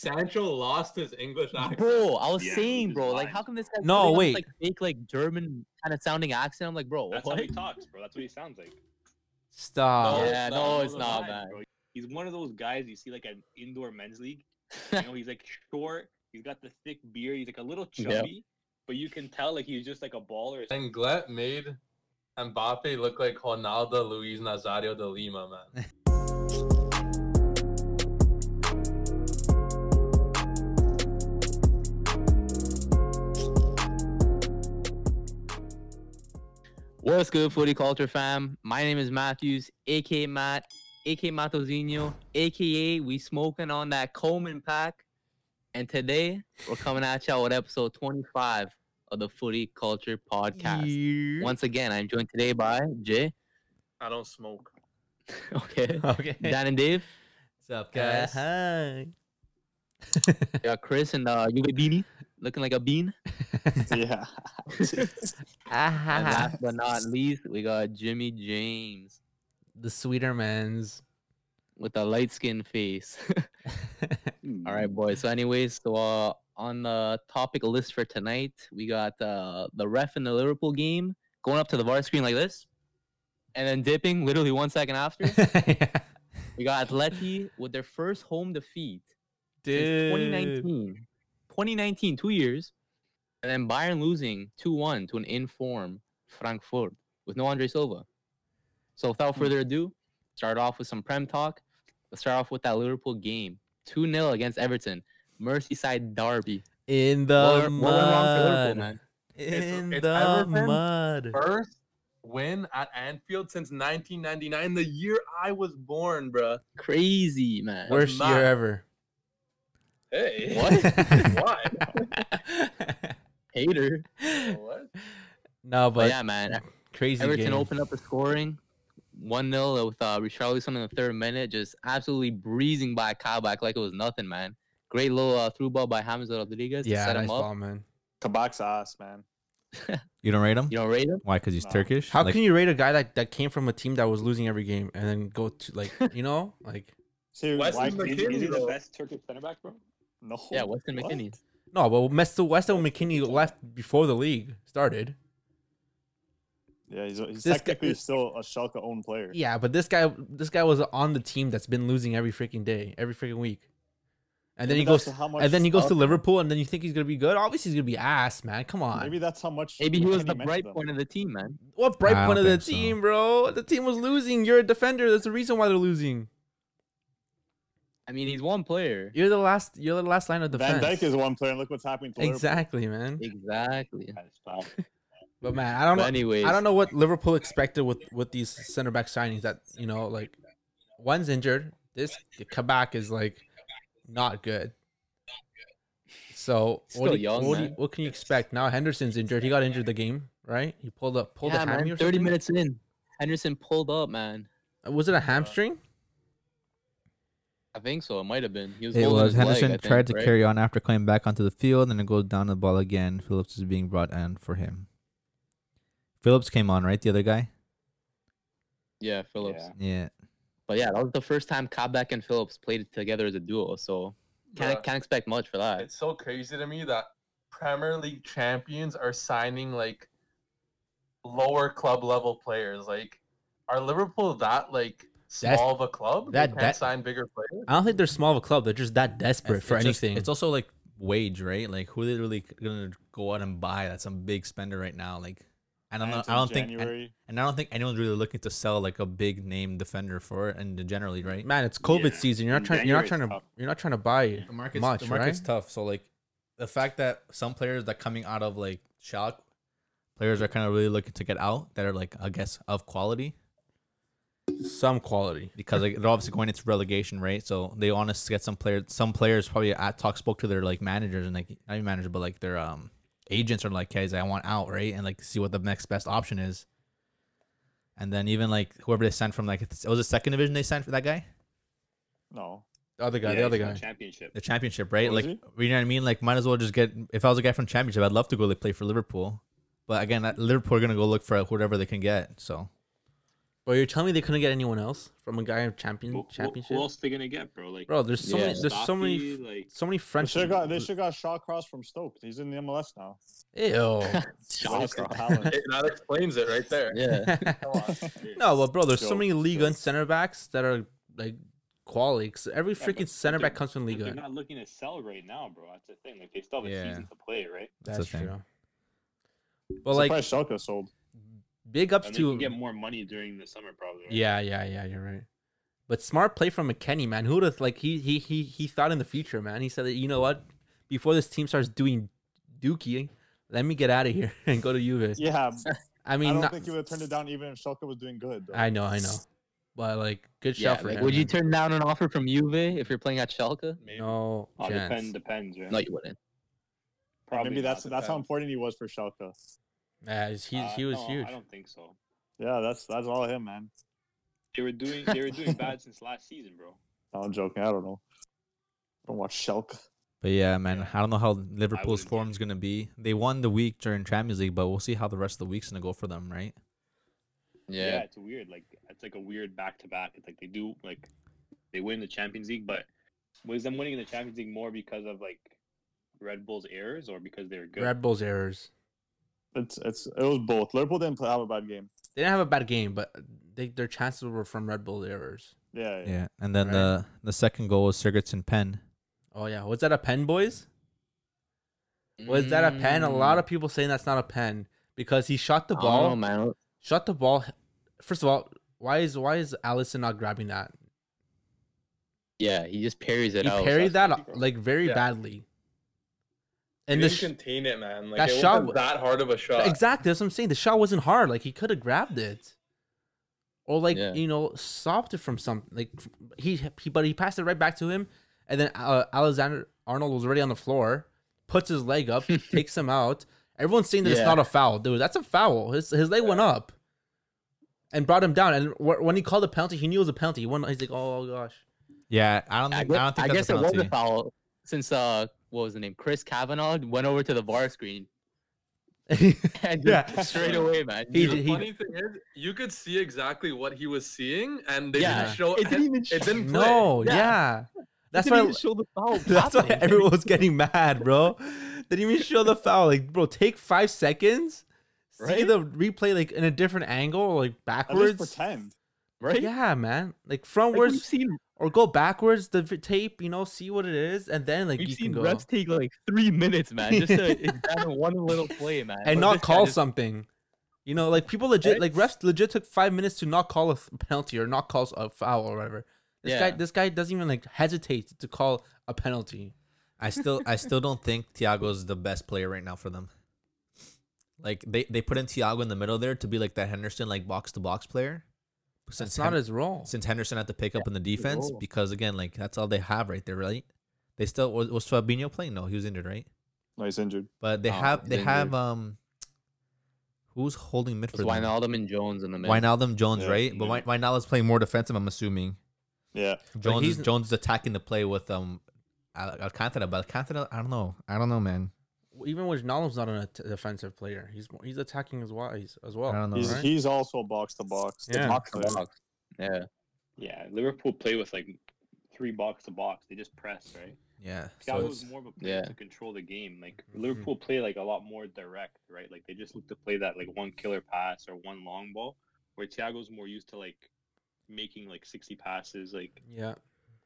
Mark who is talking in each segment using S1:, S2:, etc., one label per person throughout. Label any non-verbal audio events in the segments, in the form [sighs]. S1: Sancho lost his English accent.
S2: Oh,
S3: Bro, I was
S4: [laughs] Yeah,
S3: saying,
S4: he's
S3: bro, like
S4: lying.
S3: how come this guy
S2: No, wait.
S3: like fake like German kind of sounding accent? I'm like, bro,
S4: That's
S3: what?
S4: how he talks, bro. That's what he sounds like.
S1: Ah.
S2: Oh, Stop.
S3: No. Oh, Yeah, it's
S4: those
S3: not,
S4: guys,
S3: man.
S4: bro. He's one of those guys you see like an indoor men's
S2: [laughs]
S4: league. You know, he's like short. He's got the thick beard. He's like a little
S3: Yeah.
S4: chubby, but you can tell like he's just like a baller. or something.
S1: And Glet made Mbappe look like Ronaldo Luis Nazario de Lima, man.
S3: [laughs] What's good, footy culture fam? My name is Matthews, aka Matt, aka Matosino, aka we smoking on that Coleman pack. And today we're coming at y'all with episode 25 of the Footy Culture Podcast.
S2: Yeah.
S3: Once again, I'm joined today by Jay, [laughs]
S1: I don't smoke.
S2: [laughs]
S3: okay, [laughs]
S2: Okay.
S3: Dan and Dave,
S2: [laughs] What's up,
S3: guys?
S2: hi.
S3: we got Chris and uh, Yuga Beanie, looking like a bean.
S4: Yeah.
S3: And
S2: Ah,
S3: last but not least, we got Jimmy James
S2: [laughs] the sweeter
S3: [laughs]
S2: man's.
S3: with a light skinned face. [laughs] All right, boys. So, anyways, so uh, on the topic list for tonight, we got uh, the ref in the Liverpool game going up to the VAR screen like this, and then dipping literally one second
S2: [laughs]
S3: after. we got Atleti with their first home defeat since 2019. 2019, two years, and then Bayern losing 2-1 to an in-form Frankfurt with no Andre Silva. So, without further ado, start off with some prem talk. Let's start off with that Liverpool game. 2 0 against Everton. Merseyside Derby.
S2: In
S3: What
S2: the
S3: went- what went wrong for Liverpool,
S2: mud.
S3: man?
S2: In
S1: it's
S2: the
S1: Everton.
S2: mud.
S1: First win at Anfield since 1999, the year I was born, bruh.
S3: Crazy, man.
S2: Worst year
S1: mad.
S2: ever.
S1: Hey.
S2: [laughs] What?
S3: [laughs]
S1: Why?
S3: Hater.
S1: What?
S2: no,
S3: But
S2: but
S3: yeah, man.
S2: crazy
S3: Everton
S2: game.
S3: opened up the scoring. 1 0 with uh, Richarlison in the third minute, just absolutely breezing by Kabak like it was nothing, man. Great little uh, through ball by Hamza Rodriguez to
S2: yeah,
S3: set
S2: nice
S3: him up.
S2: ball, man.
S5: Kabak's ass, man.
S6: You don't rate him?
S3: You don't rate him?
S6: Why? Because he's
S5: No.
S6: Turkish.
S2: How
S6: Like,
S2: can you rate a guy that, that came from a team that was losing every game and then go to
S3: [laughs]
S2: like you know like
S5: Seriously,
S1: Weston
S5: why
S1: Why-
S4: Is,
S1: McKinney,
S4: is he the
S1: though.
S4: best Turkish center back, bro?
S5: No.
S3: Yeah, Weston
S5: What?
S3: McKinney.
S2: no, but Mesut Weston McKinney left before the league started.
S5: Yeah, he's, he's
S2: This guy-
S5: technically still a Schalke owned player.
S2: Yeah, but this guy this guy was on the team that's been losing every freaking day, every freaking week. And then he
S5: Maybe
S2: goes
S5: that's how much
S2: and then he goes to
S5: stuff-
S2: Liverpool and then you think he's gonna be good? Obviously he's gonna be ass, man. Come on.
S5: Maybe that's how much.
S3: Maybe he was
S5: McKinney
S3: the
S5: meant
S3: bright
S5: to them.
S3: point of the team, man.
S2: What
S6: I
S2: bright
S6: don't
S2: point of the
S6: think so.
S2: team, bro? The team was losing. You're a defender. That's the reason why they're losing.
S3: I mean, he's one player.
S2: You're the last you're the last line of defense.
S5: Van Dyke is one player. and Look what's happening to Liverpool.
S2: Exactly, man.
S3: Exactly.
S4: That's foul.
S2: But man, I don't
S3: But
S2: know.
S3: anyways,
S2: I don't know what Liverpool expected with with these center back signings. That you know, like one's injured. This Kabak is like not good. So
S3: Still
S2: what, do you,
S3: young,
S2: what, do you-
S3: man.
S2: what can you expect now? Henderson's injured. He got injured the game, right? He pulled up, pulled
S3: yeah,
S2: a hammy
S3: man,
S2: or
S3: 30
S2: something?
S3: minutes in, Henderson pulled up, man.
S2: Was it a hamstring?
S3: I think so. It might have been. He was
S6: it
S3: holding
S6: was
S3: his leg,
S6: Henderson
S3: I think,
S6: tried to
S3: right?
S6: carry on after coming back onto the field, and it goes down the ball again. Phillips is being brought in for him. Phillips came on, right? The other guy.
S3: Yeah, Phillips.
S4: Yeah.
S6: Yeah.
S3: But yeah, that was the first time Kabak and Phillips played together as a duo. So can't
S1: Bruh.
S3: can't expect much for that.
S1: It's so crazy to me that Premier League champions are signing like lower club level players. Like, are Liverpool that like small
S2: That's-
S1: of a club?
S2: that-
S1: they can't
S2: that-
S1: sign bigger players.
S2: I don't think they're small of a club. They're just that desperate for anything.
S6: it's also like wage, right? Like who they really gonna go out and buy? That's some big spender right now. Like, and I'm not,
S5: Until
S6: I don't think, and,
S5: January.
S6: and I don't think anyone's really looking to sell like a big name defender for it, and generally, right?
S2: man, it's
S4: Yeah.
S2: COVID season. You're not
S4: In
S2: trying. You're not
S4: January,
S2: trying to.
S4: it's tough.
S2: You're not trying to buy.
S6: the market's
S2: much,
S6: the market's
S2: right?
S6: tough. So like the fact that some players that coming out of like shock players are kind of really looking to get out that are like I guess of quality
S2: Some quality.
S6: because like they're obviously going into relegation, right? So they want us to get some players. Some players probably at talk spoke to their like managers and like not even managers, but like their um agents are like, "Guys, I want out," right? And like see what the next best option is. And then even like whoever they sent from like it was a second division they sent for that guy.
S5: No.
S2: The other guy.
S4: Yeah,
S2: the other
S4: he's in
S2: guy.
S4: Championship.
S6: the championship, right?
S5: Was
S6: Like, you know what I mean? Like, might as well just get. If I was a guy from championship, I'd love to go like, play for Liverpool. But again, that, Liverpool are gonna go look for whatever they can get. So
S2: But you're telling me they couldn't get anyone else from a guy in champion
S4: Who, who-
S2: championship?
S4: who else they gonna get, bro? Like
S2: Bro, there's so
S3: Yeah.
S2: many. There's so many.
S4: Mustafi, like
S2: So many
S5: They
S2: French.
S5: should have got, they should've got Shaw Cross from Stoke. He's in the MLS now.
S2: Ew.
S5: Wasted talent. [laughs]
S1: It- that explains it right there.
S2: [laughs]
S3: yeah.
S5: Come on.
S2: no, but bro, there's so
S5: Joke,
S2: many league one
S5: joke.
S2: center backs that are like quality. 'cause every
S4: Yeah,
S2: freaking
S4: but- but
S2: center back
S4: they're-
S2: comes from
S4: but
S2: league
S4: They're
S2: one.
S4: not looking to sell right now, bro. That's the thing. Like they still have a
S6: Yeah.
S4: season to play, right?
S6: That's
S2: That's,
S6: the thing.
S2: true. But
S5: Well, like,
S2: like,
S5: Surprised Schalke sold.
S2: big ups
S4: And they
S2: to
S4: can get more money during the summer, probably. Right?
S2: Yeah, yeah, yeah. You're right. But smart play from McKenny, man. Who would have like he he he he thought in the future, man. He said that you know what, before this team starts doing dookie, let me get out of here [laughs] and go to Juve.
S5: Yeah,
S2: I
S5: I,
S2: mean, I,
S5: don't
S2: not,
S5: think he would have turned it down even if Schalke was doing good. Though.
S2: I know, I know, but like good
S3: Yeah,
S2: shot for
S3: like,
S2: him.
S3: would you
S2: man.
S3: turn down an offer from Juve if you're playing at Schalke?
S4: Maybe.
S2: no
S4: Oh,
S2: chance.
S4: depend, depends, right?
S3: No, you wouldn't.
S4: Probably
S5: Maybe
S4: not,
S5: that's that's how
S4: depends.
S5: important he was for Schalke.
S2: Yeah, he's- he
S4: Uh,
S2: he was
S4: no,
S2: huge.
S4: I don't think so.
S5: Yeah, that's that's all him, man.
S4: They were doing they were doing bad since last season, bro.
S2: [laughs]
S5: No, I'm joking. I don't know. Don't watch Schalke.
S6: But yeah, man,
S4: Yeah.
S6: I don't know how Liverpool's
S4: wouldn't
S6: form is gonna be. They won the week during Champions League, but we'll see how the rest of the week's gonna go for them, right?
S4: Yeah. it's weird. Like it's like a weird back to back. It's like they do like they win the Champions League, but was them winning the Champions League more because of like Red Bull's errors or because they were good?
S2: Red Bull's errors.
S5: It's it's it was both. Liverpool didn't play, have a bad game.
S2: They didn't have a bad game, but they, their chances were from Red Bull errors.
S5: Yeah, yeah.
S6: Yeah. And then
S2: Right.
S6: the the second goal was Sigurdsson pen.
S2: Oh yeah, was that a pen, boys? Was that a pen? A
S4: Mm.
S2: lot of people saying that's not a pen because he shot the
S3: Mm, I don't
S2: ball.
S3: know, man.
S2: Shot the ball. First of all, why is why is Allison not grabbing that?
S3: Yeah, he just parries it
S2: He
S3: out.
S2: parried that
S1: that's pretty
S2: like very
S1: Yeah.
S2: badly.
S1: And
S2: And
S1: you
S2: the
S1: didn't
S2: sh-
S1: contain it, man. Like
S2: that
S1: it
S2: shot
S1: wasn't
S2: was-
S1: that hard of a shot.
S2: exactly that's what I'm saying. The shot wasn't hard. Like he could have grabbed it, or like
S3: Yeah.
S2: you know stopped it from something. Like f- he, he but he passed it right back to him, and then uh, Alexander Arnold was already on the floor, puts his leg
S3: [laughs]
S2: up, takes him out. Everyone's saying that it's
S3: Yeah.
S2: not a foul, dude. That's a foul. His his leg went up, and brought him down. And wh- when he called the penalty, he knew it was a penalty. He went, he's like, oh gosh. [laughs]
S6: Yeah, I don't
S3: I
S6: think
S3: guess,
S6: I don't think
S3: I
S6: that's
S3: guess
S6: a
S3: it was
S6: penalty.
S3: a foul since uh, what was the name? Chris Kavanaugh went over to the VAR screen [laughs] and just
S2: Yeah.
S3: straight away, man.
S2: He
S3: You-
S2: did-
S1: The funny thing is, you could see exactly what he was seeing, and they
S3: Yeah.
S1: didn't show
S3: it didn't even.
S1: it didn't play.
S2: No,
S3: Yeah.
S2: yeah. That's
S3: it didn't
S2: why
S3: even show the foul.
S2: [laughs] that's why
S3: happening.
S2: everyone was getting mad, bro. They didn't even show the foul. Like, bro, take five seconds, see
S3: Right?
S2: the replay like in a different angle, like
S5: At least
S2: backwards.
S5: pretend.
S3: right?
S2: Yeah, man. Like
S3: Like, we've
S2: frontwards
S3: seen
S2: or go backwards the v- tape, you know, see what it is, and then like
S3: we've
S2: you
S3: seen
S2: can go
S3: refs take like three minutes, man, just
S2: [laughs]
S3: to examine one little play, man,
S2: and
S3: But
S2: not
S3: this guy
S2: call
S3: just-
S2: something. You know, like people legit,
S3: Right?
S2: like refs legit took five minutes to not call a f- penalty or not call a foul or whatever. This guy,
S3: Yeah.
S2: this guy doesn't even like hesitate to call a penalty.
S6: I still I still don't think Thiago's the best player right now for them. Like they, they put in Thiago in the middle there to be like that Henderson like box to box player. Since
S2: That's not
S6: Hen-
S2: his role.
S6: since Henderson had to pick up in the
S3: his
S6: defense
S3: role.
S6: because again like that's all they have right there, right? They still was, was Fabinho playing? No, he was injured, right?
S5: No, he's injured.
S6: But they
S3: Oh,
S6: have they
S3: then
S6: have
S3: you're-
S6: um who's holding mid
S3: It was
S6: for them?
S3: Wijnaldum and Jones in the middle.
S6: Wijnaldum Jones,
S5: Yeah,
S6: right? But
S5: yeah.
S6: Wijn- Wijnaldum's playing more defensive, I'm assuming.
S5: Yeah,
S6: Jones is
S2: he's-
S6: Jones is attacking the play with um Al- Alcantara, but Alcantara, I don't know. I don't know, man.
S2: even Wijnaldum's not an att- defensive player. He's mo- he's attacking as well he's- as well.
S6: I don't know.
S5: he's
S6: right?
S5: he's also box to box.
S2: Yeah.
S3: Box to box. Yeah.
S4: Yeah, Liverpool play with like three box to box. They just press, right?
S6: Yeah.
S4: Thiago
S6: So
S4: was
S6: it's-
S4: more of a player
S3: yeah.
S4: to control the game. Like
S2: Mhm.
S4: Liverpool play like a lot more direct, right? Like they just look to play that like one killer pass or one long ball, where Thiago's more used to like making like sixty passes, like
S2: Yeah,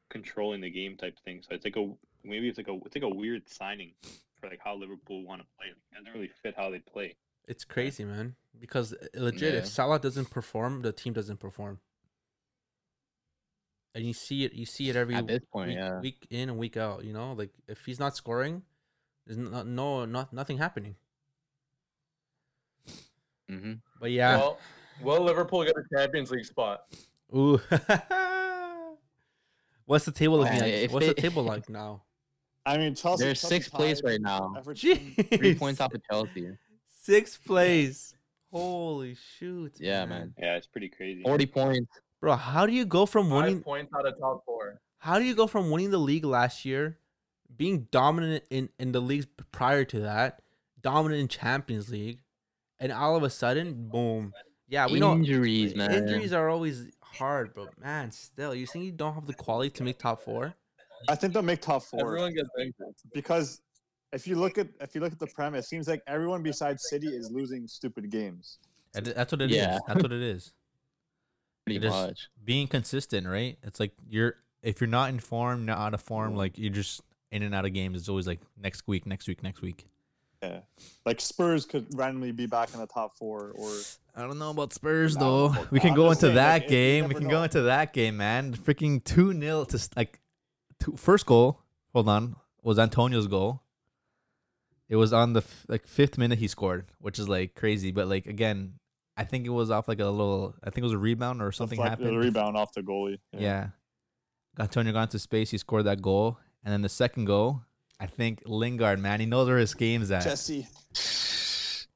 S4: controlling the game type thing. So it's like a maybe it's like a it's like a weird signing for like how Liverpool want to play. It doesn't really fit how they play.
S2: it's crazy, man. Because i- legit, if
S3: Yeah.
S2: Salah doesn't perform, the team doesn't perform. And you see it, you see it every
S3: At this point,
S2: week,
S3: yeah.
S2: week in and week out. You know, like if he's not scoring, there's not, no not nothing happening.
S3: hmm
S2: But yeah,
S1: Well, will Liverpool get a Champions League spot?
S2: ooh. [laughs] What's the table looking
S3: Man,
S2: like?
S3: if
S2: What's the
S3: they- [laughs]
S2: table like now?
S5: I mean, Chelsea.
S3: They're sixth place right now.
S2: [laughs]
S3: Three
S2: Jeez.
S3: points off of Chelsea. [laughs]
S2: Sixth place. Holy shoot.
S3: Yeah, man.
S4: Yeah, it's pretty crazy.
S3: Forty points.
S2: Bro, how do you go from
S1: Five
S2: winning
S1: points out of top four.
S2: how do you go from winning the league last year, being dominant in, in the leagues prior to that, dominant in Champions League, and all of a sudden, boom, Yeah, we know
S3: Injuries, man.
S2: injuries are always hard, but man, still, you think you don't have the quality to make top four?
S5: I think they'll make top four
S1: Everyone gets injured.
S5: because if you look at if you look at the prem, it seems like everyone besides City is losing stupid games.
S6: That- That's what it is.
S3: Yeah. [laughs]
S6: That's what it is.
S3: pretty
S6: It is-
S3: much.
S6: Being consistent, right? It's like you're if you're not in form, not out of
S3: Mm.
S6: form, like you're just in and out of games. It's always like next week, next week, next week.
S5: Like Spurs could randomly be back in the top four, or
S6: I don't know about Spurs
S5: No,
S6: though. We can
S5: I'm
S6: go
S5: just saying,
S6: into that
S5: like, it- you
S6: game. We
S5: never
S6: can
S5: know.
S6: go into that game, man. Freaking two 0 to s- like two, first goal. Hold on, was Antonio's goal. It was on the f- like fifth minute he scored, which is like crazy. But like again, I think it was off like a little. I think it was a rebound or something
S5: deflect-
S6: happened.
S5: a rebound off the goalie.
S6: Yeah. Antonio got into space. He scored that goal. And then the second goal, I think Lingard, man, he knows where his game's at.
S5: Jesse.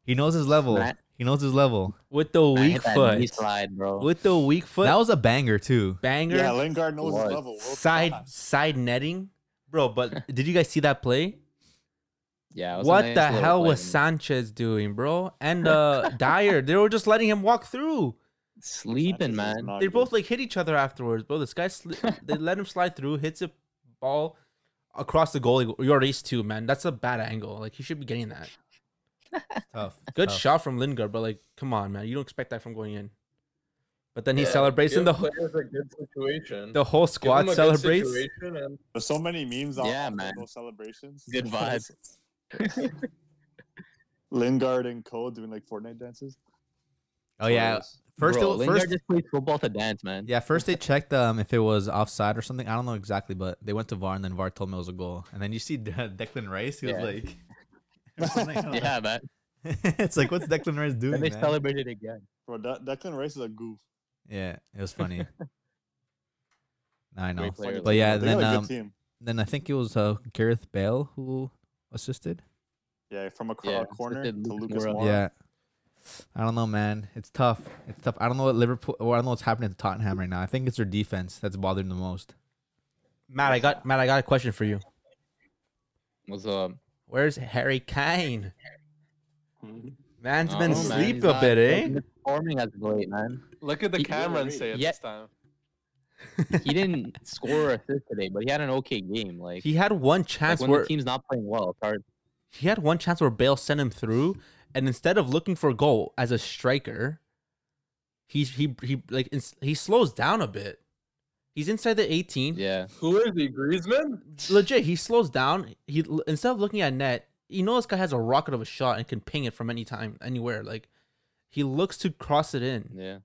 S6: he knows his level.
S3: Matt-
S6: He knows his level.
S2: With the
S3: Man, I
S2: weak
S3: hit that knee
S2: foot,
S3: slide, bro.
S2: with the weak foot
S6: That was a banger,
S5: [laughs]
S6: too.
S2: banger,
S5: Yeah, Lingard knows
S3: What?
S5: his level. world
S2: side
S5: class.
S2: side netting, bro.
S3: [laughs]
S2: But did you guys see that play?
S3: yeah. it was a
S2: What
S3: nice
S2: the
S3: little
S2: hell
S3: play,
S2: was
S3: man.
S2: Sanchez doing, bro? And
S3: [laughs]
S2: uh Dyer, they were just letting him walk through.
S5: Sanchez
S3: sleeping,
S5: is
S3: man?
S5: not
S2: They
S5: good.
S2: both like hit each other afterwards, bro. This guy,
S3: [laughs]
S2: sli- they let him slide through, hits a ball across the goalie. Your ace too, man. That's a bad angle. Like he should be getting that.
S6: Tough.
S2: Good
S6: tough.
S2: shot from Lingard, but like, come on, man. You don't expect that from going in. But then he
S1: Yeah,
S2: celebrates,
S1: give
S2: and the whole,
S1: players a good situation.
S2: the whole
S1: Give them
S2: squad
S1: a good
S2: celebrates.
S1: situation and
S5: There's so many memes on
S3: Yeah,
S5: after
S3: man.
S5: those celebrations. [laughs]
S3: Good vibes.
S5: Lingard and Cole doing like Fortnite dances.
S6: Oh yeah.
S5: Hilarious.
S6: First,
S3: Bro,
S6: it,
S3: Lingard
S6: first,
S3: just plays football to dance, man.
S6: yeah. First they checked um if it was offside or something. I don't know exactly, but they went to VAR and then VAR told me it was a goal. And then you see De- Declan Rice. He was
S3: Yeah. [laughs]
S6: like, [laughs] It's
S2: [laughs]
S6: like-
S3: yeah, man.
S6: [laughs] it's like what's Declan Rice doing?
S3: And they
S6: man?
S3: celebrated again.
S5: Bro, De- Declan Rice is a goof.
S6: Yeah, it
S3: [laughs]
S6: was funny. I know,
S3: Great player, though.
S6: but yeah,
S5: They
S6: then
S5: got a
S6: um,
S5: good team.
S6: then I think it was uh, Gareth Bale who assisted.
S5: Yeah, from a cr-
S3: yeah,
S5: a corner to
S3: assisted Lucas
S5: Lucas
S3: Moura.
S5: Moura.
S6: Yeah, I don't know, man. It's tough. It's tough. I don't know what Liverpool. Or I don't know what's happening to Tottenham right now. I think it's their defense that's bothering the most.
S2: Matt, I got Matt. I got a question for you.
S3: Was um.
S2: Where's Harry Kane?
S1: Hmm.
S2: Man's
S3: I
S2: been
S3: don't know, man.
S2: sleep
S3: He's
S2: a
S3: not-
S2: bit, eh?
S3: he's not Performing as of late, man.
S1: look at the
S3: He-
S1: camera and say it
S3: Yeah.
S1: this time.
S2: [laughs]
S3: He didn't score or assist today, but he had an okay game. Like,
S2: He had one
S3: like
S2: chance
S3: when
S2: where
S3: the team's not playing well, it's
S2: [laughs]
S3: hard.
S2: he had one chance where Bale sent him through, and instead of looking for a goal as a striker, he's he he like ins- he slows down a bit. He's inside the 18.
S3: Yeah.
S1: Who is he, Griezmann?
S2: Legit, he slows down. He l- instead of looking at net, you know this guy has a rocket of a shot and can ping it from any time, anywhere. Like he looks to cross it in.
S3: Yeah.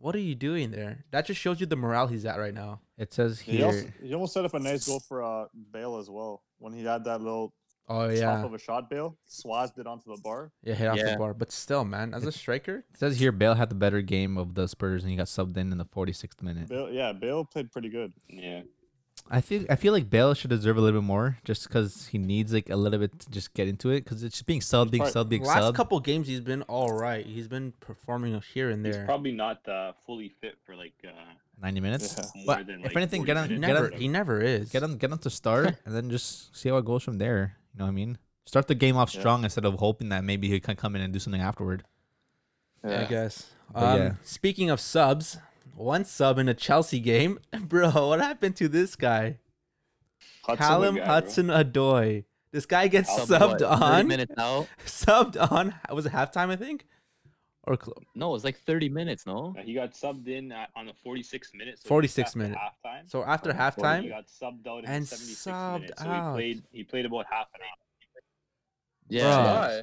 S2: What are you doing there? That just shows you the morale he's at right now.
S6: It says
S5: He, also,
S6: here.
S5: he almost set up a nice goal for uh, Bale as well when he had that little
S2: Oh
S5: top
S2: yeah,
S5: of a shot. Bale swazzed it onto the bar.
S2: yeah, hit off
S3: Yeah.
S2: the bar. But still, man, as a striker,
S6: It says here Bale had the better game of the Spurs and he got subbed in in the 46th minute.
S5: Bale, yeah, Bale played pretty good.
S4: Yeah.
S6: I think I feel like Bale should deserve a little bit more just because he needs like a little bit to just get into it because it's just being subbed, being
S5: Right.
S6: subbed, being
S2: last
S6: subbed.
S2: couple games he's been all right. He's been performing here and
S4: He's
S2: there.
S4: probably not uh, fully fit for like uh,
S6: 90 minutes.
S5: Yeah.
S4: more
S6: But
S4: than
S6: if
S4: like
S6: anything,
S4: 40
S6: get on-
S2: he
S4: minutes.
S6: get
S2: never
S6: on-
S2: he never is.
S6: Get him, get him to start,
S2: [laughs]
S6: and then just see how it goes from there. You know what I mean? Start the game off
S5: Yeah.
S6: strong instead of hoping that maybe he can come in and do something afterward.
S2: I guess.
S6: But
S2: Um,
S6: yeah.
S2: Speaking of subs, one sub in a Chelsea game, [laughs] bro. What happened to this guy,
S5: Hudson,
S2: Callum
S4: guy, bro.
S2: Hudson Adoy? This guy gets
S3: Sub, what,
S2: subbed
S3: 30
S2: on,
S3: minutes out.
S2: [laughs] subbed on. Was it halftime? I think, or cl-
S3: No, it's like 30 minutes, no?
S4: Uh, He got subbed in at, on the 46th minute. So he
S2: 46th
S4: was after
S2: minute.
S4: Halftime.
S2: so after
S4: He
S2: halftime.
S4: got subbed out in
S2: And
S4: the 76th
S2: subbed
S4: minute. So
S2: out.
S4: he played. He played about half an hour.
S3: Yeah.
S1: Why?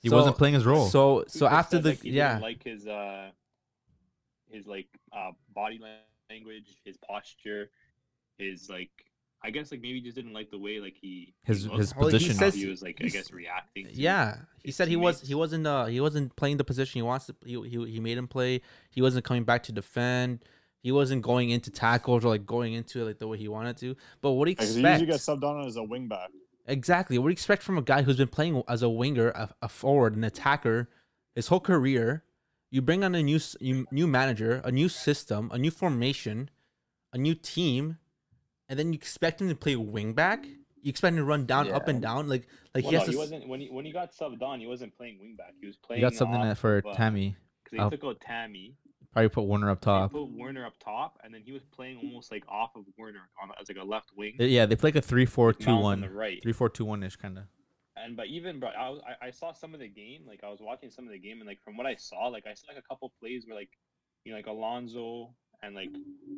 S6: He
S2: so-
S6: wasn't playing his role.
S2: So
S4: He
S2: so
S4: just
S2: after
S4: said,
S2: the
S4: like, he didn't
S2: yeah
S4: like his uh, his like uh body language, his posture, his like. I guess like maybe he just didn't like the way like he he
S6: His-
S4: looked,
S6: his
S4: how he
S6: position.
S4: felt
S2: He
S4: he
S2: says-
S4: was like I
S2: he's-
S4: guess reacting. to
S2: Yeah, he
S4: his
S2: said he was
S4: teammates.
S2: he wasn't uh he wasn't playing the position he wants to. He he, he made him play. He wasn't coming back to defend. He wasn't going into tackles or like going into it like the way he wanted to. But what do you
S5: Like, he usually
S2: expect?
S5: gets subbed on as a wing back.
S2: exactly. What do you expect from a guy who's been playing as a winger, a, a forward, an attacker, his whole career? You bring on a new s- you- new manager, a new system, a new formation, a new team, and then you expect him to play wing back. You expect him to run down, up
S3: Yeah.
S2: and down, like like
S4: Well,
S2: he
S4: no,
S2: has
S4: he
S2: to. s-
S4: wasn't when he when he got subbed on. He wasn't playing wing back. He was playing.
S6: he got something
S4: off
S6: that for
S4: of, uh,
S6: Tammy.
S4: because they
S6: Oh.
S4: took out Tammy.
S6: Probably put Warner up
S4: They
S6: top.
S4: put Werner up top, and then he was playing almost like off of Werner on as like a left wing.
S6: They- yeah, they play like a three four
S4: with
S6: two
S4: Mount on
S6: one,
S4: the right.
S6: three four two one ish kind of.
S4: And but even bro, I, was, I I saw some of the game. Like I was watching some of the game, and like from what I saw, like I saw like a couple plays where like you know like Alonzo and like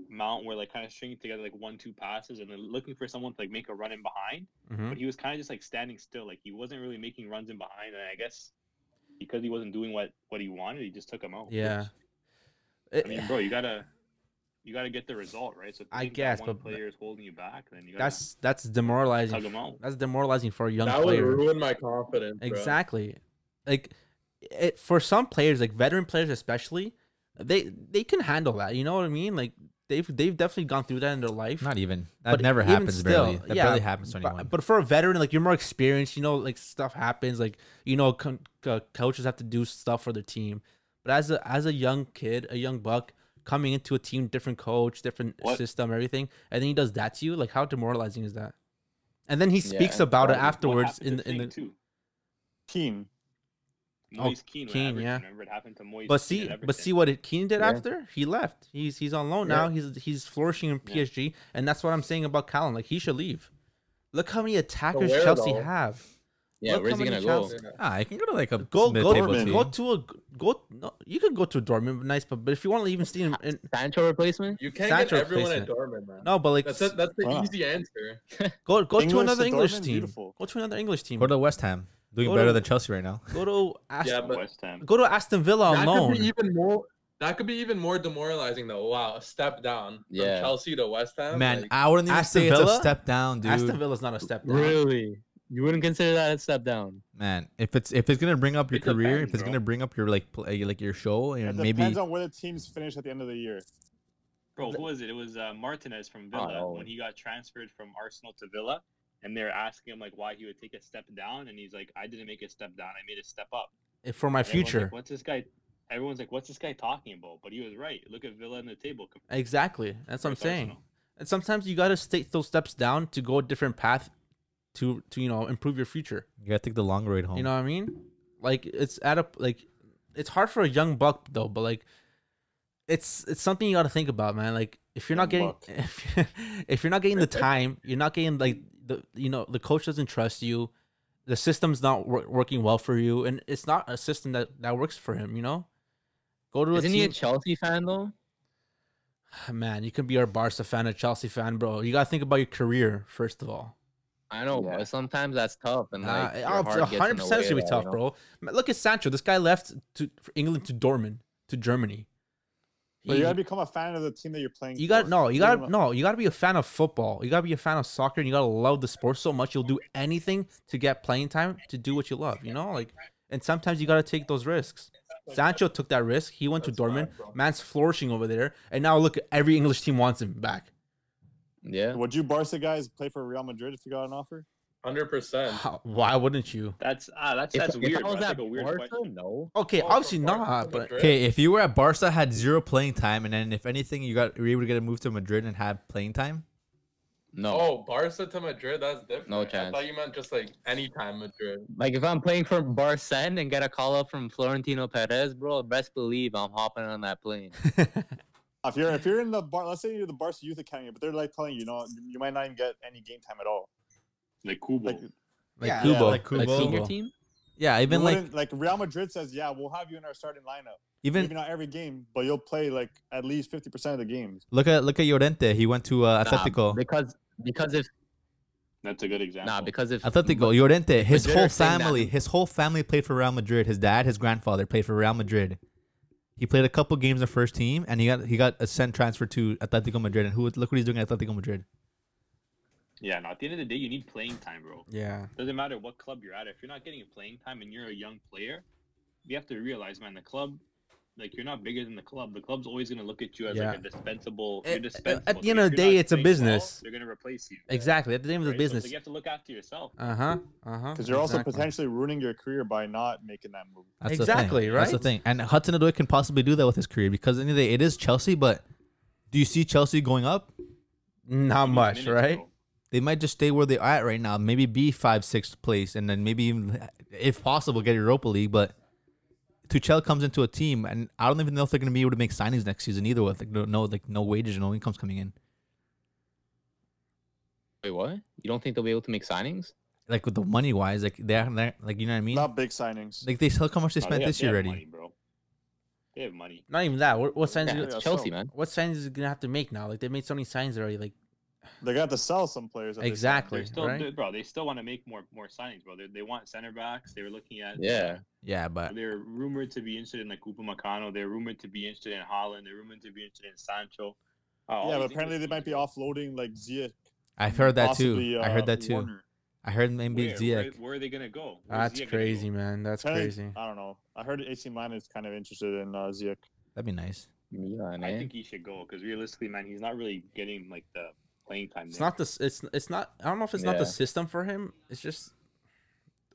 S4: Mount were like kind of stringing together like one two passes, and then looking for someone to like make a run in behind.
S2: Mhm.
S4: But he was kind of just like standing still. Like he wasn't really making runs in behind, and I guess because he wasn't doing what what he wanted, he just took him out. which-
S2: Yeah. Eh,
S4: I mean, bro, you gotta you gotta get the result, right? So if you
S2: I
S4: think that
S2: guess,
S4: one
S2: but-
S4: player is holding you back, then you gotta
S2: that's that's
S4: tug
S2: demoralizing.
S4: him out.
S2: That's demoralizing for a young
S1: that
S2: player.
S1: would ruin my confidence. bro.
S2: Exactly. Like it, for some players, like veteran players especially, they they can handle that. You know what I mean? Like they've they've definitely gone through that in their life.
S6: Not even that
S2: But
S6: never
S2: even
S6: happens
S2: still,
S6: barely. That
S2: yeah,
S6: barely happens to anyone.
S2: but, but for a veteran, like you're more experienced, you know, like stuff happens. Like you know, con- co- coaches have to do stuff for their team. But as a as a young kid, a young buck coming into a team, different coach, different
S4: What?
S2: system, everything, and then he does that to you. Like how demoralizing is that? And then he
S3: Yeah,
S2: speaks
S3: and
S2: about it
S3: probably what
S2: afterwards in the, in the
S4: two.
S5: Keen.
S2: Oh,
S4: Moise Kean, with
S2: Kean,
S4: Everton,
S2: yeah.
S4: Remember it happened to Moise.
S2: But
S4: Kean
S2: see,
S4: at
S2: but
S4: Everton.
S2: see what it Keane did
S3: Yeah.
S2: after he left. He's he's on loan
S3: Yeah.
S2: now. He's he's flourishing in
S4: Yeah.
S2: PSG, and that's what I'm saying about Callum. Like he should leave. Look how many attackers
S1: where,
S2: Chelsea
S1: though?
S2: have.
S3: Yeah,
S2: Look
S3: where's
S2: how
S3: he gonna
S2: many
S3: go?
S2: chances-
S6: ah, I can go to like a
S2: Go go
S6: mid-table
S5: Dortmund.
S6: team.
S2: go to a go. No, you could go to a Dortmund, nice, but but if you want to even see him, in,
S3: Sancho replacement?
S1: You can't
S2: Sancho
S1: get everyone at
S2: replacement.
S1: Dortmund, man.
S2: no, but like
S1: that's a, that's the
S5: Wow.
S1: easy answer.
S2: go go to
S5: English
S2: another
S5: to
S2: English
S5: Dortmund,
S2: team.
S5: beautiful.
S2: Go to another English team.
S6: Go to West Ham, doing
S2: Go
S6: better
S2: to-
S6: than Chelsea right now.
S2: Go to Aston.
S1: Yeah, but-
S4: West Ham.
S2: Go to Aston Villa on
S1: that
S2: loan.
S1: could be even more. That could be even more demoralizing, though. Wow, a step down
S3: Yeah.
S1: from Chelsea to West Ham.
S6: Man,
S1: like,
S6: I wouldn't even
S2: Aston
S6: say it's a
S2: Villa?
S6: step down, dude.
S2: Aston Villa's not a step down.
S3: Really? You wouldn't consider that a step down?
S6: Man, if it's if it's gonna bring up your
S4: It
S6: career,
S4: depends,
S6: if it's
S4: bro.
S6: gonna bring up your like play, like your show,
S5: It
S6: and
S5: depends
S6: maybe
S5: on where the teams finish at the end of the year.
S4: Bro, who was it? It was uh, Martinez from
S3: Oh,
S4: Villa
S3: no.
S4: when he got transferred from Arsenal to Villa, and they're asking him like why he would take a step down, and he's like, "I didn't make a step down. I made a step up."
S2: For my
S4: And everyone's
S2: future,
S4: Like, What's this guy? Everyone's like, "What's this guy talking about?" But he was right. Look at Villa in the table. compared
S2: exactly. That's what I'm
S4: with
S2: saying.
S4: Arsenal.
S2: And sometimes you gotta take those steps down to go a different path to to you know improve your future.
S6: you gotta take the long road home.
S2: You know what I mean? Like it's at a like it's hard for a young buck though, but like it's it's something you gotta think about, man. Like if you're not
S5: Young
S2: getting if, you're- [laughs] if you're not getting
S3: [laughs]
S2: the time, you're not getting like the you know the coach doesn't trust you, the system's not wor- working well for you, and it's not a system that that works for him. You know, go to a
S3: Isn't he a
S2: team. [sighs]
S3: Chelsea fan though?
S2: man, you can be a Barca fan, a Chelsea fan, bro. You gotta think about your career first of all.
S3: I know,
S5: Yeah.
S3: but sometimes that's tough, and like your
S2: Nah,
S3: heart
S2: oh,
S3: gets in the
S2: 100 percent
S3: way
S2: should be
S3: of that,
S2: tough,
S3: you know?
S2: bro. Man, Look at Sancho. This guy left to for England to Dortmund to Germany.
S5: But you
S2: He-
S5: gotta become a fan of the team that you're playing.
S2: you
S5: for.
S2: got no, you
S5: Give
S2: got
S5: them
S2: to
S5: a-
S2: no, you got to be a fan of football. You got to be a fan of soccer, and you got to love the sport so much you'll do anything to get playing time to do what you love. You know, like, and sometimes you got to take those risks. Sancho took that risk. He went
S1: That's
S2: to Dortmund.
S1: fine, bro.
S2: Man's flourishing over there, and now look, every English team wants him back.
S3: Yeah.
S5: Would you Barca guys play for Real Madrid if you got an offer?
S1: hundred percent.
S2: How- Why wouldn't you?
S4: That's ah, that's
S3: If-
S4: that's
S3: if
S4: weird.
S3: I
S4: bro.
S3: was
S4: That's
S3: at
S4: like a weird
S3: Barca,
S4: question.
S3: no.
S2: Okay,
S1: Also,
S2: obviously
S1: Barca
S2: not,
S1: to
S2: but
S1: Madrid.
S6: Okay, if you were at Barca, had zero playing time, and then if anything, you got you were able to get a move to Madrid and have playing time.
S3: No.
S1: Oh, Barca to Madrid, that's different.
S3: No
S1: I
S3: chance.
S1: thought you meant just like anytime Madrid.
S3: Like if I'm playing for Barcen and get a call up from Florentino Perez, bro, best believe I'm hopping on that plane.
S5: If you're if you're in the bar, let's say you're the Barca youth academy, but they're like telling you, you know, you might not even get any game time at all.
S4: Like Kubo.
S5: Like
S2: like
S6: Yeah,
S2: Kubo,
S6: yeah, like
S2: like
S6: Kubo.
S3: Senior
S2: Kubo.
S3: team?
S6: Yeah, even
S5: you
S6: like
S5: wouldn't- like Real Madrid says, yeah, we'll have you in our starting lineup.
S6: even
S5: Maybe not every game, but you'll play like at least fifty percent of the games.
S6: look at look at Llorente. He went to uh,
S3: Nah,
S6: Atletico.
S3: because because if
S4: that's a good example.
S3: nah because if
S6: Atletico, Llorente. His
S3: Madrid
S6: whole
S3: are saying that-
S6: family, his whole family played for Real Madrid. His dad, his grandfather played for Real Madrid. He played a couple games in the first team, and he got he got a sent transfer to Atletico Madrid. And who look what he's doing at Atletico Madrid.
S4: yeah, no. At the end of the day, you need playing time, bro.
S2: Yeah.
S4: Doesn't matter what club you're at. If you're not getting playing time and you're a young player, you have to realize, man, the club, like you're not bigger than the club. The club's always gonna look at you as like
S2: Yeah.
S4: a dispensable.
S2: At-
S4: You're
S2: at-
S4: dispensable.
S2: at
S4: So
S2: the
S4: if
S2: end of the
S4: you're not
S2: day, it's a
S4: playing well,
S2: business.
S4: they're gonna replace you.
S2: Exactly. At the name of
S4: right?
S2: the
S4: So it's
S2: business.
S4: like you have to look after yourself.
S2: Uh huh. Uh huh.
S5: Because you're also potentially ruining your career by not making that move.
S6: That's
S2: Exactly,
S6: the thing. That's the
S2: right?
S6: thing. And Hudson Odoi can possibly do that with his career because at the end of the day, it is Chelsea. But do you see Chelsea going up?
S2: not
S4: You need
S2: much,
S4: minutes,
S2: right?
S4: bro.
S6: They might just stay where they are at right now. Maybe be five, sixth place, and then maybe even, if possible, get Europa League. But Tuchel comes into a team, and I don't even know if they're going to be able to make signings next season either. With like no, no like no wages, no incomes coming in.
S3: Wait, what? You don't think they'll be able to make signings?
S6: Like with the money wise, like they are like you know what I mean.
S5: Not big signings.
S6: like they look how much they spent this year already.
S4: Money, bro. They have money.
S2: Not even that. What, what signs?
S3: Yeah,
S5: Yeah,
S3: it's
S5: so-
S3: Chelsea, man.
S2: What signs is it gonna have to make now? Like they made so many signs already. Like
S5: They got to sell some players. that they signed.
S2: Exactly.
S4: They're still,
S2: right?
S4: they- bro. They still want to make more more signings, bro. They, they want center backs. They were looking at
S3: Yeah.
S6: Yeah, but
S4: They're rumored to be interested in like Upamecano. They're rumored to be interested in Holland. They're rumored to be interested in Sancho. Uh, all
S5: Yeah,
S4: these
S5: but apparently they
S4: English
S5: might be
S4: teams, bro.
S5: offloading like Ziyech.
S6: I've heard that
S5: possibly,
S6: too. I
S5: uh,
S6: heard that too.
S5: Warner.
S6: I heard maybe
S4: Where, where,
S6: Ziyech.
S4: where are they gonna go? Where's
S2: that's
S4: Ziyech gonna
S2: crazy,
S4: go?
S2: man. That's
S5: Apparently-
S2: crazy.
S5: I don't know. I heard AC Milan is kind of interested in uh, Ziyech.
S6: That'd be nice.
S3: Milan,
S4: I
S3: eh?
S4: think he should go because realistically, man, he's not really getting like the playing time.
S2: It's
S4: there.
S2: not this. It's it's not. I don't know if it's not the
S3: Yeah.
S2: system for him. It's just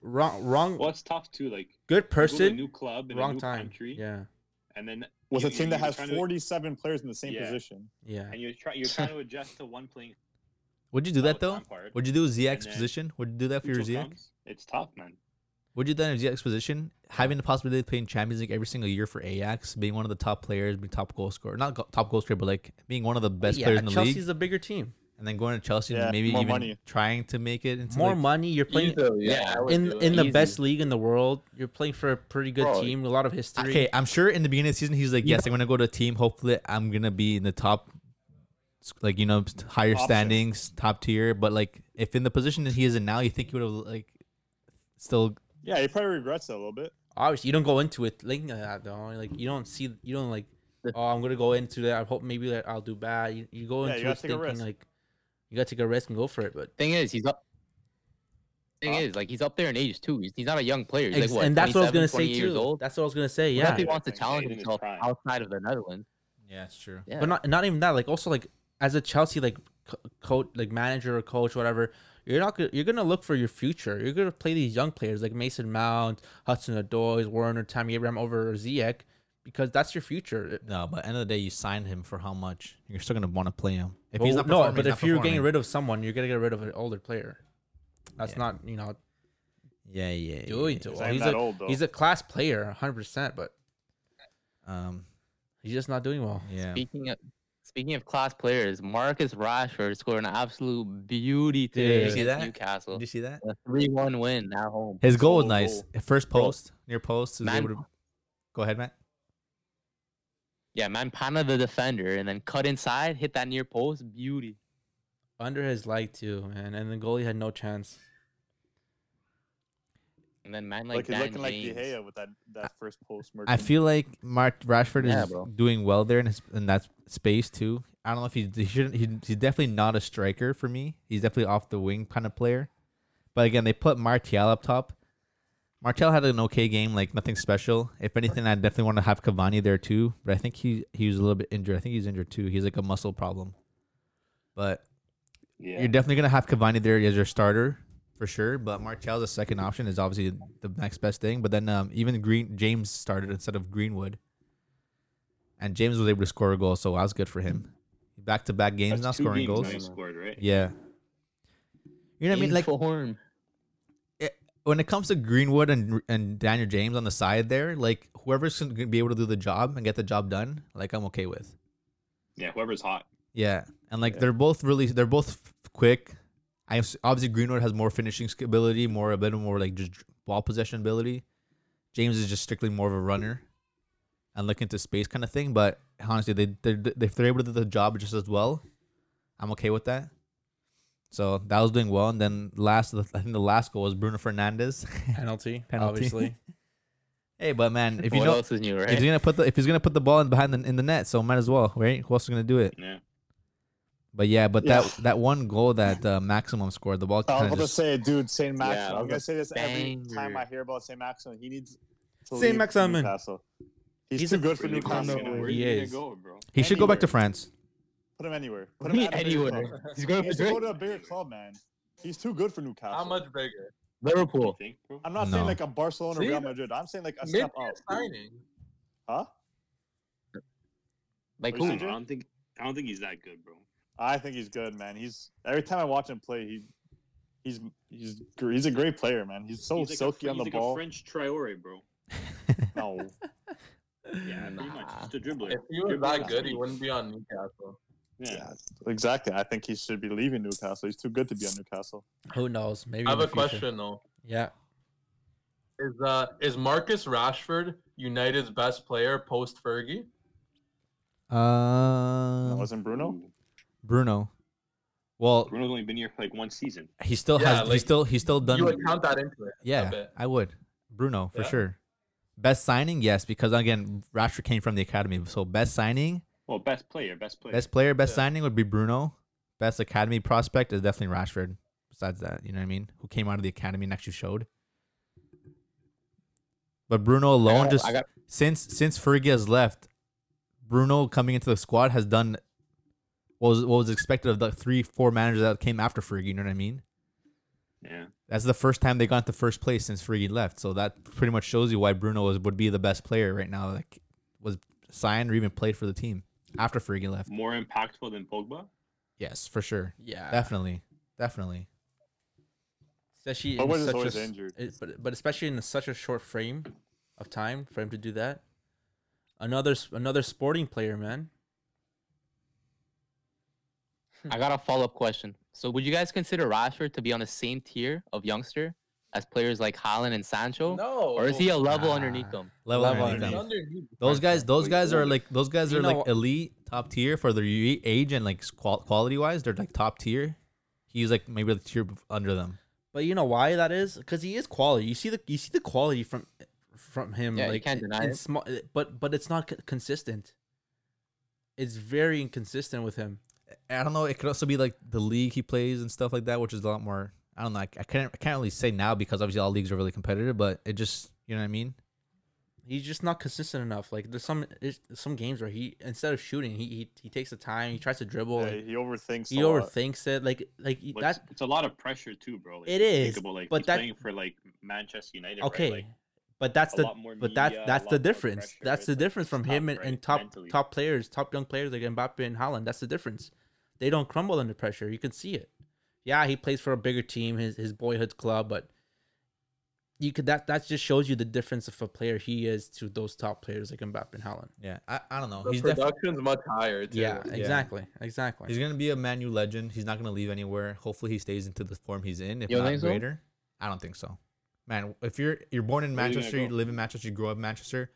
S2: wrong. Wrong.
S4: Well, it's tough too. Like
S2: good
S4: you go to a
S2: person.
S4: new club, in a
S2: Wrong
S4: new
S2: time.
S4: country,
S2: Yeah.
S4: and then
S5: With
S4: you-
S5: a team
S4: you-
S5: that
S4: you're
S5: has
S4: trying to-
S5: 47 players in the same
S4: Yeah.
S5: position.
S2: Yeah.
S4: and you're trying you're trying to adjust to one playing.
S6: Would you do that though?
S4: Part.
S6: Would you do Ziyech's
S4: And then
S6: position? Would you do that for your Ziyech?
S4: It's tough, man.
S6: Would you do that in Ziyech's position? Having the possibility of playing Champions League every single year for Ajax, being one of the top players, being top goal scorer, not go- top goal scorer, but like being one of the best
S2: yeah,
S6: players in the
S2: Chelsea's
S6: league,
S2: a bigger team.
S6: and then going to Chelsea
S5: Yeah,
S6: and maybe
S5: more
S6: even
S5: money.
S6: trying to make it into
S2: More
S6: like,
S2: money. You're playing
S1: Easily, yeah, I would
S2: in
S1: do it.
S2: in the
S3: Easy.
S2: best league in the world. You're playing for a pretty good
S1: Bro,
S2: team. A lot of history.
S6: Okay, I'm sure in the beginning of the season he's like,
S2: You
S6: yes, I'm gonna go to a team. Hopefully, I'm gonna be in the top, like you know, st- higher
S5: Option.
S6: standings, top tier. But like, if in the position that he is in now, you think he would have like still
S5: Yeah, he probably regrets it a little bit.
S2: Obviously, you don't go into it thinking like that though. Like you don't see. You don't like. Oh, I'm gonna go into that. I hope maybe that I'll do bad. You, you go
S5: Yeah, you
S2: into
S5: gotta
S2: it
S5: take a
S2: thinking
S5: risk.
S2: like you gotta take a risk and go for it. But
S3: Thing is, he's up. Thing
S5: Huh?
S3: is, like he's up there in age too. He's, he's not a young player. He's
S2: Ex-
S3: like what?
S2: and that's what I was
S3: 27,
S2: gonna say
S3: 28 years
S2: too.
S3: old.
S2: That's what I was gonna say.
S3: What
S2: Yeah.
S3: if he wants to
S4: He's
S3: challenge
S4: in his
S3: himself
S4: prime.
S3: outside of the Netherlands?
S6: yeah, that's true.
S3: Yeah.
S2: but not not even that. Like also like as a Chelsea like co- coach, like manager or coach, whatever. You're not gonna, you're gonna look for your future. You're gonna play these young players like Mason Mount, Hudson Odoi, Warner, Tammy Abraham over Ziyech because that's your future.
S6: No, but end of the day, you sign him for how much? You're still gonna want to play him. If
S2: Well,
S6: he's not
S2: Oh, no,
S6: performing,
S2: but
S6: he's
S2: if
S6: not
S2: you're getting
S6: performing.
S2: rid of someone, you're gonna get rid of an older player. That's
S6: Yeah.
S2: not you know
S6: yeah, yeah, yeah,
S2: doing
S6: yeah.
S2: to
S5: He's
S2: well.
S5: not
S2: He's
S5: that
S2: a
S5: old, though.
S2: he's a class player, 100, percent but
S6: um,
S2: he's just not doing well.
S6: yeah,
S3: Speaking of speaking of class players, Marcus Rashford scored an absolute beauty
S6: Dude, did
S3: today
S6: you see
S3: against
S6: that?
S3: Newcastle.
S6: Did you see that?
S3: A three-one win at home.
S6: His goal was
S5: Goal,
S6: nice.
S5: goal.
S6: First
S3: Bro.
S6: post, near post. Is
S3: Man-
S6: able to... Go ahead, Matt.
S3: Yeah, man, Pana the defender, and then cut inside, hit that near post, beauty.
S2: Under his leg too, man, and the goalie had no chance.
S3: And then man,
S5: Like,
S3: like,
S5: he's
S3: Dan
S5: looking like De
S3: James.
S5: Gea with that, that first post merger.
S6: I feel like Mark Rashford
S3: Yeah,
S6: is
S3: bro.
S6: doing well there in his, in that space too. I don't know if he, he shouldn't. He, he's definitely not a striker for me. He's definitely off the wing kind of player. But again, they put Martial up top. Martial had an okay game, like nothing special. If anything, I definitely want to have Cavani there too. But I think he he was a little bit injured. I think he's injured too. He's like a muscle problem. But
S4: Yeah,
S6: you're definitely gonna have Cavani there as your starter for sure. But Martial's a second option is obviously the next best thing. But then um, even Green James started instead of Greenwood, and James was able to score a goal, so that was good for him. Back to back games
S4: That's two
S6: now, scoring
S4: games
S6: goals.
S4: now he scored, right?
S6: Yeah, you know what I mean.
S3: In
S6: Like
S3: form.
S6: when it comes to Greenwood and and Daniel James on the side there, like whoever's gonna be able to do the job and get the job done, like I'm okay with.
S4: Yeah, whoever's hot.
S6: Yeah, and like they're both really they're both f- quick. I s- obviously Greenwood has more finishing sk- ability, more a bit more like just dr- ball possession ability. James is just strictly more of a runner and look into space kind of thing. But honestly, they they if they're able to do the job just as well, I'm okay with that. So that was doing well, and then last I think the last goal was Bruno Fernandez.
S2: Penalty,
S6: Penalty.
S2: obviously.
S6: [laughs] hey, but man, if you
S3: what
S6: know
S3: else is new,
S6: if
S3: right?
S6: he's gonna put the if he's gonna put the ball in behind the, in the net, so might as well, right? Who else is gonna do it?
S4: Yeah,
S6: But yeah, but
S5: Yeah.
S6: that that one goal that uh, maximum scored, the
S5: I
S6: ball.
S5: was
S6: kinda
S5: about to
S6: just-
S5: say, dude, Saint Maximin.
S3: that
S5: I'm
S3: was
S5: gonna
S3: a
S5: say this every time
S3: banger.
S5: I hear about Saint Maximin. He needs to
S2: Saint
S5: leave
S2: Maximin.
S5: Newcastle. He's,
S2: He's
S5: too
S2: a-
S5: good for
S4: Where's he going,
S5: Newcastle.
S2: Newcastle.
S4: though?
S5: anyway.
S4: Where's
S2: He
S4: he
S2: is.
S4: gonna go, bro?
S6: he should go back to
S5: anywhere.
S6: France.
S5: Put him anywhere. Put
S3: Me
S5: him at a bigger
S1: [laughs]
S5: club.
S3: anywhere. He's going to
S5: He has to go
S3: Madrid.
S5: to a bigger club, man. He's too good for Newcastle.
S1: How much bigger?
S3: Liverpool.
S4: Think, bro?
S5: I'm not saying
S6: No.
S5: like a Barcelona,
S1: See?
S5: Real Madrid. I'm saying like a
S1: Mid
S5: step up.
S1: signing.
S5: Huh?
S3: Like
S5: Who's
S3: who?
S4: I
S5: he doing?
S4: don't think I don't think he's that good, bro.
S5: I think he's good, man. He's every time I watch him play, he he's he's gr- he's a great player, man. He's so
S4: he's like a
S5: silky
S4: Fr-
S5: on the
S4: he's like
S5: [laughs] ball.
S4: A French Traore, bro.
S5: No.
S4: Yeah, pretty much.
S3: Nah.
S4: Just a dribbler.
S1: If he was
S4: Dribbler
S1: that
S4: is
S1: good, he
S4: sweet.
S1: wouldn't be on Newcastle.
S4: Yeah.
S5: exactly. I think he should be leaving Newcastle. He's too good to be on Newcastle.
S2: Who knows? Maybe
S1: I have
S2: in
S1: a
S2: the future.
S1: question though.
S2: Yeah.
S1: Is uh is Marcus Rashford United's best player post Fergie?
S5: That
S6: Um,
S5: wasn't Bruno.
S4: Ooh.
S6: Bruno. Well,
S4: Bruno's only been here for like one season.
S6: he still
S1: Yeah,
S6: has. he
S1: like,
S6: still. He still done.
S1: You would count that into it.
S6: Yeah,
S1: bit.
S6: I would. Bruno for
S1: Yeah.
S6: sure. Best signing, yes, because again, Rashford came from the academy. So best signing,
S4: Well, best player, best player.
S6: best player, best
S1: Yeah.
S6: signing would be Bruno. Best academy prospect is definitely Rashford. Besides that, you know what I mean? Who came out of the academy and actually showed. But Bruno
S3: I
S6: alone,
S3: got-
S6: just
S3: I got-
S6: since since Fergie has left, Bruno coming into the squad has done what was what was expected of the three four managers that came after Fergie. You know what I mean?
S4: Yeah.
S6: That's the first time they got the first place since Fergie left. So that pretty much shows you why Bruno was, would be the best player right now. Like was signed or even played for the team after Fergie left.
S4: More impactful than Pogba.
S6: Yes, for sure,
S2: Yeah.
S6: definitely, definitely.
S2: Especially
S5: But
S2: in
S5: what is
S2: such
S5: always
S2: a, s-
S5: injured?
S2: it- but but especially in such a short frame of time for him to do that. Another s- another sporting player, man.
S3: I got a follow up question. So, would you guys consider Rashford to be on the same tier of youngster as players like Holland and Sancho,
S1: No.
S3: or is he a level
S2: Nah.
S3: underneath them?
S6: Level,
S2: Level
S6: underneath
S1: He's
S6: them.
S2: underneath.
S1: underneath
S6: Those guys, those
S4: Wait,
S6: guys are
S4: older.
S6: like those guys
S2: You
S6: are
S2: know
S6: like
S2: what-
S6: elite, top tier for their u- age and like quality wise, they're like top tier. He's like maybe the tier bef- under them.
S2: But you know why that is? Because he is quality. You see the you see the quality from from him.
S3: Yeah, you
S2: like,
S3: can't
S2: in-
S3: deny
S2: in
S3: it.
S2: Small, but but it's not c- consistent. It's very inconsistent with him.
S6: I don't know. It could also be like the league he plays and stuff like that, which is a lot more. I don't know. I, I can't. I can't really say now because obviously all leagues are really competitive, but it just you know what I mean.
S2: He's just not consistent enough. Like there's some there's some games where he instead of shooting, he he, he takes the time. He tries to dribble.
S5: Yeah,
S2: like,
S5: he overthinks.
S2: he
S5: a lot.
S2: overthinks it. Like like
S4: But
S2: that.
S4: it's a lot of pressure too, bro. Like,
S2: It is,
S4: think about, like,
S2: but
S4: he's
S2: that-
S4: playing for like Manchester United. right?
S2: okay
S4: Like,
S2: but that's
S4: a
S2: the
S4: lot more
S2: but that
S4: media, uh, a
S2: that's
S4: lot
S2: the
S4: more
S2: difference
S4: pressure.
S2: that's
S4: It's
S2: the
S4: like,
S2: difference
S4: it's
S2: from
S4: tough,
S2: him and,
S4: right?
S2: and top
S4: Mentally.
S2: top players top young players like mbappe and holland that's the difference they don't crumble under pressure you can see it yeah he plays for a bigger team his his boyhood club but you could that that just shows you the difference of a player he is to those top players like mbappe and holland
S6: Yeah, I, I don't know.
S1: The
S6: he's definitely
S1: production's much higher too.
S2: yeah,
S6: Yeah.
S2: exactly exactly
S6: he's gonna be a Manu legend. He's not gonna leave anywhere. Hopefully, he stays into the form he's in, if
S3: You don't
S6: not
S3: think so?
S6: greater. I don't think so, man. If you're you're born in
S4: Where you gonna
S6: Manchester, you
S4: go?
S6: live in Manchester, you grow up in Manchester,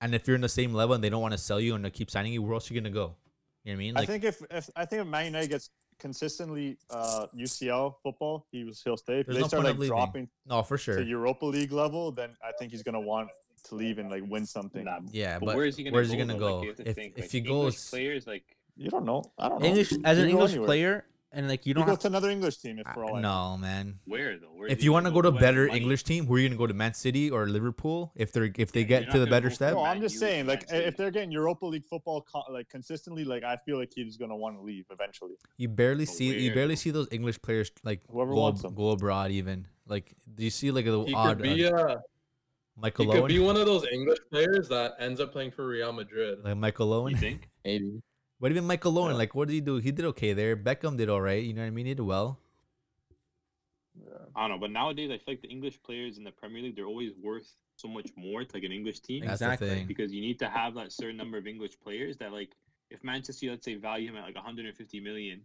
S6: and if you're in the same level and they don't want to sell you and they keep signing you, where else you gonna go? You know what I mean?
S5: I think if, if I think if Man United gets consistently uh, UCL football, he was he'll stay. If
S6: There's
S5: they
S6: no
S5: start
S6: point of
S5: like
S6: leaving.
S5: dropping
S6: no, for sure.
S5: to Europa League level, then I think he's gonna want to leave and like win something.
S4: nah,
S6: Yeah,
S4: but
S6: but
S4: where is he gonna
S6: where's
S4: go?
S6: he gonna
S4: though?
S6: go?
S4: Like, you have to
S6: if
S4: think,
S6: if
S4: like,
S6: he
S4: English
S6: goes,
S4: players like
S5: You don't know. I don't know.
S2: english as
S5: You
S2: an
S5: go
S2: english
S5: anywhere.
S2: player and like you
S5: You
S2: don't
S5: go
S2: have
S5: to another English team if
S6: I-
S5: for all I know.
S6: no, man.
S4: where though? Where is
S6: If
S4: he
S6: you
S4: gonna
S6: want to go to
S4: Who has the
S6: better
S4: money?
S6: English team, where are you gonna go to Man City or Liverpool? If they're if they
S4: Yeah,
S6: get
S4: you're
S6: to
S4: not
S6: the
S4: gonna
S6: better
S4: go for
S6: step,
S5: No,
S4: Man
S5: I'm just
S4: U,
S5: saying, like,
S4: Man City.
S5: if they're getting Europa League football co- like consistently, like I feel like he's gonna want to leave eventually.
S6: You barely
S4: But
S6: see you
S4: where,
S6: barely
S4: though?
S6: see those English players like
S5: Whoever
S6: go,
S5: wants them.
S6: go abroad even. Like do you see like the
S1: He
S6: odd
S1: could be
S6: uh,
S1: a
S6: Michael
S1: he could be
S6: Owen?
S1: one of those English players that ends up playing for Real Madrid.
S6: Like Michael
S4: You
S6: Owen.
S4: think?
S3: Maybe.
S6: But even Michael Owen,
S5: Yeah.
S6: like what did he do? He did okay there. Beckham did all right. You know what I mean? He did well.
S4: I don't know, but nowadays I feel like the English players in the Premier League they're always worth so much more to like an English team
S6: That's
S2: Exactly.
S6: the thing.
S4: because you need to have that certain number of English players that like if Manchester let's say value him at like 150 million,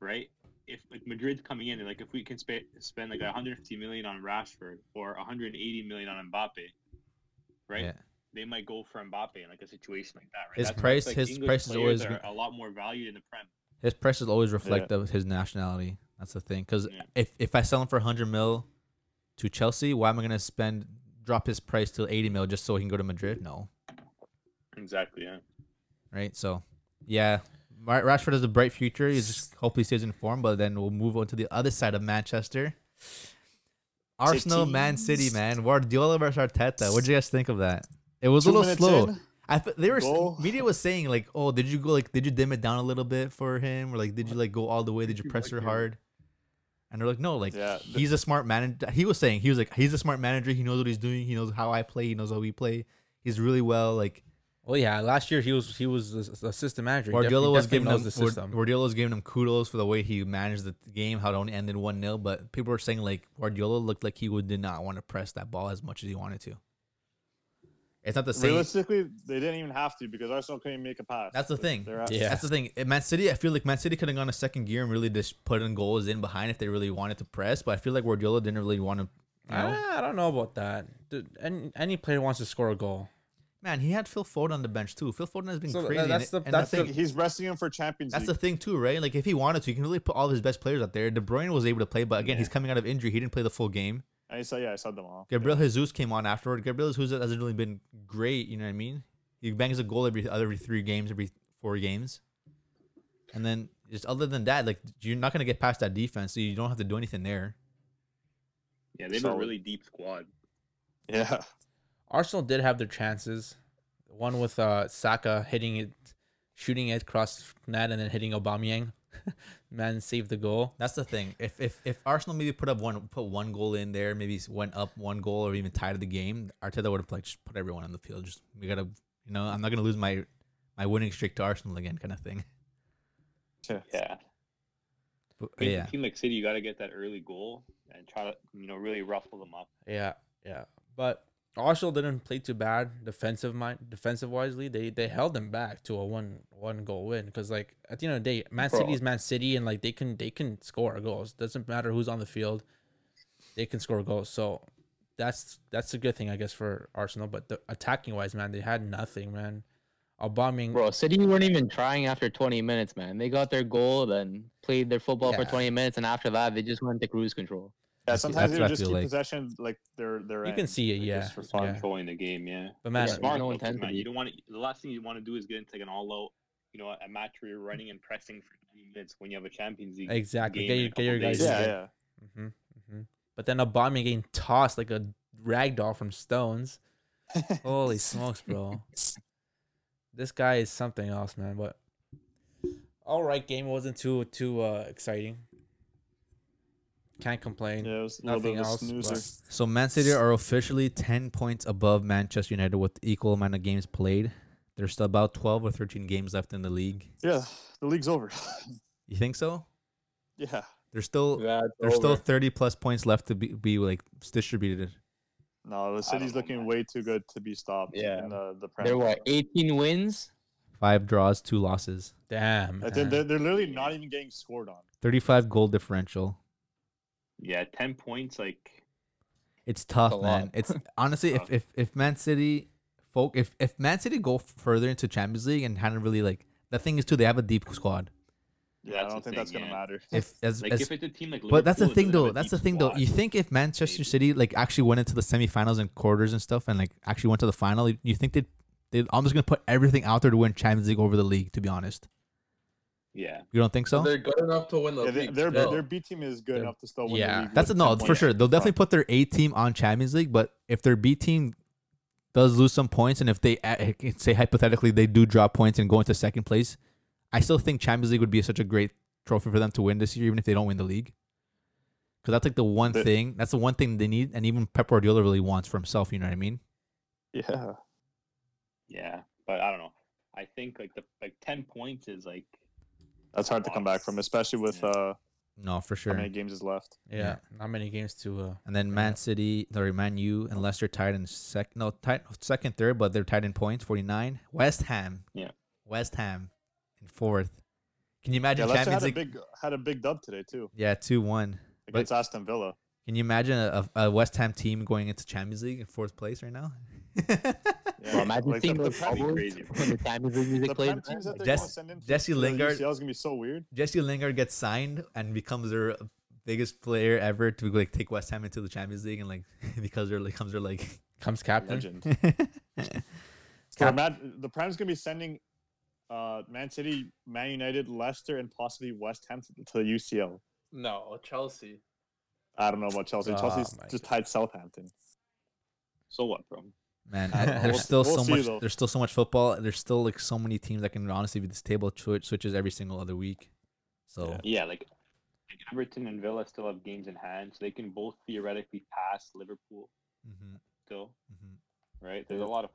S4: right? If like Madrid's coming in and like if we can sp- spend like 150 million on Rashford or 180 million on Mbappe, right?
S6: Yeah.
S4: They might go for Mbappe in like a situation like that, right?
S6: His
S4: That's why
S6: price-
S4: it's, like,
S6: his
S4: English
S6: price is
S4: players
S6: always
S4: are
S6: go-
S4: a lot more valued in the Prem.
S6: His prices always reflect of his nationality. That's the thing. Because
S4: Yeah.
S6: if, if I sell him for hundred mil to Chelsea, why am I gonna spend drop his price to eighty mil just so he can go to Madrid? No.
S4: Exactly. Yeah.
S6: right? So, yeah, Ra- Rashford has a bright future. He just hopefully stays in form, but then we'll move on to the other side of Manchester. Arsenal, Man City, man. Guardiola versus Arteta. What did you guys think of that? It was
S5: Two
S6: a little
S5: minutes
S6: slow.
S5: in,
S6: I f- they were
S5: goal.
S6: media was saying like, oh, did you go like did you dim it down a little bit for him, or like did you like go all the way? Did you press her hard? And they're like, no, like
S5: Yeah, the-
S6: he's a smart manager. He was saying he was like he's a smart manager. He knows what he's doing. He knows how I play. He knows how we play. He's really well like
S2: oh yeah last year he was he was the assistant manager He definitely-
S6: Guardiola was
S2: definitely
S6: giving
S2: knows
S6: him Guard- Guardiola was giving him kudos for the way he managed the game, how it only ended one 0 But people were saying like Guardiola looked like he would did not want to press that ball as much as he wanted to. It's not the same.
S5: Realistically, they didn't even have to because Arsenal couldn't make a pass.
S6: That's the thing.
S5: They're at-
S7: Yeah.
S6: That's the thing. At Man City, I feel like Man City could have gone a second gear and really just put in goals in behind if they really wanted to press. But I feel like Guardiola didn't really want to. You know,
S2: Ah, I don't know about that. Dude, any, any player wants to score a goal.
S6: man, he had Phil Foden on the bench too. Phil Foden has been
S2: So tha-
S6: crazy. and
S2: that's
S6: it-
S2: the-
S6: and I
S2: that's the-
S6: think-
S5: He's resting him for Champions
S6: That's the
S5: League.
S6: thing too, right? Like if he wanted to, he can really put all of his best players out there. De Bruyne was able to play, but again, he's coming out of injury. He didn't play the full game.
S5: I saw, yeah, I saw them all.
S6: Gabriel Jesus came on afterward. Gabriel Jesus hasn't really been great. You know what I mean? He bangs a goal every every three games, every four games, and then just other than that, like you're not gonna get past that defense, so you don't have to do anything there.
S4: Yeah, they have a
S5: Solid.
S4: really deep squad.
S5: Yeah.
S2: Arsenal did have their chances. One with uh, Saka hitting it, shooting it across net, and then hitting Aubameyang. [laughs] Man saved the goal.
S6: That's the thing. If if if Arsenal maybe put up one put one goal in there, maybe went up one goal or even tied the game, Arteta would have like just put everyone on the field. Just we gotta, you know, I'm not gonna lose my my winning streak to Arsenal again, kind of thing.
S4: [laughs] Yeah.
S6: But,
S4: I mean,
S6: yeah.
S4: A team like City, you got to get that early goal and try to, you know, really ruffle them up.
S2: Yeah, yeah. But Arsenal didn't play too bad defensive mind defensive wisely. They they held them back to a one one goal win because like at the end of the day, Man
S1: Bro.
S2: City is Man City and like they can they can score goals. Doesn't matter who's on the field, they can score goals. So that's that's a good thing I guess for Arsenal. But the attacking wise, man, they had nothing, man. Aubameyang,
S3: Bro, City weren't even trying after 20 minutes, man. They got their goal, then played their football for
S2: Yeah.
S3: 20 minutes, and after that, they just went to cruise control.
S5: Yeah,
S6: That's-
S5: sometimes
S6: that's
S5: they
S6: what I
S5: would just
S6: feel
S5: keep
S6: like.
S5: possession like their their
S2: you can
S5: end.
S2: see it,
S5: Like,
S2: yeah.
S5: just for fun.
S2: yeah.
S4: Controlling the game, yeah.
S2: But man,
S3: Yeah.
S4: Smart
S3: no
S4: though, 'cause,
S3: intensity.
S4: man, You don't want to, the last thing you want to do is get into like an all-out, you know, a match where you're running and pressing for 90 minutes when you have a Champions League.
S2: exactly.
S4: game
S2: Get
S4: in
S2: your,
S4: a
S2: get
S4: couple
S2: your
S4: days.
S2: guys.
S5: Yeah, yeah.
S2: hmm hmm But then Aubameyang getting tossed like a rag doll from
S6: [laughs]
S2: Stones. Holy smokes, bro! This guy is something else, man. But all right, game wasn't too too uh, exciting. Can't complain.
S5: Yeah, it was a little bit
S2: Nothing
S5: of a
S2: else,
S5: snoozer.
S2: but-
S6: So Man City are officially ten points above Manchester United with equal amount of games played. There's still about twelve or thirteen games left in the league.
S5: Yeah, the league's over. [laughs]
S6: You think so?
S5: yeah.
S6: There's still
S1: That's
S6: there's still
S1: over.
S6: thirty plus points left to be, be like distributed.
S5: No, the
S4: don't
S5: city's
S4: know,
S5: looking
S4: man.
S5: way too good to be stopped.
S3: Yeah.
S5: In the, the Prem.
S3: There were 18 wins.
S6: Five draws, two losses,
S2: Damn.
S5: Like, they're,
S2: man.
S5: they're,
S6: Uh-huh.
S5: they're literally not even getting scored on.
S6: thirty-five goal differential.
S4: Yeah, 10 points, like,
S6: It's tough,
S3: a lot.
S6: man.
S4: [laughs]
S6: It's honestly, if,
S4: Tough.
S6: if if Man City folk, if if Man City go further into Champions League and hadn't really like the thing is too, they have a deep squad.
S5: Yeah, I
S4: That's
S5: don't
S4: the
S5: think that's
S4: thing,
S5: gonna
S4: yeah.
S5: matter.
S6: If as,
S4: like
S6: as
S4: if it's a team like Liverpool,
S6: but that's the
S4: and
S6: thing
S4: doesn't have
S6: though.
S4: a
S6: That's
S4: deep
S6: the thing though.
S4: squad,
S6: You think if Manchester
S4: maybe.
S6: City like actually went into the semifinals and quarters and stuff, and like actually went to the final, you- you think they they almost gonna put everything out there to win Champions League over the league? To be honest,
S4: yeah,
S6: you don't think so?
S1: they're good enough to win the
S5: Yeah, they-
S1: league.
S5: their,
S1: still.
S5: their B team is good
S2: They're-
S5: enough to still win.
S2: yeah.
S5: the league
S6: That's a,
S5: with
S6: no
S5: 10
S6: for
S5: points
S6: sure. They'll
S5: in
S6: definitely
S5: front.
S6: put their A team on Champions League, but if their B team does lose some points, and if they uh, say hypothetically they do drop points and go into second place, I still think Champions League would be such a great trophy for them to win this year, even if they don't win the league. Because that's like the one
S5: The-
S6: thing. That's the one thing they need, and even Pep Guardiola really wants for himself. You know what I mean?
S5: Yeah.
S4: yeah. But I don't know. I think like the like 10 points is like
S5: That's hard to come back from, especially with
S4: Yeah.
S5: uh,
S6: No, for
S5: how
S6: sure.
S5: many games is left.
S2: yeah,
S6: yeah.
S2: Not many games to. Uh,
S6: And then
S2: Yeah.
S6: Man City, sorry, Man U and Leicester tied in second, no, tied second, third, but they're tied in points, forty nine. West Ham,
S4: Yeah.
S6: West Ham in fourth. Can you
S5: Yeah,
S6: imagine
S5: Leicester had
S6: Champions
S5: a
S6: League?
S5: big had a big dub today too
S6: yeah, two one.
S5: against Aston Villa.
S6: Can you imagine a, a West Ham team going into Champions League in fourth place
S5: [laughs]
S6: right now?
S5: Yeah,
S3: Bro, imagine
S5: like, the-
S3: seeing
S5: the
S3: those
S5: Prem-
S4: Prem-
S3: bubbles
S4: Crazy,
S6: [laughs]
S4: bro.
S3: when the Champions League music
S5: the
S3: played.
S5: Prem teams that they're
S6: Jess-
S5: gonna send in. for
S6: Jesse
S5: the
S6: Lingard-
S5: UCL is gonna be so weird.
S6: Jesse Lingard gets signed and becomes their biggest player ever to like take West Ham into the Champions League and like [laughs] because they're like comes their like
S2: comes captain.
S5: Legend. So
S6: [laughs] Cap-
S5: Matt, the Prem's gonna be sending uh, Man City, Man United, Leicester, and possibly West Ham to the UCL.
S1: no Chelsea.
S5: I don't know about Chelsea.
S2: Oh,
S5: Chelsea's
S2: my
S5: just tied Southampton.
S4: so what, bro?
S5: [laughs]
S6: Man,
S5: I-
S6: I-
S5: I
S6: there's
S5: will-
S6: still
S5: we'll
S6: so
S5: see,
S6: much.
S5: though.
S6: There's still so much football. There's still like so many teams that can honestly be this table twi- switches every single other week. So
S4: Yeah, like, like Everton and Villa still have games in hand, so they can both theoretically pass Liverpool
S6: mhm,
S4: still,
S6: mhm.
S4: right? There's a lot of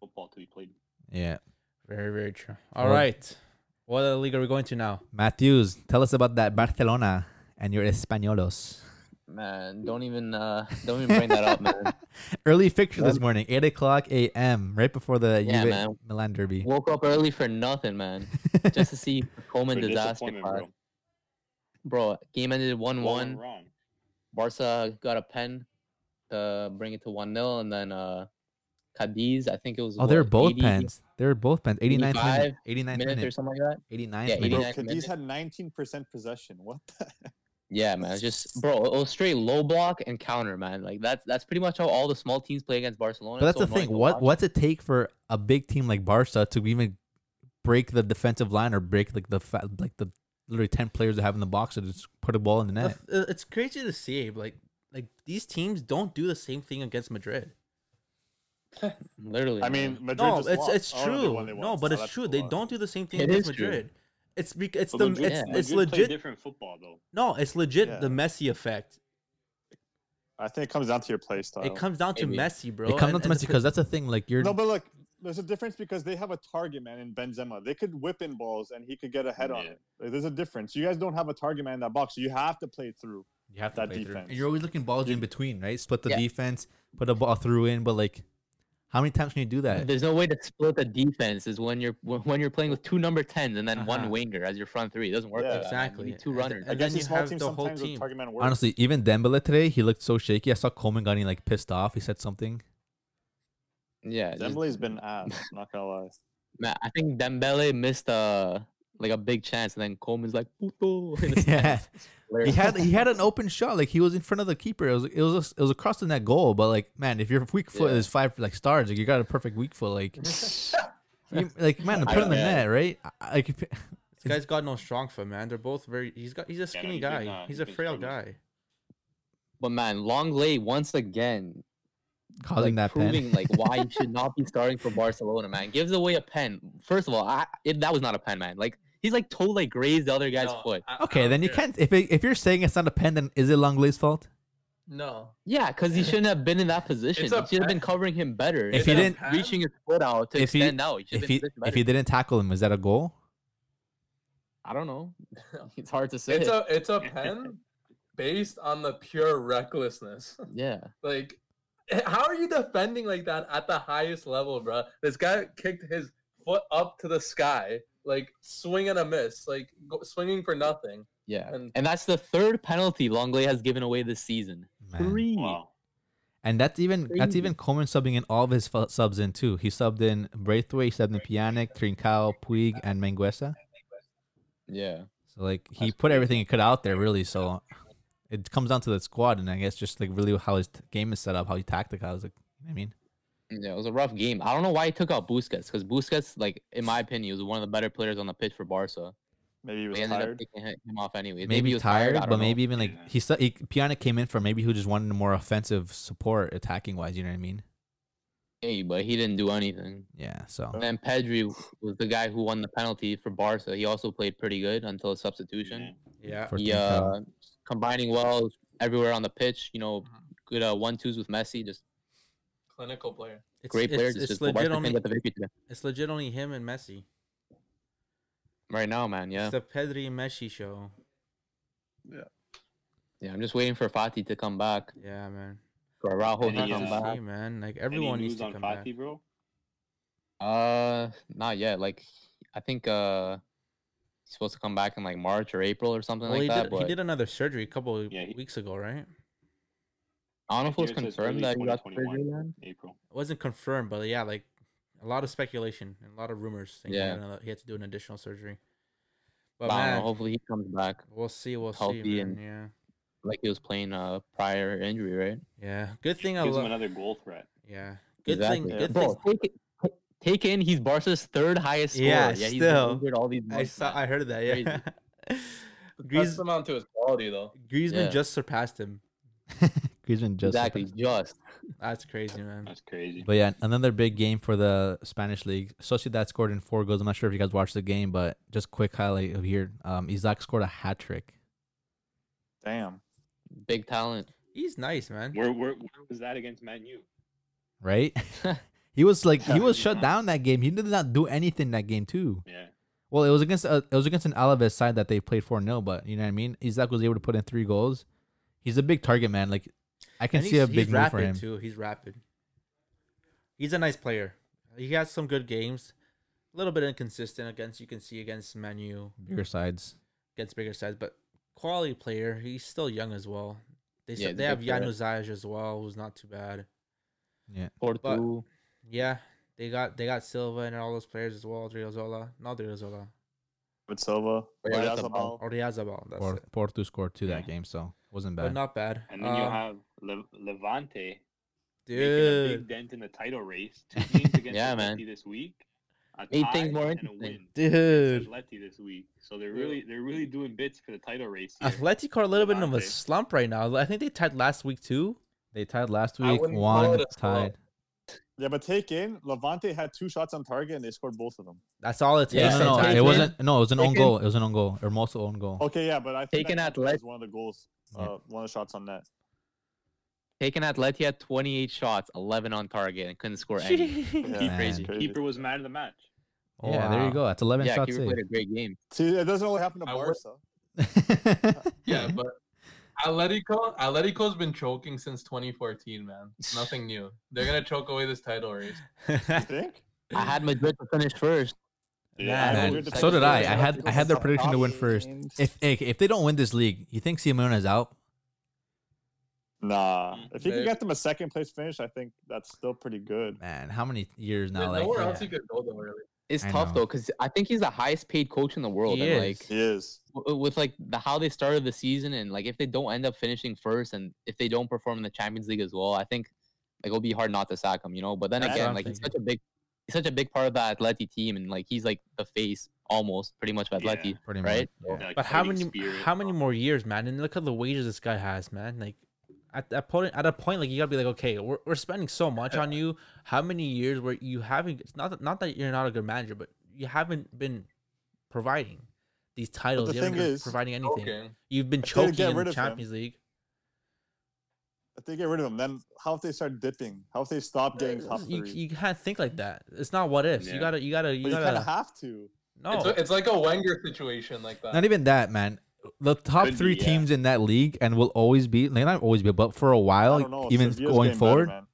S4: football to be played.
S6: yeah,
S2: Very very true. All
S6: Well-
S2: right, What other league are we going to now?
S6: Matthews, tell us about that Barcelona and your Españolos.
S3: [laughs] man, don't even uh, don't even bring that up, man.
S6: [laughs] Early fixture this morning, eight o'clock a.m. Right before the
S3: Yeah,
S6: Juve
S3: man.
S6: Milan derby.
S3: Woke up early for nothing, man.
S6: [laughs]
S3: Just to see Coleman
S4: For
S3: disaster,
S4: disappointment,
S3: bro.
S4: bro.
S3: bro. Game ended one
S4: What went
S3: one.
S4: wrong.
S3: Barca got a pen to bring it to one 0 and then uh, Cadiz, I think it was.
S6: Oh, they were
S3: what,
S6: both
S3: 80
S6: pens. They were both pens. 89th minute. 89th
S3: minutes or
S6: minute.
S3: something like that.
S6: 89th
S3: Yeah,
S6: minute.
S5: Bro,
S3: 89th
S5: Cadiz had 19% possession. What the? [laughs]
S3: Yeah, man. It's just bro, it was straight low block and counter, man. Like that's that's pretty much how all the small teams play against Barcelona.
S6: But
S3: It's
S6: that's
S3: so
S6: the
S3: annoying
S6: thing.
S3: to
S6: What
S3: watch.
S6: what's it take for a big team like Barca to even break the defensive line or break like the fa- like the literally ten players they have in the box to just put a ball in the net?
S2: That's- uh, It's crazy to see. Like, like these teams don't do the same thing against Madrid.
S3: literally?
S5: I
S3: man.
S5: mean, Madrid
S2: No,
S5: just
S2: it's
S5: lost.
S2: it's
S5: I don't know if they
S2: true.
S5: won, they
S2: no,
S5: lost.
S2: but
S5: So
S2: it's
S5: that's
S2: true.
S5: a
S2: They
S5: lot.
S2: don't do the same thing
S3: It
S2: against
S3: is true.
S2: Madrid. It's because it's
S4: But
S2: the
S4: Madrid-
S2: it's
S3: yeah.
S2: it's
S4: Madrid play
S2: legit.
S4: different football though.
S2: No, it's legit.
S5: Yeah.
S2: The Messi effect.
S5: I think it comes down to your play style.
S2: It comes down to
S3: Maybe.
S2: Messi, bro.
S6: it
S2: and-
S6: comes down to
S2: and
S6: Messi
S2: the-
S6: because that's the thing. Like you're
S5: No, but look, there's a difference because they have a target man in Benzema. They could whip in balls and he could get ahead on
S4: Yeah.
S5: it. Like, there's a difference. You guys don't have a target man in that box. You have to play through.
S6: you have
S5: to that play through. defense.
S6: And you're always looking balls in between, right? Split the
S3: Yeah.
S6: defense, put a ball through in, but like, how many times can you do that?
S3: there's no way to split the defense. Is when you're when when you're playing with two number tens and then one
S2: Uh-huh.
S3: winger as your front three. It doesn't work.
S5: Yeah.
S3: like that, man.
S2: Exactly.
S3: You need two
S2: And the-
S3: runners.
S2: and- then
S5: Against
S2: you
S5: a small
S2: have
S5: team,
S2: the whole
S5: sometimes
S2: team.
S5: the target man works.
S6: Honestly, even Dembele today, he looked so shaky. I saw Coleman getting like pissed off. He said something.
S3: yeah, just-
S5: Dembele's been ass. Not gonna lie.
S3: man, I think Dembele missed uh like a big chance, and then Coleman's like, "Puto," [laughs] in the
S6: [laughs] Yeah.
S3: stands. Hilarious. [laughs]
S6: He had he had an open shot, like he was in front of the keeper. It was it was it was across the net goal, but like man, if your weak foot
S3: Yeah.
S6: is five like stars, like you got a perfect weak
S3: [laughs]
S6: foot, like you- like man,
S3: I
S6: put it in
S3: don't
S6: the
S3: know.
S6: net, right? I- I, like if-
S2: This guy's got no strong foot, man. They're both very. He's got. He's a
S4: no,
S2: skinny
S4: he did
S2: guy.
S4: not.
S2: He's
S4: He
S2: a
S4: did
S2: frail
S4: struggle.
S2: guy.
S3: But man, Longley once again
S6: [laughs] causing
S3: like,
S6: that pen.
S3: proving like why you should not be starting for Barcelona, man. Gives away a pen. First of all, I, it, that was not a pen, man. Like he's like totally like, grazed the other guy's
S1: No,
S3: foot.
S1: I- I
S6: [laughs] okay,
S1: don't
S6: then you
S1: care.
S6: can't. If it, if you're saying it's not a pen, then is it Longley's fault?
S1: No.
S3: Yeah, because he shouldn't have been in that position. He
S1: It's a
S3: should have been
S1: pen.
S3: covering him better.
S6: If
S1: Is
S6: he
S1: it a
S6: didn't-
S1: pan?
S3: reaching his foot out to
S6: If he-
S3: extend out, he should
S6: If
S3: have been
S6: he
S3: positioned
S6: if
S3: better.
S6: he didn't tackle him, is that a goal?
S3: I don't know. [laughs] It's hard to say.
S1: It's a it's
S6: [laughs]
S1: a pen based on the pure recklessness. [laughs]
S3: yeah,
S1: Like, how are you defending like that at the highest level, bro? This guy kicked his foot up to the sky, like swing and a miss, like go, swinging for nothing.
S3: yeah.
S1: And-
S3: And that's the third penalty Longley has given away this season.
S6: Man.
S3: Three.
S4: Wow.
S6: And that's even that's
S3: Crazy.
S6: even Coleman subbing in all of his fu- subs in too. He subbed in Braithwaite, he subbed in Pjanic, Trincao, Puig, and Manguesa.
S3: Yeah.
S6: So like he put everything he could out there really. So it comes down to the squad, and I guess just like really how his t- game is set up, how he tactical. I was like, I mean,
S3: Yeah, it was a rough game. I don't know why he took out Busquets because Busquets, like in my opinion, was one of the better players on the pitch for Barca.
S5: Maybe he was
S3: They ended
S5: tired.
S3: up picking hi- him off anyway.
S6: maybe,
S3: Maybe, he was
S6: tired,
S3: tired, I
S6: but
S3: don't know.
S6: maybe even like
S4: Yeah.
S6: he, stu- he Pjanic came in for maybe who just wanted more offensive support, attacking wise. You know what I mean?
S3: Hey, but he didn't do anything.
S6: Yeah. So
S5: Oh.
S3: And then Pedri was the guy who won the penalty for Barca. He also played pretty good until his substitution.
S2: Yeah.
S6: for
S3: He
S6: Trincao.
S3: uh, combining well everywhere on the pitch. You know,
S5: Mm-hmm.
S3: good uh, one twos with Messi. Just
S1: Clinical player.
S2: It's,
S3: great
S2: it's,
S3: player.
S2: It's,
S3: just just
S2: legit
S3: Barca can
S2: only.
S3: get the victory today.
S2: It's legit only him and Messi.
S3: right now, man. Yeah,
S2: It's the Pedri and Messi show.
S3: yeah. I'm just waiting for Fati to come back.
S2: Yeah, man.
S3: For Araujo
S4: Any,
S3: to
S2: That's
S3: come
S4: uh,
S2: the
S3: back.
S2: key, man. Like
S4: Any
S2: everyone needs
S4: news
S2: to
S4: on
S2: come back.
S4: Fati, bro?
S3: Uh, not yet. Like, I think uh, he's supposed to come back in like March or April or something
S2: Well,
S3: like
S2: he
S3: that.
S2: did.
S3: but
S2: He did another surgery a couple of
S4: Yeah, he-
S2: weeks ago, right?
S3: I don't know if it was
S4: Here it says
S3: confirmed
S4: early
S3: that he got surgery.
S4: 2021.
S3: Man.
S4: April.
S2: It wasn't confirmed, but yeah, like a lot of speculation and a lot of rumors. saying he
S3: Yeah.
S2: had another- he had to do an additional surgery.
S3: But
S2: But man,
S3: know, hopefully he comes back
S2: we'll see. We'll see,
S3: healthy
S2: man.
S3: and-
S2: Yeah.
S3: like he was playing uh prior injury, right?
S2: Yeah, good thing I
S4: Gives him
S2: love.
S4: another goal threat.
S2: Yeah, good thing.
S5: Yeah.
S2: Good
S3: Bro,
S2: thing.
S3: take it. ta- Take in, he's Barca's third highest scorer.
S2: Yeah,
S3: yeah, he's
S2: still.
S3: been injured all these
S2: I
S3: months.
S2: saw.
S3: man.
S2: I heard that.
S3: Crazy.
S2: Yeah. [laughs]
S1: That's
S2: Griez,
S1: amount to his quality though.
S2: Griezmann
S3: Yeah.
S2: just surpassed him.
S6: Griezmann just
S3: exactly, just.
S2: That's crazy, man.
S4: That's crazy.
S6: But yeah, another big game for the Spanish league. Sociedad scored in four goals. I'm not sure if you guys watched the game, but just quick highlight of here. Um, Isaac scored a hat trick.
S5: Damn.
S3: Big talent.
S2: He's nice, man.
S4: where, where, where was that against Man U?
S6: Right? [laughs] he was like he
S4: Yeah,
S6: was
S4: he's
S6: shut
S4: not-
S6: down that game. He did not do anything that game too.
S4: Yeah.
S6: Well, it was against a, it was against an Alaves side that they played 4 0 but you know what I mean. Isaac was able to put in three goals. He's a big target man. Like I can
S2: And
S6: see
S2: he's-
S6: a
S2: he's
S6: big move
S2: rapid
S6: for him.
S2: too. He's rapid. He's a nice player. He has some good games. A little bit inconsistent against you can see against Menu,
S6: Bigger sides.
S2: against bigger sides, but quality player. He's still young as well. They
S3: Yeah,
S2: said
S3: he's a
S2: they have
S3: good player.
S2: Januzaj as well, who's not too bad.
S6: Yeah.
S3: Porto.
S2: Yeah, they got they got Silva and all those players as well. Driozola, not Driozola,
S5: With Silva,
S3: Yeah, that's
S5: Oyarzabal.
S3: a bomb.
S2: Oriazabal. That's
S6: Por-
S2: it.
S6: Porto scored two that
S4: Yeah.
S6: game, so it wasn't
S2: But
S6: bad.
S2: not bad.
S4: And then you
S2: Um,
S4: have Le- Levante making a
S2: dude.
S4: big dent in the title race. Two
S2: [laughs]
S4: games against
S3: Yeah,
S4: yeah,
S3: man.
S4: this week. a
S3: Made
S4: tie,
S3: things more
S4: and a
S3: interesting.
S4: win.
S2: Dude,
S4: Atleti this week, so they're really they're really doing bits for the title race. Here.
S2: Athletic are a little bit of a
S4: Levante.
S2: slump right now. I think they tied last week too.
S6: They tied last
S1: I
S6: week.
S1: wouldn't call
S6: One
S1: it a slump.
S6: tied.
S5: Yeah, but take in Levante had two shots on target and they scored both of them.
S2: That's all it
S3: Yeah,
S2: takes.
S6: no, no, no,
S2: sometimes.
S6: it wasn't. No, it was an own
S3: Taken-
S6: goal. It was an own goal. Hermoso own goal.
S5: Okay, yeah, but I think
S3: Taken
S5: that
S3: at
S5: counted
S3: left.
S5: as one of the goals,
S6: Yeah.
S5: uh, one of the shots on net.
S3: Taken Atleti had 28 shots, 11 on target, and couldn't [laughs]
S2: [laughs]
S3: score any.
S2: Jeez.
S5: Yeah,
S6: crazy.
S5: it's
S4: Keeper was man of the match.
S6: Oh, yeah, there
S2: Wow.
S6: you go. That's eleven
S3: yeah,
S6: shots.
S3: Keeper
S6: [laughs]
S3: played a great game.
S5: See, it doesn't only happen to
S1: I work-
S5: Barca.
S6: saved.
S2: [laughs]
S1: Yeah, but Atletico, Atletico's been choking since 2014, man. Nothing new. They're gonna choke away this title
S2: [laughs]
S1: race.
S6: [laughs]
S5: You think?
S3: I had Madrid to finish first.
S2: I
S6: Man,
S2: would-
S6: so did I. I had I had their prediction to win first. If hey, if they don't win this league, you think Simeone is out?
S5: Nah, if you
S1: Maybe.
S5: can get them a second place finish, I think that's still pretty good.
S6: Man, how many years now?
S1: There's
S6: Like,
S1: nowhere
S6: yeah.
S1: else you could go though, really.
S3: It's
S6: I
S3: tough
S6: know.
S3: though, because I think he's the highest paid coach in the world.
S2: He
S3: and
S2: is.
S3: like
S5: He is.
S3: w- with like the how they started the season and like if they don't end up finishing first and if they don't perform in the Champions League as well, I think like it'll be hard not to sack him, you know. But then
S5: That's what
S3: again,
S5: I'm
S3: like he's such a big he's such a big part of the Atleti team and like he's like the face almost pretty much of
S4: Yeah.
S3: Atleti.
S6: pretty
S3: right?
S6: much. Yeah.
S2: But how many how many more years, man? And look at the wages this guy has, man. Like at that point, at a point, like you gotta be like, okay, we're, we're spending so much on you. How many years were you having? It's not that, not that you're not a good manager, but you haven't been providing these titles.
S5: the
S2: you haven't
S5: thing
S2: been
S5: is-
S2: providing anything.
S1: Choking.
S2: You've been
S5: If they
S2: choking
S5: get
S2: in
S5: rid
S2: the
S5: of him-
S2: Champions League.
S5: If they get rid of him, then how if they start dipping? How if they stop getting top three?
S2: You, you can't think like that. It's not what ifs. You
S4: Yeah.
S2: gotta you gotta
S5: but
S2: you
S5: you kind
S2: gotta
S5: of have to.
S2: no.
S1: It's, it's like a Wenger situation like that.
S6: Not even that, man. The top
S4: Could be,
S6: three
S4: yeah.
S6: teams in that league and will always be, like, not always be, but for a while,
S5: I don't know.
S6: even
S5: Sevilla's
S6: going
S5: getting better,
S6: forward,
S5: man.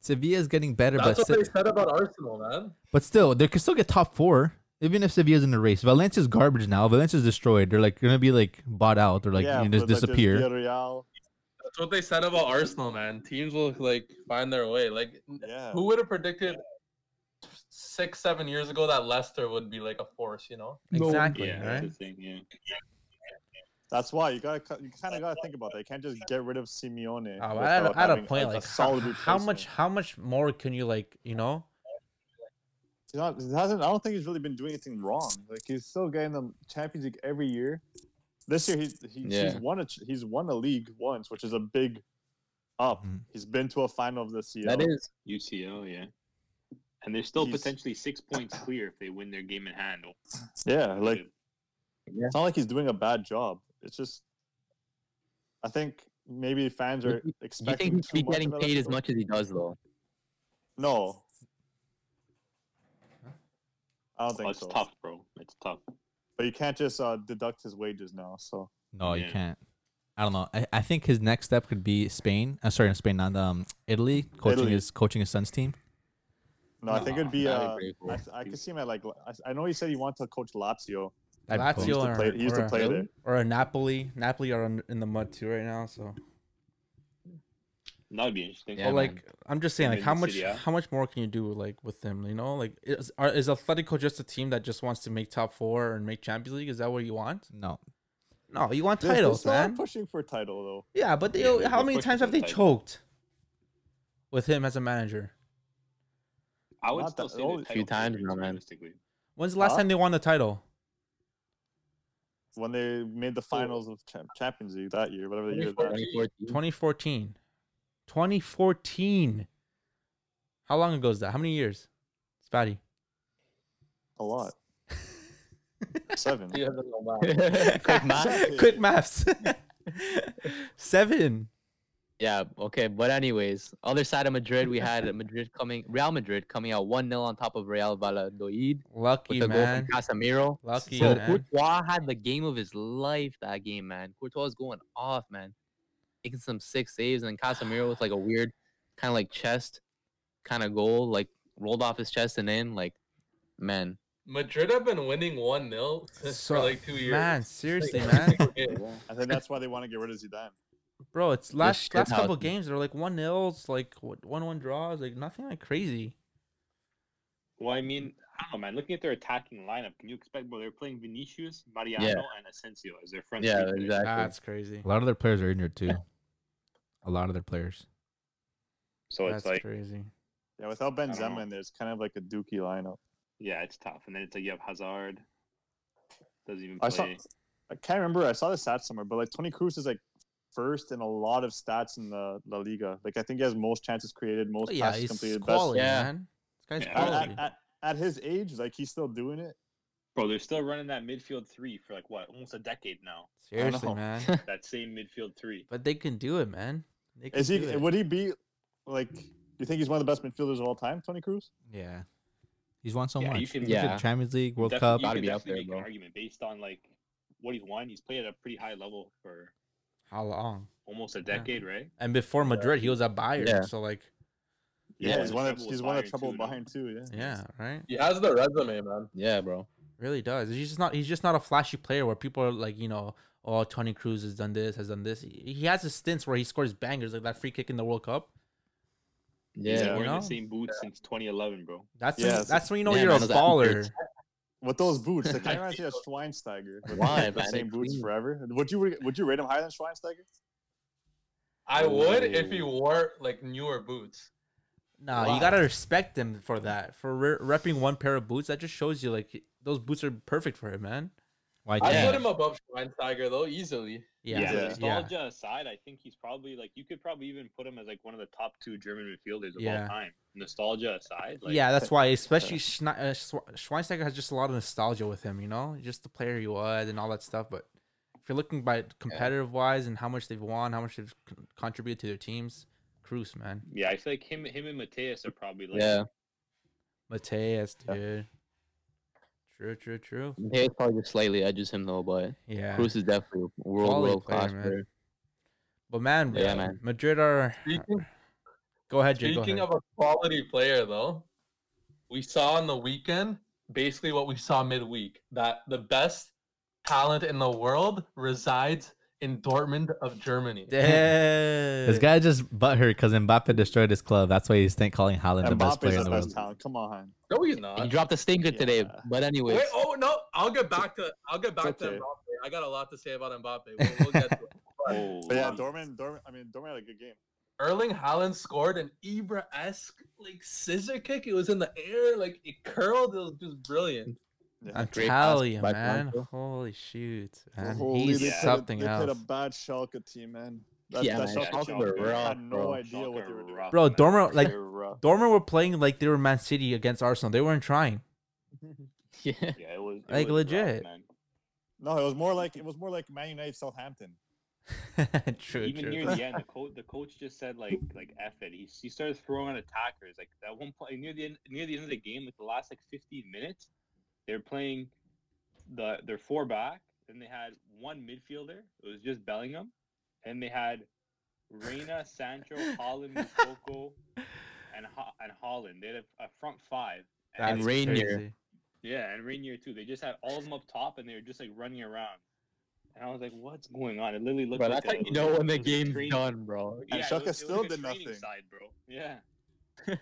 S6: Sevilla is getting better,
S1: That's
S6: but
S1: what
S6: still,
S1: they said about Arsenal, man.
S6: but still, they could still get top four even if Sevilla's in the race. Valencia's garbage now. Valencia's destroyed. They're like gonna be like bought out. They're like
S5: yeah,
S6: you just
S5: with, like, this
S6: disappear.
S5: Villarreal.
S1: That's what they said about Arsenal, man. Teams will like find their way. Like,
S5: Yeah.
S1: who would have predicted six, seven years ago that Leicester would be like a force? You know,
S2: exactly.
S4: Yeah,
S2: right?
S4: that's the thing. Yeah.
S5: That's why you gotta cu- you kind of gotta think about that. You can't just get rid of Simeone.
S2: Oh, at,
S5: without
S2: a- at a
S5: having
S2: point, like how, how much,
S5: replacement.
S2: how much more can you like, you know?
S5: He's not- he hasn't. I don't think he's really been doing anything wrong. Like he's still getting the Champions League every year. This year he's he, he's
S3: Yeah.
S5: won a ch- he's won a league once, which is a big up.
S2: Mm-hmm.
S6: Mhm.
S5: He's been to a final of the CL.
S3: That is
S4: UCL, yeah. And they're still
S5: He's-
S4: potentially six
S5: [coughs]
S4: points clear if they win their game in hand.
S5: yeah. Like it's not like he's doing a bad job. It's just I think maybe fans
S3: You
S5: are
S3: think- you
S5: expecting
S3: think he should
S5: too
S3: be
S5: much
S3: getting
S5: out of
S3: paid as
S5: him.
S3: much as he does though.
S5: No. I don't
S4: Oh,
S5: think
S4: it's
S5: so.
S4: tough, bro. It's tough.
S5: But you can't just uh, deduct his wages now. So
S6: No, you
S4: Yeah.
S6: can't. I don't know. I, I think his next step could be Spain. I'm sorry, not Spain, not um Italy. Coaching
S5: Italy.
S6: his coaching his son's team.
S5: no, I think it'd be.
S3: that'd be
S5: Uh,
S3: pretty cool.
S5: I, I could see him at like. I, I know he said he wanted to coach Lazio.
S6: That'd be
S5: He
S6: cool.
S2: Lazio
S5: used to play.
S2: or,
S5: He used
S2: or
S5: to
S2: a-
S5: play there.
S3: Really?
S2: or a Napoli. Napoli are in, in the mud too right now. So,
S4: That'd be interesting.
S6: Yeah,
S2: but
S6: man.
S2: like, I'm just saying,
S4: And
S2: like,
S4: then
S2: how
S4: the
S2: much,
S4: Serie A.
S2: how much more can you do like with them? You know, like, is are, is Atletico just a team that just wants to make top four and make Champions League? Is that what you want?
S6: No.
S2: No, you want
S5: They're- they're
S2: titles,
S5: still
S2: man.
S5: Pushing for a title though.
S2: Yeah, but they,
S4: Yeah, they're-
S2: how
S4: they're
S2: many
S4: pushing
S2: times
S4: for
S2: have they
S4: titles.
S2: choked with him as a manager?
S4: I would
S5: Not
S4: still
S5: that-
S4: say
S5: oh,
S4: the
S5: few
S4: title
S3: times
S4: favorites,
S3: now, man.
S4: realistically.
S2: When's the last
S5: Huh?
S2: time they won the title?
S5: When they made the finals of Cham- Champions League that year, whatever the year that.
S3: 2014.
S2: 2014. 2014. How long ago is that? How many years? Spatty.
S5: A lot. Seven.
S1: he doesn't know that.
S3: Quick math.
S2: [laughs]
S5: Exactly.
S2: Quick maths. Seven.
S3: [laughs] Yeah, okay. But anyways, other side of Madrid, we
S5: [laughs]
S3: had Madrid coming Real Madrid coming out 1-0 on top of Real Valladolid with
S2: Lucky
S3: a goal
S2: man.
S3: from Casemiro.
S2: Lucky
S3: So
S2: man.
S3: Courtois had the game of his life that game, man. Courtois was going off, man. making some sick saves, and then Casemiro with like a weird kind of like chest kind of goal, like rolled off his chest and in. Like, man,
S1: Madrid have been winning one 0
S2: So-
S1: [laughs] for like two years. [laughs]
S2: man, seriously,
S1: Like,
S2: man,
S1: forget.
S5: I think that's why they want to get rid of Zidane.
S2: bro, it's last
S3: shit
S2: last
S3: house
S2: couple
S3: is-
S2: games they're like one nils, like one one draws, like nothing like crazy.
S4: Well, I mean, I don't know, man. Looking at their attacking lineup, can you expect? Well, they're playing Vinicius, Mariano, and Asensio as their front.
S3: yeah,
S4: three players.
S3: exactly.
S2: That's crazy.
S6: A lot of their players are injured too. A lot of their players.
S4: So it's
S2: That's
S4: like,
S2: crazy.
S5: Yeah, without
S4: don't know.
S5: Benzema in there, it's kind of like a dookie lineup.
S4: yeah, it's tough. And then it's like you have Hazard, doesn't even
S5: I saw,
S4: play.
S5: I can't remember. I saw the stats somewhere, but like Tony Cruz is like first in a lot of stats in the La Liga. Like I think he has most chances created, most
S2: But yeah,
S5: passes
S2: he's
S5: completed.
S2: quality,
S3: Yeah.
S2: man. This guy's
S4: Yeah,
S5: Best. [laughs]
S2: quality.
S5: At, at, at his age, like he's still doing it.
S4: Bro, they're still running that midfield three for like what, almost a decade now.
S2: Seriously,
S5: know.
S2: man.
S4: [laughs] That same midfield three.
S2: But they can do it, man. They can
S5: Is
S2: do
S5: he?
S2: it.
S5: Would he be like? Do you think he's one of the best midfielders of all time, Tony Cruz?
S6: Yeah. He's won so
S4: Yeah, you
S6: much.
S4: can-
S6: He's in
S3: Yeah.
S6: Champions League, World
S4: Defi-
S6: Cup.
S4: You
S3: Gotta
S4: can
S3: be up
S4: definitely
S3: there,
S4: make
S3: bro.
S4: an argument based on like what he's won. He's played at a pretty high level for
S2: How long?
S4: almost a decade, right?
S2: And before Madrid, he was at Bayern.
S3: Yeah.
S2: So like,
S4: Yeah,
S5: he's one of
S4: trouble with
S5: he's one of
S4: Bayern
S5: trouble
S4: too, no?
S5: behind too. Yeah.
S2: yeah, right.
S1: He has the resume, man.
S3: yeah, bro.
S2: Really does. He's just not. He's just not a flashy player where people are like, you know, oh, Tony Cruz has done this, has done this. He he has his stints where he scores bangers, like that free kick in the World Cup.
S4: He's
S3: Yeah,
S4: been wearing
S2: You know?
S4: the same boots since 2011, bro.
S2: That's
S5: Yeah,
S2: when,
S5: it's-
S2: that's when you know
S3: Yeah,
S2: you're a
S3: man, it was at
S2: baller.
S3: Madrid.
S5: With those
S2: [laughs]
S5: boots, like,
S1: I
S5: I reminds me of Schweinsteiger. With
S3: Why,
S5: the
S3: man?
S5: same boots
S3: Clean.
S5: forever. Would you would you rate him higher than Schweinsteiger?
S1: I would if he
S4: Ooh.
S1: wore like newer boots.
S2: Nah, you
S1: Wow.
S2: gotta respect him for that. For re- repping one pair of boots, that just shows you like those boots are perfect for him, man.
S6: Why
S1: I
S6: can't-
S1: put him above Schweinsteiger though easily.
S2: Yeah,
S5: Yeah.
S2: yeah, yeah.
S4: Nostalgia aside, I think he's probably like you could probably even put him as like one of the top two German midfielders of
S2: Yeah.
S4: all time. Nostalgia aside, like,
S2: that's why, especially Schne- uh, Schwe- Schweinsteiger has just a lot of nostalgia with him, you know, just the player he was and all that stuff. But if you're looking by competitive wise and how much they've won, how much they've con- contributed to their teams, Cruz, man.
S4: yeah, I feel like him, him and Mateus are probably like
S3: yeah.
S2: Mateus,
S5: Yeah.
S2: dude. True, true, true.
S3: Mateus probably just slightly edges him though, but
S2: Yeah.
S3: Cruz is definitely a world
S2: Quality
S3: world
S2: player,
S3: class
S2: man.
S3: player.
S2: But man,
S3: Yeah,
S2: uh,
S3: man.
S2: Madrid are.
S1: Speaking,
S2: Go ahead, Jay. Go ahead.
S1: speaking
S2: [laughs]
S1: of a quality player though, we saw on the weekend basically what we saw midweek that the best talent in the world resides in Dortmund of Germany.
S6: This guy just butthurt because Mbappe destroyed his club. That's why he's think calling Holland the best
S5: Mbappe's
S6: player
S5: the,
S6: in the
S5: best
S6: world.
S5: talent. Come on.
S1: No, he's
S3: And he
S1: not.
S3: dropped a stinker today,
S5: Yeah.
S3: but anyways,
S1: Uh, Wait, oh no, I'll get back to I'll get back to
S5: okay.
S1: Mbappe. I got a lot to say about Mbappe. We'll, we'll get to it. But
S4: Oh,
S5: But yeah, Dortmund, Dortmund. I mean, Dortmund had a good game.
S1: Erling Haaland scored an Ibra-esque like scissor kick. It was in the air, like it curled. It was just brilliant.
S3: a
S2: I'm
S3: great pass
S2: telling you,
S3: by
S2: man.
S3: Blanco.
S2: Holy shoot, man.
S5: Holy,
S2: He's
S5: they played a-
S2: something
S5: they played
S2: else.
S5: a bad Schalke team, man. That,
S3: Yeah,
S5: that
S3: man,
S5: Schalke
S4: Schalke
S5: team
S4: were
S5: had
S3: rough,
S5: no
S3: bro.
S5: idea
S4: Schalke
S5: what they
S4: are
S5: were doing.
S4: rough,
S2: Bro,
S4: man.
S2: Dormer like
S5: [laughs] They were rough.
S2: Dormer were playing like they were Man City against Arsenal. They weren't trying.
S3: [laughs]
S2: [laughs]
S3: yeah.
S4: Yeah, it was it
S2: like,
S4: was rough,
S2: legit.
S4: man.
S5: No, it was more like it was more like Man United Southampton.
S2: true,
S4: Even
S2: true.
S4: near the end, the coach the coach just said like like F it. He, he started throwing attackers like that one point near the end near the end of the game, like the last like 15 minutes, they're playing the their four back. Then they had one midfielder. It was just Bellingham, and they had Reina, Sancho, Holland, Mukoko, and Ho- and Holland. They had a, a front five.
S3: And
S2: That's
S3: Reinier.
S2: crazy.
S4: Yeah, and Rainier too. They just had all of them up top, and they were just like running around. And I was like, "What's going on?" It literally looked
S3: Bro,
S4: like
S3: that's
S4: a-
S3: like you know when the
S4: it was [laughs] a
S3: game's
S4: training-
S3: done, bro.
S5: And
S4: it was- it
S5: Schalke
S4: was
S5: still
S4: like a
S5: did
S4: training
S5: nothing.
S4: Side, bro. Yeah,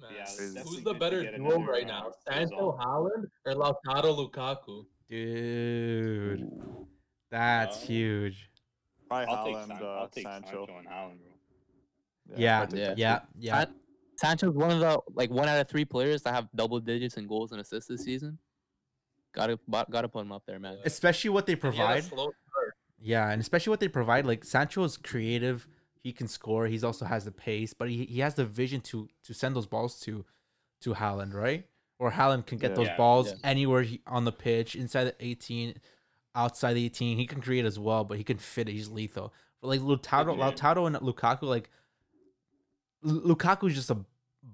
S1: Man,
S4: Yeah, it's
S1: who's
S4: definitely
S1: the
S4: good to
S1: better
S4: get
S1: duo
S4: another,
S1: right
S4: uh,
S1: now,
S4: result.
S1: Sancho Haaland or Lautaro Lukaku?
S2: Dude. That's
S4: Oh.
S2: huge.
S5: Probably
S4: I'll take,
S5: Haaland,
S4: San-
S5: uh,
S4: I'll take
S5: Sancho.
S4: Sancho. and Holland, bro.
S2: Yeah.
S5: probably
S2: Yeah.
S5: take
S3: yeah.
S2: Yeah.
S3: San- Sancho's one of the like one out of three players that have double digits in goals and assists this season. Gotta bo- gotta put him up there, man.
S2: Especially what they
S1: He had a
S2: provide.
S1: slow start.
S2: Yeah, and especially what they provide, like Sancho's creative. He can score. He's also has the pace, but he, he has the vision to to send those balls to to Haaland, right? Or Haaland can get
S5: Yeah.
S2: those
S4: Yeah,
S2: balls
S3: yeah.
S2: anywhere he, on the pitch, inside the 18, outside the 18. He can create as well, but he can fit it. He's lethal. But like Lautaro,
S4: Yeah.
S2: Lautaro and Lukaku, like Lu- Lukaku's just a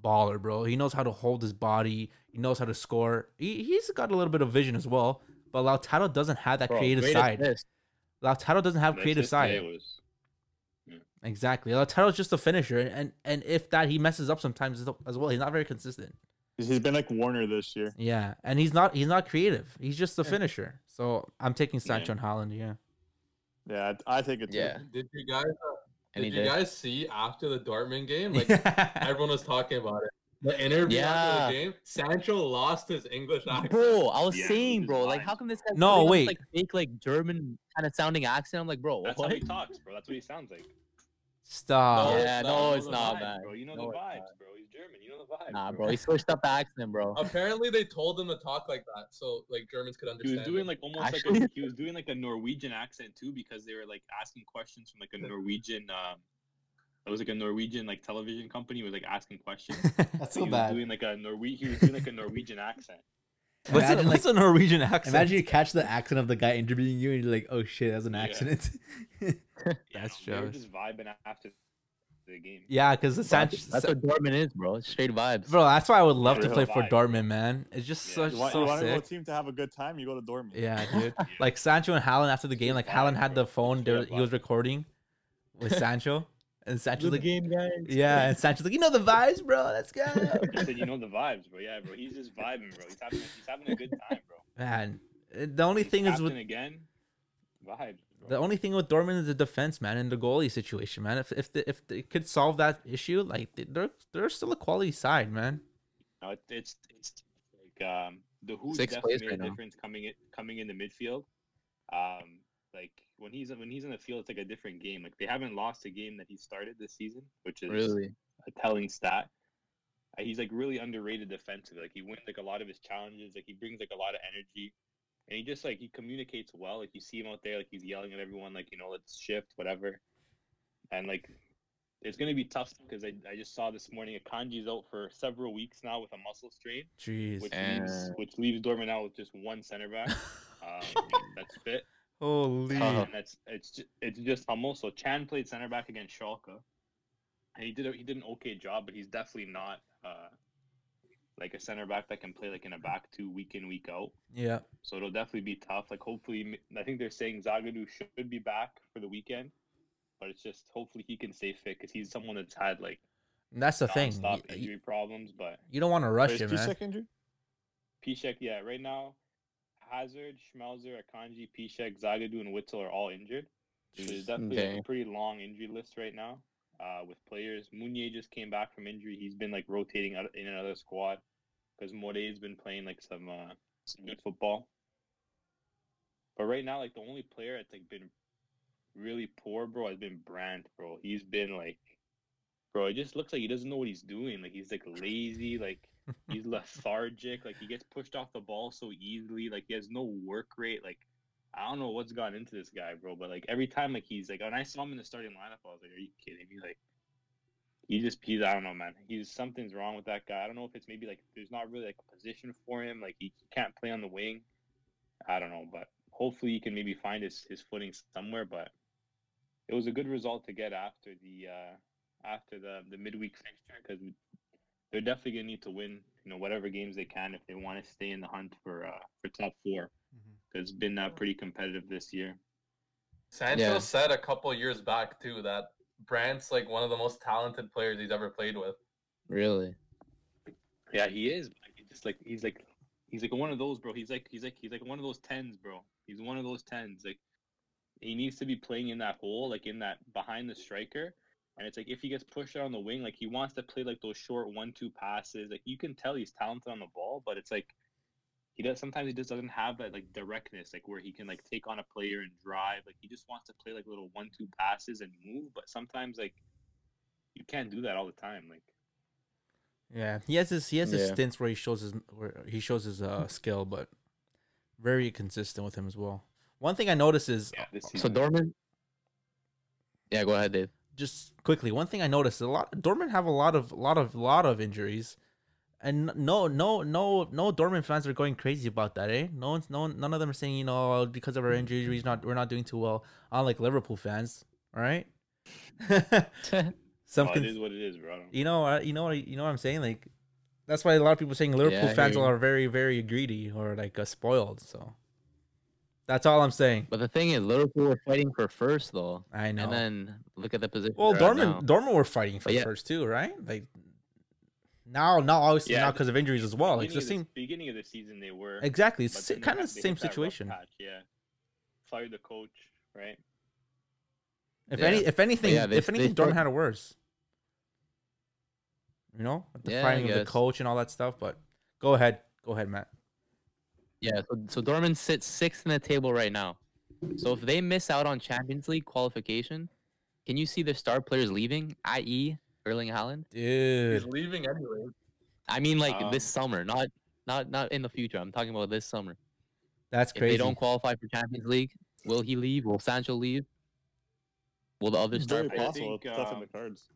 S2: baller, bro. He knows how to hold his body. He knows how to score. He, he's got a little bit of vision as well. But Lautaro doesn't have that
S3: Bro,
S2: creative
S3: great
S2: side.
S3: assist.
S2: Lautaro doesn't have creative
S4: Yesterday
S2: side.
S4: was-
S2: Exactly. Lautaro's just a finisher, and, and and if that he messes up sometimes as- as well. He's not very consistent.
S5: He's been like Warner this year.
S2: Yeah, and he's not he's not creative. He's just a
S5: Yeah.
S2: finisher. So I'm taking Sancho
S4: Yeah.
S2: and Holland. Yeah.
S5: Yeah, I, I think it's
S3: Yeah.
S1: Did you guys? Uh,
S3: And
S1: did
S3: he
S1: you
S3: did.
S1: guys see after the Dortmund
S3: [laughs]
S1: game? Like everyone was talking about it. The interview after the game, Sancho lost his English accent.
S3: Bro, I was
S4: Yeah,
S3: saying,
S4: he's
S3: bro, like
S4: lying.
S3: how come this guy
S2: No, wait.
S3: like fake like German kind of sounding accent? I'm like, bro,
S4: That's
S3: what?
S4: how he talks, bro. That's what he sounds like.
S2: [laughs] Stop.
S3: yeah,
S1: it's
S3: no,
S1: not.
S3: Oh, it's
S1: Those are
S3: not,
S4: vibes,
S3: man.
S4: Bro, you know
S3: No,
S4: the
S3: it's
S4: vibes, bro. He's German. You know the vibes.
S3: Nah, bro, he switched up the accent, bro.
S1: Apparently, they told him to talk like that so like Germans could
S4: [laughs] He
S1: understand.
S4: was doing
S1: him.
S4: like almost like
S3: Actually-
S4: a, he was doing like a Norwegian accent too because they were like asking questions from like a Norwegian. Um, it was like a Norwegian like television company was like asking
S2: [laughs]
S4: questions.
S7: That's
S4: he
S7: so
S4: was
S7: bad.
S4: doing like a Norwe- He was doing like a Norwegian accent.
S2: What's, a,
S7: Imagine,
S3: [laughs]
S2: what's
S7: like-
S2: a Norwegian accent?
S7: Imagine you catch the accent of the guy interviewing you, and you're like, "Oh shit, that's an
S4: Yeah.
S7: accident."
S2: [laughs] That's
S4: they were
S2: Joe's.
S4: just vibing after the game.
S2: yeah, because the Sancho.
S3: That's, that's what Dortmund is, bro. It's Straight vibes.
S2: bro, that's why I would love to
S4: Real
S2: play for
S4: vibe, bro.
S2: Dortmund, man. It's just
S4: Yeah.
S2: such
S5: You want, you
S2: so
S5: want a
S2: sick.
S5: team to have a good time? You go to Dortmund.
S2: Yeah, dude.
S4: Yeah.
S2: Like Sancho and Haaland after the game, like
S4: vibe,
S2: Haaland had
S4: Oh, bro.
S2: the phone
S4: Straight
S2: there,
S4: up
S2: he was
S4: vibe.
S2: recording with Sancho, and Sancho's like,
S3: game, guys.
S2: yeah, and Sancho's like, you know the vibes, bro. Let's go,
S4: I said, you know the vibes, bro. Yeah, bro. He's just vibing, bro. He's having he's having
S2: [laughs]
S4: a good time, bro.
S2: man. uh, The only thing is
S4: Captain
S2: with
S4: again, vibes. Bro.
S2: the only thing with Dortmund is the defense, man, and the goalie situation, man. If if the, if they could solve that issue, like they- they're they're still a quality side, man.
S4: No, it, it's it's like um the who's
S3: Sixth
S4: definitely
S3: place
S4: made
S3: right
S4: a
S3: now.
S4: difference coming in coming in the midfield. Um, like when he's when he's in the field, it's like a different game. Like they haven't lost a game that he started this season, which is
S2: [laughs]
S3: Really?
S4: a telling stat. Uh, He's like really underrated defensively. Like he wins like a lot of his challenges. Like he brings like a lot of energy, and he just like he communicates well. Like you see him out there, like he's yelling at everyone, like you know, let's shift, whatever. And like, it's gonna be tough because I, I just saw this morning a Kanji's out for several weeks now with a muscle strain,
S2: Jeez.
S4: which leaves which leaves Dortmund out with just one center back. Um, that's fit.
S2: Holy.
S3: Uh-huh.
S4: And that's it's just, it's just Hummel. So Chan played center back against Schalke, and he did a, he did an okay job, but he's definitely not uh, like a center back that can play like in a back two week in week out.
S2: Yeah.
S4: So it'll definitely be tough. Like hopefully, I think they're saying Zagadou should be back for the weekend, but it's just hopefully he can stay fit because he's someone that's had like
S2: And that's the thing. y-
S4: nonstop
S2: y-
S4: injury problems. But
S2: You don't want to rush
S5: Wait,
S2: it,
S5: is
S2: man.
S5: Piszczek injured?
S4: Pishek, yeah, right now, Hazard, Schmelzer, Akanji, Pishek, Zagadou, and Witzel are all injured. So there's definitely like,
S3: Okay.
S4: a pretty long injury list right now uh, with players. Munier just came back from injury. He's been like rotating out in another squad because Morey's been playing like some, uh, some good football. But right now, like the only player that's like been really poor, bro, has been Brandt, bro. He's been like, bro, it just looks like he doesn't know what he's doing. Like he's like lazy, like he's lethargic, like he gets pushed off the ball so easily, like he has no work rate. Like I don't know what's gone into this guy, bro. But like every time, like he's like, when I saw him in the starting lineup, I was like, are you kidding me? Like he just he's I don't know, man. He's something's wrong with that guy. I don't know if it's maybe like there's not really like a position for him. Like he, he can't play on the wing. I don't know, but hopefully he can maybe find his his footing somewhere. But it was a good result to get after the uh after the the midweek fixture because they're definitely gonna need to win you know whatever games they can if they want to stay in the hunt for uh for top four. 'Cause It's been uh, pretty competitive this year.
S1: Sancho
S3: Yeah.
S1: said a couple years back too that Brandt's like one of the most talented players he's ever played with.
S3: Really?
S4: Yeah, he is. but, Like, he just like he's like he's like one of those, bro. He's like he's like he's like one of those tens, bro. He's one of those tens. Like he needs to be playing in that hole, like in that behind the striker. And it's like if he gets pushed out on the wing, like he wants to play like those short one-two passes. Like you can tell he's talented on the ball, but it's like he does sometimes he just doesn't have that like directness, like where he can like take on a player and drive. Like he just wants to play like little one-two passes and move, but sometimes like you can't do that all the time. Like
S2: Yeah, he has his he has his
S3: Yeah.
S2: stints where he shows his where he shows his
S4: [laughs]
S2: uh skill, but very consistent with him as well. One thing I noticed is
S4: yeah, this
S3: So Dortmund? Yeah, go ahead, Dave.
S2: just quickly. One thing I noticed a lot. Dortmund have a lot of lot of lot of injuries, and n- no no no no Dortmund fans are going crazy about that. Eh, no one's no one- none of them are saying you know oh, because
S4: Mm.
S2: of our injuries not we're not doing too well. Unlike Liverpool fans, all right. [laughs]
S3: [laughs]
S2: Some
S4: Oh,
S2: can-
S4: it is what it is, bro. I don't-
S2: you know uh, you know what I- you know what I'm saying like that's why a lot of people saying Liverpool
S3: I hear
S2: fans
S3: you.
S2: are very very greedy or like uh, spoiled so That's all I'm saying.
S3: But the thing is, Liverpool were fighting for first though,
S2: I know.
S3: and then look at the position.
S2: well,
S3: they're at now.
S2: Dortmund, Dortmund were fighting for
S3: But yeah.
S2: first too, right? Like now, now obviously
S4: Yeah,
S2: now because of injuries as well. Like it's the
S4: Beginning
S2: same,
S4: of the- beginning of the season they were
S2: exactly. It's
S4: but
S2: si-
S4: then they
S2: kind
S4: had-
S2: of the
S4: they
S2: same
S4: hit that rough
S2: situation.
S4: patch, yeah, fired the coach, right?
S2: If
S3: Yeah.
S2: any, if anything,
S3: yeah, they-
S2: if
S3: they
S2: anything,
S3: still-
S2: Dortmund had it worse. You know, with the
S3: Yeah, I
S2: firing of the
S3: guess.
S2: coach and all that stuff. But go ahead, go ahead, Matt.
S3: Yeah, so, so Dortmund sits sixth in the table right now. So if they miss out on Champions League qualification, can you see their star players leaving, i.e., Erling Haaland?
S1: He's
S2: Dude,
S1: leaving anyway.
S3: I mean, like
S4: Um,
S3: this summer, not not not in the future. I'm talking about this summer.
S2: that's
S3: If
S2: crazy.
S3: they don't qualify for Champions League, will he leave? Will Sancho leave? Will the other
S5: It's
S3: star
S5: very
S3: players?
S5: possible.
S4: think,
S5: It's definitely in the
S4: um,
S5: cards.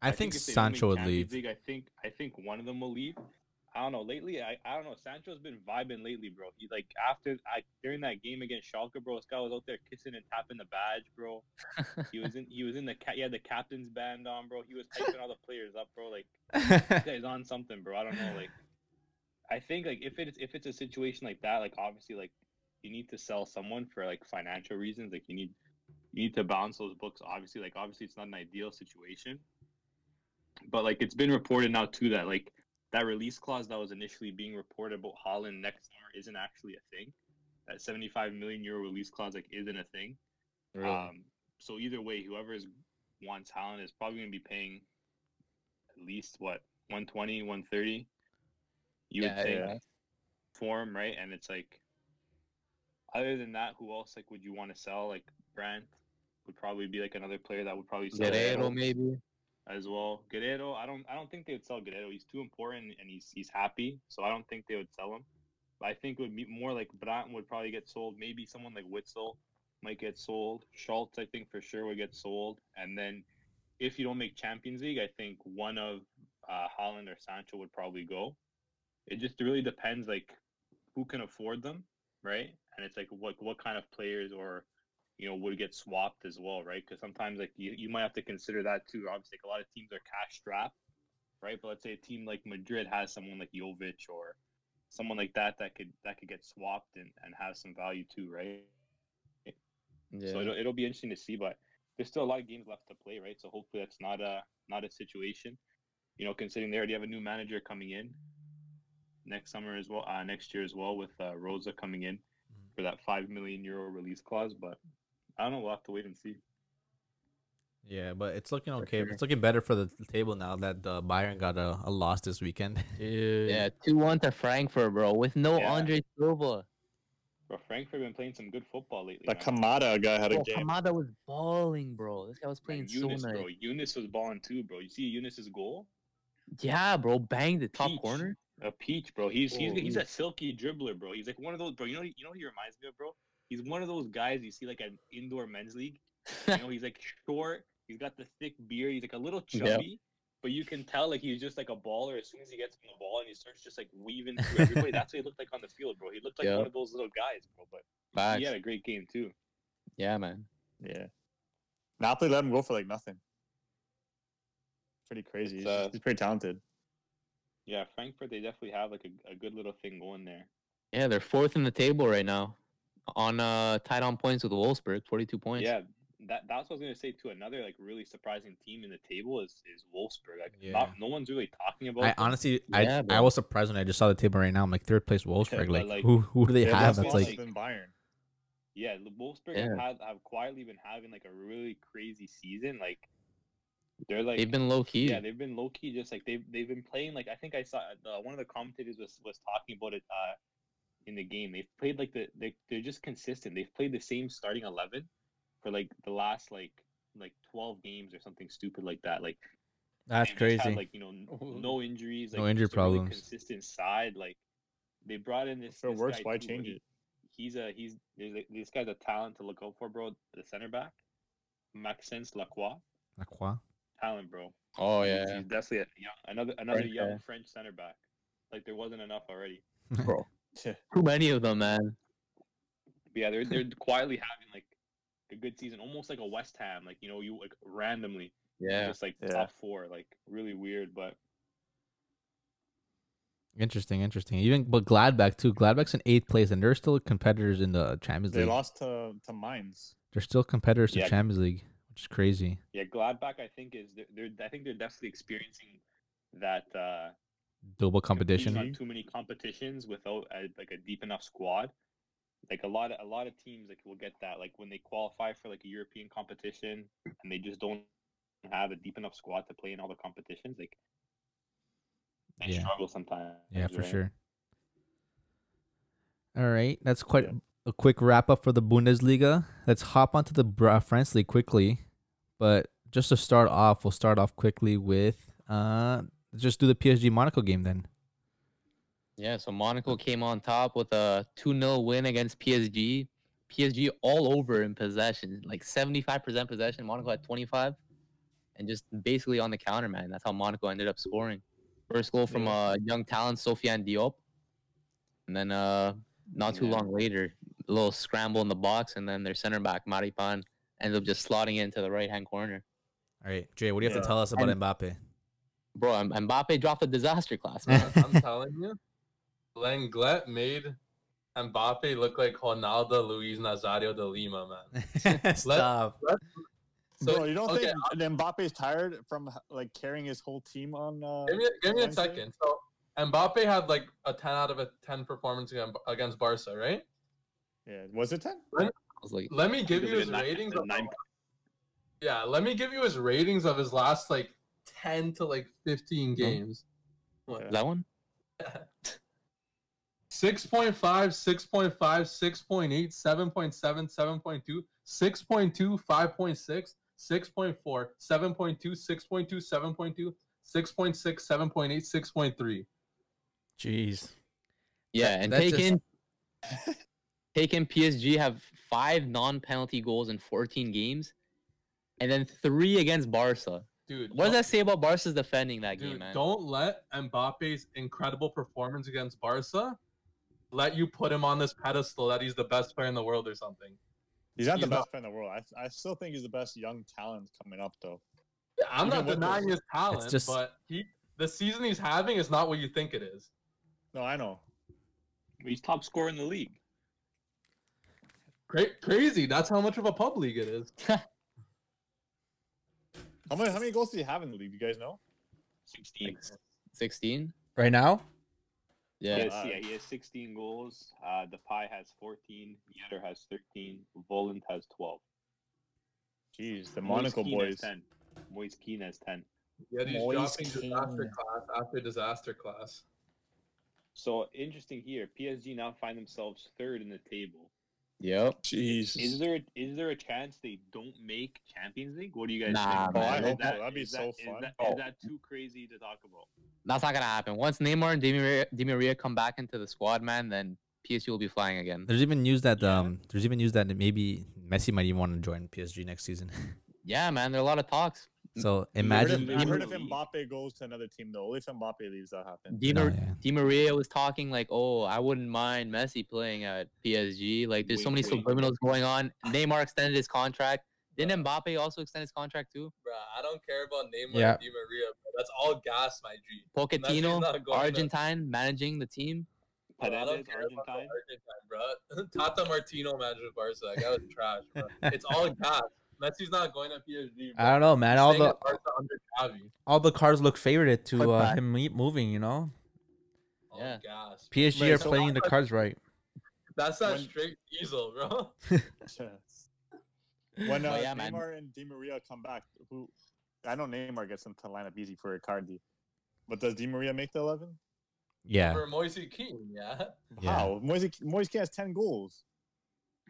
S6: I, think,
S4: if they don't make
S6: Sancho would
S4: Champions
S6: leave.
S4: League, I think I think one of them will leave. I don't know. Lately, I, I don't know. Sancho's been vibing lately, bro. He like after I during that game against Schalke, bro. This guy was out there kissing and tapping the badge,
S2: [laughs]
S4: bro. He was in he was in the cat. He had the captain's band on, bro. He was hyping all the players up, bro. Like
S3: [laughs]
S2: [laughs]
S4: this guy's on something, bro. I don't know. Like I think like if it's if it's a situation like that, like obviously like you need to sell someone for like financial reasons. Like you need you need to balance those books. Obviously, like obviously it's not an ideal situation but like it's been reported now too that like that release clause that was initially being reported about Holland next summer isn't actually a thing. That 75 million euro release clause like isn't a thing.
S3: Really?
S1: Uh,
S3: [laughs]
S4: Um, so either way, whoever is, wants Holland is probably going to be paying at least what 120, 130. You
S3: Yeah,
S4: would think
S3: yeah.
S4: for him, right? And it's like, other than that, who else like would you want to sell? Like Brandt would probably be like another player that would probably sell
S3: Guerrero, maybe.
S4: as well. Guerrero, I don't I don't think they would sell Guerrero. He's too important and he's he's happy, so I don't think they would sell him. But I think it would be more like Brandt would probably get sold. Maybe someone like Witzel might get sold. Schultz, I think for sure would get sold. And then if you don't make Champions League, I think one of uh, Holland or Sancho would probably go. It just really depends like who can afford them, right? And it's like what what kind of players or you know would get swapped as well, right? Because sometimes like you, you might have to consider that too. Obviously, like, a lot of teams are cash strapped, right? But let's say a team like Madrid has someone like Jovic or someone like that that could that could get swapped and, and have some value too, right?
S3: Yeah.
S4: So it'll, it'll be interesting to see, but there's still a lot of games left to play, right? So hopefully that's not a not a situation. You know, considering they already have a new manager coming in next summer as well, uh, next year as well, with uh, Rosa coming in for that five million euro release clause. But I don't know. We'll have to wait and see.
S6: Yeah, but it's looking okay. It's looking better for the table now that the Bayern got a, a loss this weekend. [laughs]
S2: Dude.
S3: yeah, two one to Frankfurt, bro, with no
S4: Yeah.
S3: Andre Silva.
S4: But Frankfurt been playing some good football lately.
S5: That
S4: man.
S5: Kamada guy had a
S3: Bro,
S5: game.
S3: Kamada was balling, bro. This guy was
S4: Man,
S3: playing so
S4: Eunice,
S3: nice.
S4: bro. Eunice was balling too, bro. You see Eunice's goal?
S3: Yeah, bro, banged the top
S4: Peach.
S3: corner.
S4: A peach, bro. He's he's,
S3: Oh,
S4: he's a silky dribbler, bro. He's like one of those, bro. You know you know what he reminds me of, bro. He's one of those guys you see like an indoor men's league.
S3: [laughs]
S4: You know he's like short. He's got the thick beard. He's like a little
S3: Yeah.
S4: chubby, but you can tell like he's just like a baller. As soon as he gets on the ball and he starts just like weaving through everybody, that's what he looked like on the field, bro. He looked like
S3: Yeah.
S4: one of those little guys, bro. But
S3: Facts.
S4: he had a great game too.
S3: Yeah, man.
S5: Yeah. Napoli let him go for like nothing. Pretty crazy.
S4: It's,
S5: He's just-
S4: uh,
S5: he's pretty talented.
S4: Yeah, Frankfurt they definitely have like a, a good little thing going there.
S3: Yeah, they're fourth in the table right now, on uh tied on points with Wolfsburg, forty-two points.
S4: Yeah, that that's what I was gonna say too. Another like really surprising team in the table is is Wolfsburg. Like,
S6: Yeah.
S4: not, no one's really talking about.
S6: I
S4: them.
S6: honestly,
S3: Yeah,
S6: I, I
S3: bro.
S6: was surprised when I just saw the table right now. I'm like third place Wolfsburg.
S4: but,
S6: Like,
S4: like,
S6: who who do they
S4: they
S6: have?
S4: lost
S6: That's
S4: one,
S6: like,
S4: like-
S5: than Bayern. [laughs]
S4: yeah, the Wolfsburg
S3: Yeah.
S4: Have, have quietly been having like a really crazy season. Like they're like
S3: they've been low key.
S4: yeah they've been low key just like they've they've been playing like I think I saw uh one of the commentators was was talking about it uh in the game they've played like the they they're just consistent they've played the same starting eleven for like the last like like twelve games or something stupid like that like.
S2: that's
S4: They just
S2: crazy.
S4: Had, like you know, n- no injuries. Like,
S6: No injury
S4: just a really
S6: problems.
S4: consistent side. Like they brought in this.
S5: If it
S4: this
S5: works,
S4: guy,
S5: why
S4: too,
S5: change
S4: he-
S5: it?
S4: He's a he's there's a- this guy's a talent to look out for, bro. The center back, Maxence Lacroix,
S6: like, what?
S4: talent, bro.
S3: Oh
S4: He's-
S3: yeah.
S4: he's definitely a young, another another
S3: French
S4: young
S3: guy.
S4: French center back. Like there wasn't enough already.
S6: [laughs]
S3: Too many of them, man.
S4: But yeah, they're they're quietly having like a good season, almost like a West Ham. Like you know, you like randomly
S3: Yeah.
S4: just like
S5: Yeah.
S4: top four, like really weird, but
S6: Interesting, interesting. Even but Gladbach too. Gladbach's in eighth place, and they're still competitors in the Champions
S5: They
S6: League.
S5: lost to to Mines.
S6: They're still competitors
S4: Yeah.
S6: to Champions League, which is crazy.
S4: Yeah, Gladbach, I think is they're, they're I think they're definitely experiencing that uh,
S6: Double
S4: competing
S6: competition.
S4: on too many competitions without a, like a deep enough squad. Like a lot of a lot of teams like will get that like when they qualify for like a European competition and they just don't have a deep enough squad to play in all the competitions. Like they
S6: Yeah.
S4: struggle sometimes.
S6: Yeah, for
S4: right?
S6: sure. All right, that's quite a quick wrap up for the Bundesliga. Let's hop onto the Bra- France League quickly, but just to start off, we'll start off quickly with uh, just do the PSG Monaco game then.
S3: Yeah, so Monaco came on top with a 2 0 win against PSG. PSG all over in possession, like 75% possession. Monaco had 25 and just basically on the counter, man. That's how Monaco ended up scoring. First goal from uh, young talent Sofiane Diop. And then uh, not too
S4: Yeah.
S3: long later, a little scramble in the box. And then their center back, Maripan, ends up just slotting it into the right hand corner.
S6: All right, Jay, what do you have
S5: Yeah.
S6: to tell us about [laughs] Mbappe?
S3: Bro, M- Mbappe dropped a disaster class, man.
S1: I'm I'm telling you, Langlet made Mbappe look like Ronaldo Luis Nazario de Lima,
S3: [laughs]
S1: man.
S6: Stop.
S1: So
S5: Bro, you don't
S1: okay,
S5: think Mbappe's tired from like carrying his whole team on? Uh,
S1: give me, give me a
S5: Wednesday?
S1: second. So Mbappe had like a 10 out of a 10 performance against- against Barca, right?
S5: yeah, was it ten?
S3: I was like,
S1: Let me give you
S4: Give it a
S1: his
S4: nine-
S1: ratings.
S4: a
S1: of-
S4: nine-
S1: yeah, let me give you his ratings of his last like 10 to like 15 games.
S3: "Is that one?
S1: 6.5, 6.5, 6.8, 7.7, 7.2, 6.2, 5.6, 6.4, 7.2, 6.2, 7.2, 6.6, 7.8, 6.3.
S2: Jeez.
S3: Yeah, and
S6: that
S3: take
S6: just-
S3: in take in PSG have five non-penalty goals in 14 games, and then three against Barca.
S1: Dude,
S3: What does
S1: don't-
S3: that say about Barca's defending that
S1: Dude,
S3: game, man?
S1: don't let Mbappe's incredible performance against Barca let you put him on this pedestal that he's the best player in the world or something.
S5: He's not
S1: He's
S5: the
S1: not-
S5: best player in the world. I, I still think he's the best young talent coming up though.
S1: Yeah, I'm
S5: Even
S1: not
S5: with
S1: denying
S5: those-
S1: his talent,
S6: just-
S1: but he the season he's having is not what you think it is.
S5: No, I know.
S4: He's top scorer in the league.
S1: Cra- crazy. That's how much of a pub league it is.
S5: How many how many goals do you have in the league? You guys know?
S4: Sixteen.
S3: 16.
S2: Right now?
S3: Yeah.
S4: Yes,
S5: Wow.
S4: yeah, he has 16 goals. Uh, Depay has 14. Yetter has 13. Volant has 12.
S5: Jeez, the
S4: Moise
S5: Monaco
S4: Kean has
S5: boys.
S4: 10. Moise Kean has 10.
S1: Yet he's
S5: Moise
S1: dropping disaster
S5: Kean.
S1: class after disaster class.
S4: So interesting here. PSG now find themselves third in the table.
S3: Yep.
S5: Jeez.
S4: Is there is there a chance they don't make Champions League? What do you guys
S3: Nah,
S4: think?
S3: man. Oh, I
S5: hope
S4: Is
S5: so. That'd be
S4: is
S5: so
S4: that- is
S5: fun.
S4: that-
S3: Oh.
S4: is that too crazy to talk about?
S3: That's not gonna happen. Once Neymar and Di Maria, Di Maria come back into the squad, man, then PSG will be flying again.
S6: There's even news that
S4: Yeah.
S6: um, there's even news that maybe Messi might even want to join PSG next season. [laughs]
S3: Yeah, man, there are a lot of talks.
S5: I
S6: so
S5: heard,
S6: imagine
S5: if, I heard if
S4: Imagine-
S5: Mbappe goes to another team though. Only if Mbappe leaves that happens.
S3: Di,
S6: No,
S3: Mar-
S6: yeah.
S3: Di Maria was talking like, "Oh, I wouldn't mind Messi playing at PSG." Like, there's so many
S4: Wink, wink.
S3: subliminals going
S1: [laughs]
S3: on. Neymar extended his contract. Didn't Mbappe also extend his contract too?
S1: Bruh, I don't care about Neymar
S2: Yeah.
S1: and Di Maria. Bro. That's all gas, my G. Messi's not
S3: Pochettino,
S1: going to-
S3: Argentine, managing the team.
S1: Bro, I
S4: Paredes,
S1: don't care about the
S4: Argentine.
S1: Argentine, bro. [laughs] Tata Martino manages Barca. That guy was trash, bro. It's all gas. Messi's not going to PSG. Bro.
S2: I don't know, man. All
S1: Staying
S2: the
S1: at Barca under Xavi.
S2: all the cards look favored to
S3: Put
S2: uh,
S3: back.
S2: him me- moving, you know?
S1: All
S3: Yeah.
S1: gas.
S2: PSG
S5: Right,
S2: are
S5: so-
S2: playing the cards right.
S1: That's that
S5: When-
S1: straight diesel, bro.
S5: [laughs] when uh,
S3: Oh, yeah, man.
S5: Neymar and Di Maria come back, who I know Neymar gets into the lineup easy for Icardi, but does Di Maria make the eleven?
S6: yeah,
S1: For Moise Keane, yeah.
S6: Yeah.
S5: How Moise Moise Kean has ten goals.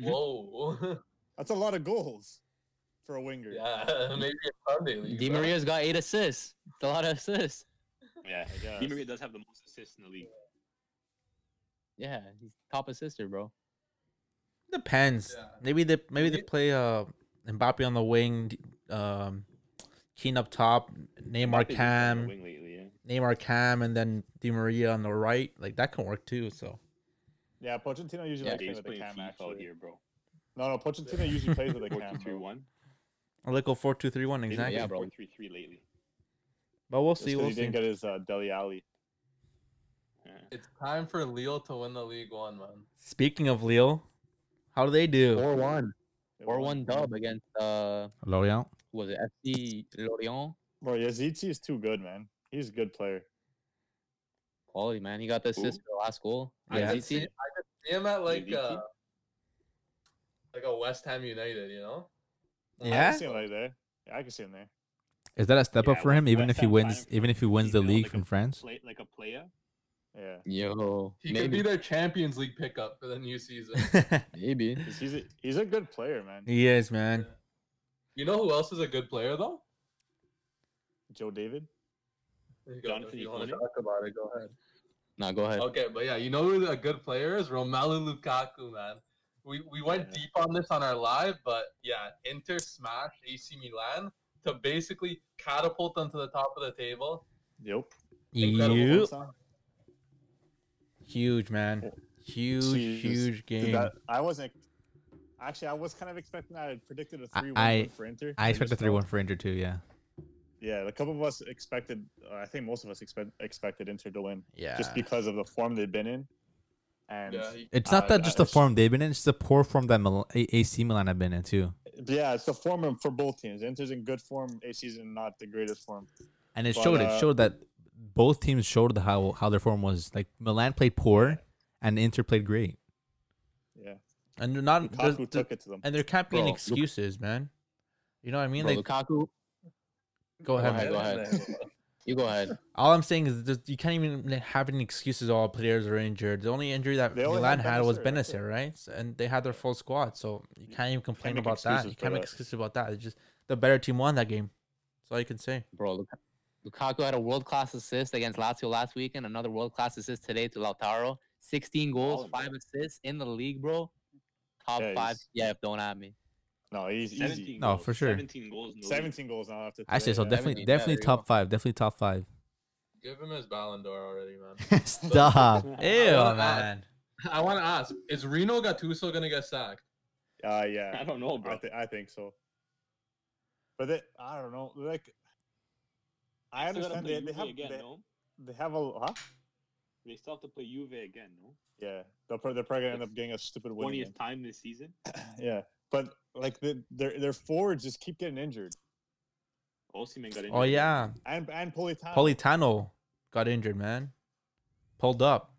S1: Whoa. [laughs]
S5: That's a lot of goals for a winger.
S1: yeah, [laughs] maybe a Sunday league.
S3: Di
S1: bro.
S3: Maria's got eight assists. It's a lot of assists.
S4: Yeah,
S5: guess.
S4: Di Maria does have the most assists in the league.
S3: Yeah, he's top assister, bro.
S2: Depends.
S1: Yeah.
S2: Maybe they maybe they
S1: Maybe-
S2: play uh Mbappe on the wing, D- um, Keane up top, Neymar
S4: Mbappe's been on the
S2: Cam,
S4: wing lately, yeah.
S2: Neymar Cam, and then Di Maria on the right. Like that can work too. So
S5: yeah. Pochettino usually
S3: Yeah,
S5: likes
S4: Yeah,
S5: playing
S4: he's
S5: with a
S4: playing
S5: cam
S4: FIFA out
S5: actually.
S4: here, bro.
S5: No, no, Pochettino usually plays
S4: [laughs]
S5: with a
S4: Four
S5: cam.
S4: two three
S5: bro.
S4: one.
S2: I like a four two three one exactly.
S3: yeah,
S4: Yeah,
S3: bro.
S4: four three three lately.
S2: But we'll
S5: Just
S2: see.
S5: 'cause
S2: We'll
S5: he
S2: see.
S5: didn't get his uh, Deli Alley.
S4: Yeah.
S1: It's time for Lille to win the League One, man.
S2: Speaking of Lille, how do they do?
S3: Four one.
S5: They
S3: Four
S5: won.
S3: one dub against uh
S6: Lorient.
S3: who was it FC Lorient?
S5: Bro, Yazici is too good, man. He's a good player.
S3: Quality man. He got the assist for the last goal.
S1: I
S3: Yeah.
S1: just see, I just see him at
S5: E
S1: like
S4: Levy?
S1: uh, like a West Ham United, you know?
S5: I
S2: Yeah.
S5: can see him like that. Yeah, I can see him there.
S6: Is that a step up
S4: Yeah,
S6: for him?
S4: West-
S6: Even
S4: West
S6: if he
S4: Ham
S6: wins,
S4: Bayern
S6: even if he
S4: Munich,
S6: wins the
S4: you know,
S6: league
S4: like
S6: from
S4: a
S6: France.
S4: Play, like a player.
S5: Yeah.
S3: Yo.
S1: He could be
S3: maybe.
S1: their Champions League pickup for the new season.
S3: Maybe.
S5: 'Cause He's a, he's a good player, man.
S2: he is, man.
S1: you know who else is a good player though?
S5: Joe David.
S1: There you go,
S4: Jonathan
S1: if you wanna
S4: Iconé?
S1: talk about it, go ahead.
S3: Nah, go ahead.
S1: Okay, but yeah, you know who a good player is? Romelu Lukaku, man. We we went
S4: Yeah.
S1: deep on this on our live, but yeah, Inter smashed AC Milan to basically catapult them to the top of the table.
S5: Yep.
S1: Incredible.
S2: You
S5: Son.
S2: huge, man. Huge,
S5: Jesus.
S2: huge
S5: Dude,
S2: game.
S5: that- I wasn't. Actually, I was kind of expecting that. I predicted a
S6: I-
S5: 3
S6: I-
S5: 1 for Inter.
S6: I
S5: They
S6: expect
S5: just
S6: a
S5: fell.
S6: three-one for Inter too. Yeah.
S5: Yeah, a couple of us expected. Uh, I think most of us expect, expected Inter to win
S2: yeah.
S5: just because of the form they've been in. And
S1: Yeah,
S5: yeah,
S1: he-
S6: It's not
S5: Uh,
S6: that just the
S5: it's-
S6: form they've been in; it's the poor form that Mil- A- AC Milan have been in too.
S5: it's the form of- for both teams. Inter's in good form. AC's in not the greatest form.
S6: And it
S5: But,
S6: showed.
S5: uh,
S6: it showed that both teams showed the- how how their form was. Like Milan played poor, and Inter played great.
S5: Yeah,
S2: and they're not. there's-
S5: Lukaku
S2: there-
S5: took it to them.
S2: and there can't be
S3: Bro,
S2: any
S3: Luk-
S2: excuses, man. You know what I mean?
S3: Bro,
S2: like,
S3: Lukaku,
S2: go
S3: go
S2: ahead.
S3: ahead,
S2: man.
S3: go ahead. you go ahead.
S2: All I'm saying is just, you can't even have any excuses. All players are injured. The only injury that
S5: They only
S2: Milan
S5: had
S2: had was
S5: Benacer, that's it.
S2: Benacer, right? S- And they had their full squad, so you can't even complain
S5: make
S2: about that.
S5: excuses
S2: You
S5: for
S2: can't make
S5: that.
S2: excuses about that. It's just the better team won that game. That's all you can say.
S3: Bro, Luk- Lukaku had a world class assist against Lazio last week and another world class assist today to Lautaro. 16 goals,
S4: Solid, bro.
S3: 5 assists in the league, bro. Top
S5: Yeah,
S3: 5
S5: he's-
S3: CF, don't at me.
S5: No, he's easy.
S6: No,
S4: goals,
S6: for sure.
S4: 17 goals. In the league.
S5: 17 goals now after.
S6: I say
S5: today,
S6: so.
S5: yeah.
S6: Definitely,
S3: yeah,
S6: definitely
S3: there you
S6: top five. Definitely top five.
S1: Give him his Ballon d'Or already, man.
S6: [laughs] Stop.
S2: Ah, Ew,
S1: wanna add-
S2: man.
S1: I want to ask: Is Reno Gattuso gonna get sacked?
S5: Uh, yeah.
S4: I don't know,
S5: I,
S4: bro.
S5: th- I think so. But they, I don't know. Like, I
S4: They still gotta
S5: understand they,
S4: play
S5: they
S4: Juve
S5: have
S4: again,
S5: they,
S4: no?
S5: they have a huh?
S4: They still have to play Juve again, no?
S5: Yeah, they're pro- they're probably gonna end
S4: It's
S5: up getting a stupid win. again.
S4: Twentieth time this season.
S5: Yeah, but like the, their their forwards just keep getting injured,
S4: Osimhen got injured.
S2: Oh yeah,
S5: and and Politano.
S2: Politano got injured, man. Pulled up.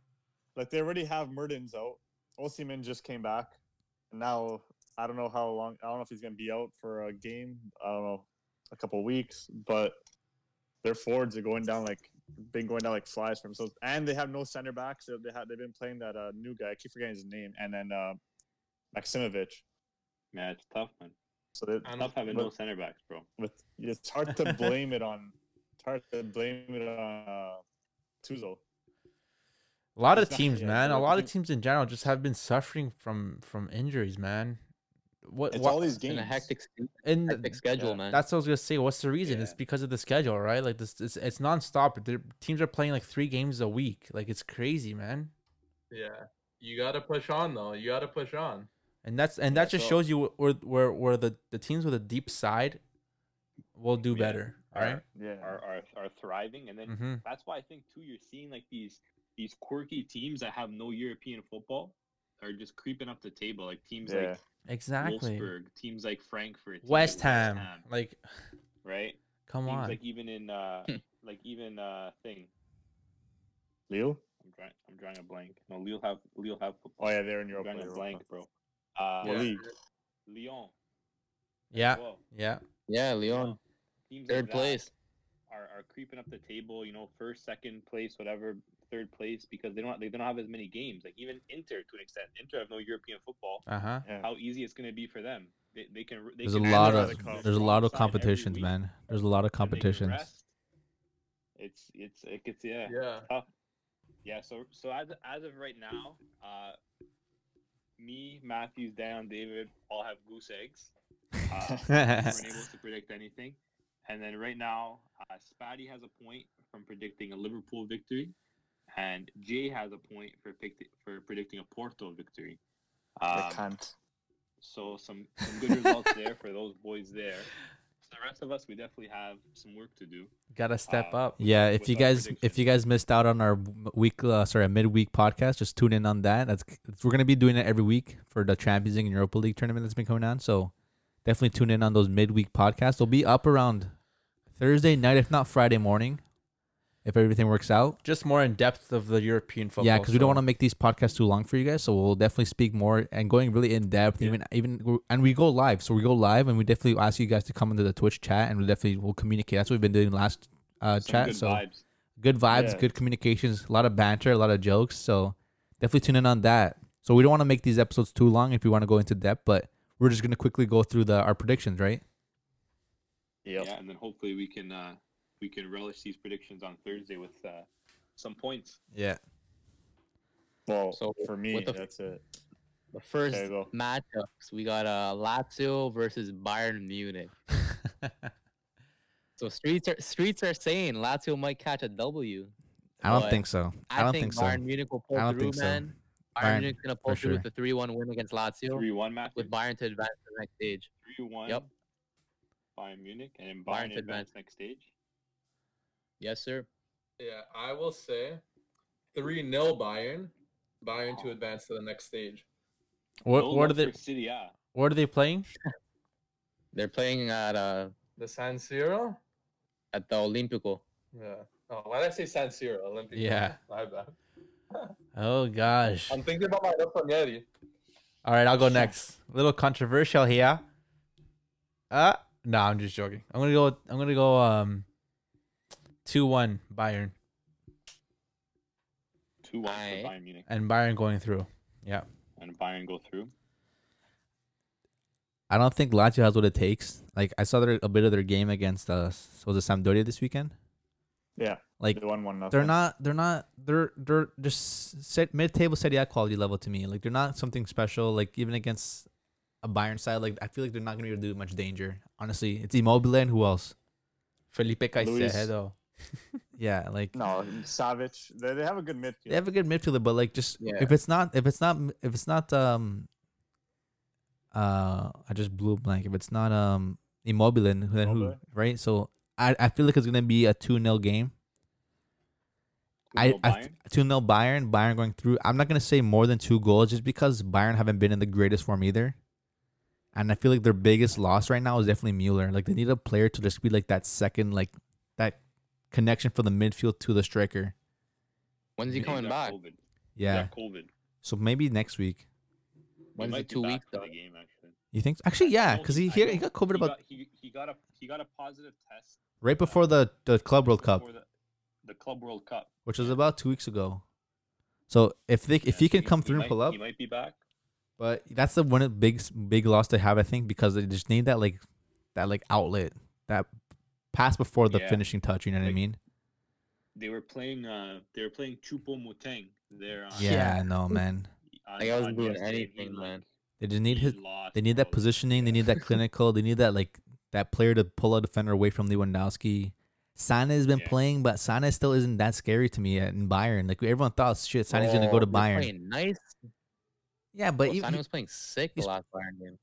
S5: like they already have Mertens out. Osimhen just came back, and now I don't know how long. I don't know if he's gonna be out for a game. I don't know, a couple weeks. But their forwards are going down like been going down like flies for themselves, and they have no center backs. So they have they've been playing that uh, new guy. I keep forgetting his name, and then uh, Maximovic.
S4: Man, it's tough, man.
S5: So they,
S1: And
S4: Tough having
S5: but-
S4: no center backs, bro.
S5: with it's hard to blame it on. It's hard to blame it on uh, Tuzo.
S2: A lot of
S5: Exactly,
S2: teams,
S5: yeah,
S2: man.
S5: so
S2: A
S5: I
S2: lot of
S5: think-
S2: teams in general just have been suffering from from injuries, man. What?
S5: It's
S2: what
S5: all these games.
S3: In a hectic,
S2: and
S3: hectic schedule,
S5: yeah,
S3: man.
S2: That's what I was gonna say. What's the reason? It's
S4: Yeah.
S2: because of the schedule, right? Like this, it's it's nonstop. The teams are playing like three games a week. Like it's crazy, man.
S1: Yeah, you gotta push on though. You gotta push on.
S2: And that's and
S5: Yeah,
S2: that just
S5: so-
S2: shows you where where where the the teams with a deep side will do
S4: Yeah.
S2: better. All right.
S5: Yeah.
S4: Are are are thriving, and then
S2: Mm-hmm.
S4: that's why I think too. You're seeing like these these quirky teams that have no European football are just creeping up the table. Like teams
S5: Yeah.
S4: like
S2: Exactly.
S4: Wolfsburg, teams like Frankfurt, teams like
S2: West Ham. Like,
S4: right?
S2: come
S4: teams
S2: on.
S4: like even in uh like even uh thing.
S5: Leo?
S4: I'm drawing I'm drawing a blank. No, Lille have Lille have football.
S5: Oh yeah, they're in
S4: I'm
S5: Europe.
S4: drawing a
S5: Europa.
S4: blank, bro. Uh,
S5: Yeah. League.
S4: Lyon.
S2: yeah.
S4: Well, Uh,
S2: Yeah.
S3: yeah, Leon,
S4: teams like
S3: third
S4: that
S3: place.
S4: are, are creeping up the table. You know, first, second place, whatever, third place, because they don't they don't have as many games. Like even Inter, to an extent, Inter have no European football.
S2: Uh huh.
S5: Yeah.
S4: How easy it's going to be for them? They, they can. They
S6: There's a
S4: can
S6: lot
S5: analyze
S6: of
S5: the cup.
S6: there's a lot of
S4: Side every
S6: competitions,
S4: week,
S6: man. There's a lot of
S4: and they can [laughs]
S6: competitions.
S4: rest. It's it's it gets yeah.
S1: Yeah.
S4: tough. Yeah, so so as as of right now, uh, me, Matthews, Dan, David all have goose
S6: [laughs]
S4: eggs. Uh, we weren't able to predict anything. And then right now, uh, Spatty has a point from predicting a Liverpool victory, and Jay has a point for pict- for predicting a Porto victory.
S5: I
S4: Um,
S5: can't.
S4: so some some good results there for those boys there. So the rest of us, we definitely have some work to do.
S2: Gotta step
S4: Uh,
S2: up.
S6: Yeah, if
S4: with
S6: you
S4: our
S6: guys if
S4: predictions.
S6: you guys missed out on our m- week uh, sorry midweek podcast, just tune in on that. That's we're gonna be doing it every week for the Champions League and Europa League tournament that's been coming on. So definitely tune in on those midweek podcasts. They'll be up around Thursday night, if not Friday morning, if everything works out.
S2: Just more in depth of the European football.
S6: Yeah, because we
S2: so-
S6: don't want to make these podcasts too long for you guys, so we'll definitely speak more and going really in depth. Even even and we go live, so we go live, and we definitely ask you guys to come into the Twitch chat, and we will definitely will communicate. That's what we've been doing last uh,
S4: Some
S6: chat.
S4: good
S6: so
S4: vibes.
S6: good vibes,
S5: Yeah.
S6: good communications, a lot of banter, a lot of jokes. So definitely tune in on that. So we don't want to make these episodes too long if we want to go into depth, but we're just gonna quickly go through the our predictions, right?
S5: Yep.
S4: Yeah, and then hopefully we can uh, we can relish these predictions on Thursday with uh, some points.
S6: Yeah.
S5: Well,
S3: So,
S5: for me,
S3: what the-
S5: that's it.
S3: The first
S5: There you go.
S3: matchups we got uh, Lazio versus Bayern
S6: [laughs]
S3: Munich. So streets are streets are saying Lazio might catch a W.
S6: I don't
S3: But
S6: think so. I,
S3: I,
S6: don't
S3: think,
S6: think,
S3: Bayern
S6: so.
S3: Munich will pull
S6: I don't
S3: through,
S6: think so.
S3: man. Bayern,
S6: Bayern,
S3: Munich's gonna pull
S6: for
S3: through
S6: sure.
S3: with a three-one win against Lazio,
S4: Three one match
S3: with Bayern to advance to the next stage.
S4: three one.
S3: Yep.
S4: Bayern Munich and then
S3: Bayern
S4: Bayern,
S3: to advance.
S4: advance next stage.
S3: Yes, sir.
S1: Yeah, I will say 3 0 Bayern. Bayern to advance to the next stage.
S2: What,
S4: No
S2: what are
S4: luck
S2: they?
S4: for City? Yeah.
S2: What are they playing?
S3: They're playing at uh
S1: The San Siro?
S3: at the Olympico.
S1: Yeah. Oh, why did I say San Siro? Olympic.
S2: Yeah.
S1: My bad.
S2: Oh gosh.
S1: I'm thinking about my Raffanelli.
S2: All right, I'll go next. A little controversial here. Uh no, I'm just joking. I'm gonna go. I'm gonna go. Um, two one Bayern
S4: Two one
S3: Aight.
S4: for Bayern Munich
S2: and Bayern going through.
S4: and Bayern go through.
S6: I don't think Lazio has what it takes. Like I saw their, a bit of their game against uh s- was it Sampdoria this weekend?
S5: Yeah.
S6: Like
S5: They won one nothing.
S6: they're not they're not they're they're just set mid table Serie A quality level to me. Like they're not something special. Like even against a Bayern side, like I feel like they're not gonna be able to do much danger. Honestly, it's Immobile and who else?
S2: Felipe
S5: Luis.
S2: Caicedo. [laughs]
S6: Yeah, like
S5: No, Savage. They, they have a good midfield.
S6: they have a good midfielder, but like just
S3: Yeah.
S6: if it's not if it's not if it's not um uh I just blew a blank. If it's not um Immobile, then who?
S5: Immobile.
S6: Right? So I I feel like it's gonna be a two 0 game. I,
S4: Go
S6: I
S4: Bayern.
S6: two 0 Bayern. Bayern going through. I'm not gonna say more than two goals just because Bayern haven't been in the greatest form either. And I feel like their biggest loss right now is definitely Mueller. Like they need a player to just be like that second, like that connection from the midfield to the striker.
S3: When's he
S4: He's
S3: coming
S4: got
S3: back?
S4: COVID. He's
S6: Yeah.
S4: got COVID. He
S6: So maybe next week.
S3: When's
S4: might
S3: the two
S4: be back
S3: weeks
S4: for
S3: though?
S4: The game actually.
S6: You think? Actually,
S4: I
S6: yeah,
S4: know
S6: because he
S4: I
S6: he, he
S4: know
S6: got COVID about
S4: got, he, he got a he got a positive test
S6: right before the the Club World Cup,
S4: before the, the Club World Cup,
S6: which was about two weeks ago. So if they
S4: Yeah,
S6: if he can
S4: so
S6: come through
S4: might,
S6: and pull up,
S4: he might be back.
S6: But that's the one big big loss they have, I think, because they just need that like that like outlet that pass before the
S4: Yeah.
S6: finishing touch. You know what I
S4: Like,
S6: mean?
S4: They were playing uh they were playing Chupo Muteng there.
S3: uh,
S4: On,
S6: Yeah, no man.
S4: on-
S3: Like, I wasn't
S4: on
S3: doing
S4: yesterday, and he,
S3: anything,
S4: like,
S3: man.
S6: They just need
S4: he
S3: [laughs]
S6: his.
S4: lost,
S6: They need
S4: bro.
S6: that positioning. They
S4: Yeah.
S6: need that clinical. They need that like that player to pull a defender away from Lewandowski. Sana has been
S4: Yeah.
S6: playing, but Sana still isn't that scary to me yet in Bayern. Like everyone thought, shit, Sana's gonna
S3: Oh,
S6: go to
S3: he was
S6: Bayern.
S3: Playing nice.
S6: Yeah, but e,
S3: oh,
S6: he-
S3: Sane
S6: he-
S3: was playing sick the
S6: he's-
S3: last Bayern game.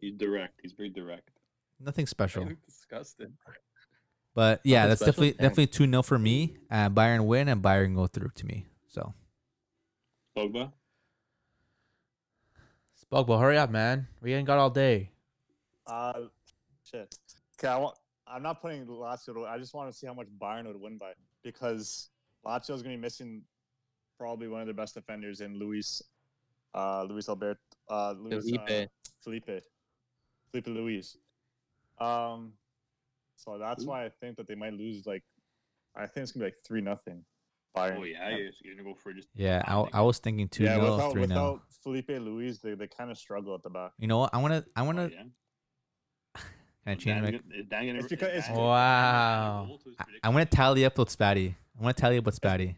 S4: He's direct. He's very direct.
S6: nothing special.
S1: I look disgusted.
S6: But yeah,
S3: Nothing
S6: that's
S3: special?
S6: definitely
S3: Damn.
S6: definitely two 0 for me. Uh, Bayern win and Bayern go through to me. So
S4: Pogba.
S2: Spogba, hurry up, man. We ain't got all day.
S5: Uh, shit. Okay, I want. I'm not putting Lazio. To, I just want to see how much Bayern would win by because Lazio's going to be missing probably one of their best defenders in Luis, uh, Luis Albert, uh, Luis, Uh,
S3: Felipe.
S5: Felipe, Felipe Luis. Um, so that's why I think that they might lose. Like, I think it's gonna be like three nothing. Bayern.
S4: Oh yeah, yeah. So you're gonna go for just
S6: yeah,
S4: pounding.
S6: I, I was thinking two
S5: Yeah,
S6: 0
S5: without,
S6: three 0
S5: without Felipe Luis, they, they kind of struggle at the back.
S6: You know what? I wanna I wanna
S4: Oh, yeah.
S6: can I
S4: Is
S6: change
S4: Dan
S6: my
S4: gonna- is Dan gonna-
S5: It's
S4: is
S5: because-
S4: Dan gonna- is
S5: it's-
S4: Dan gonna
S2: Wow.
S4: roll to his
S6: I, I
S4: prediction?
S6: wanna tally up with Spatty. I wanna tally up with Spatty.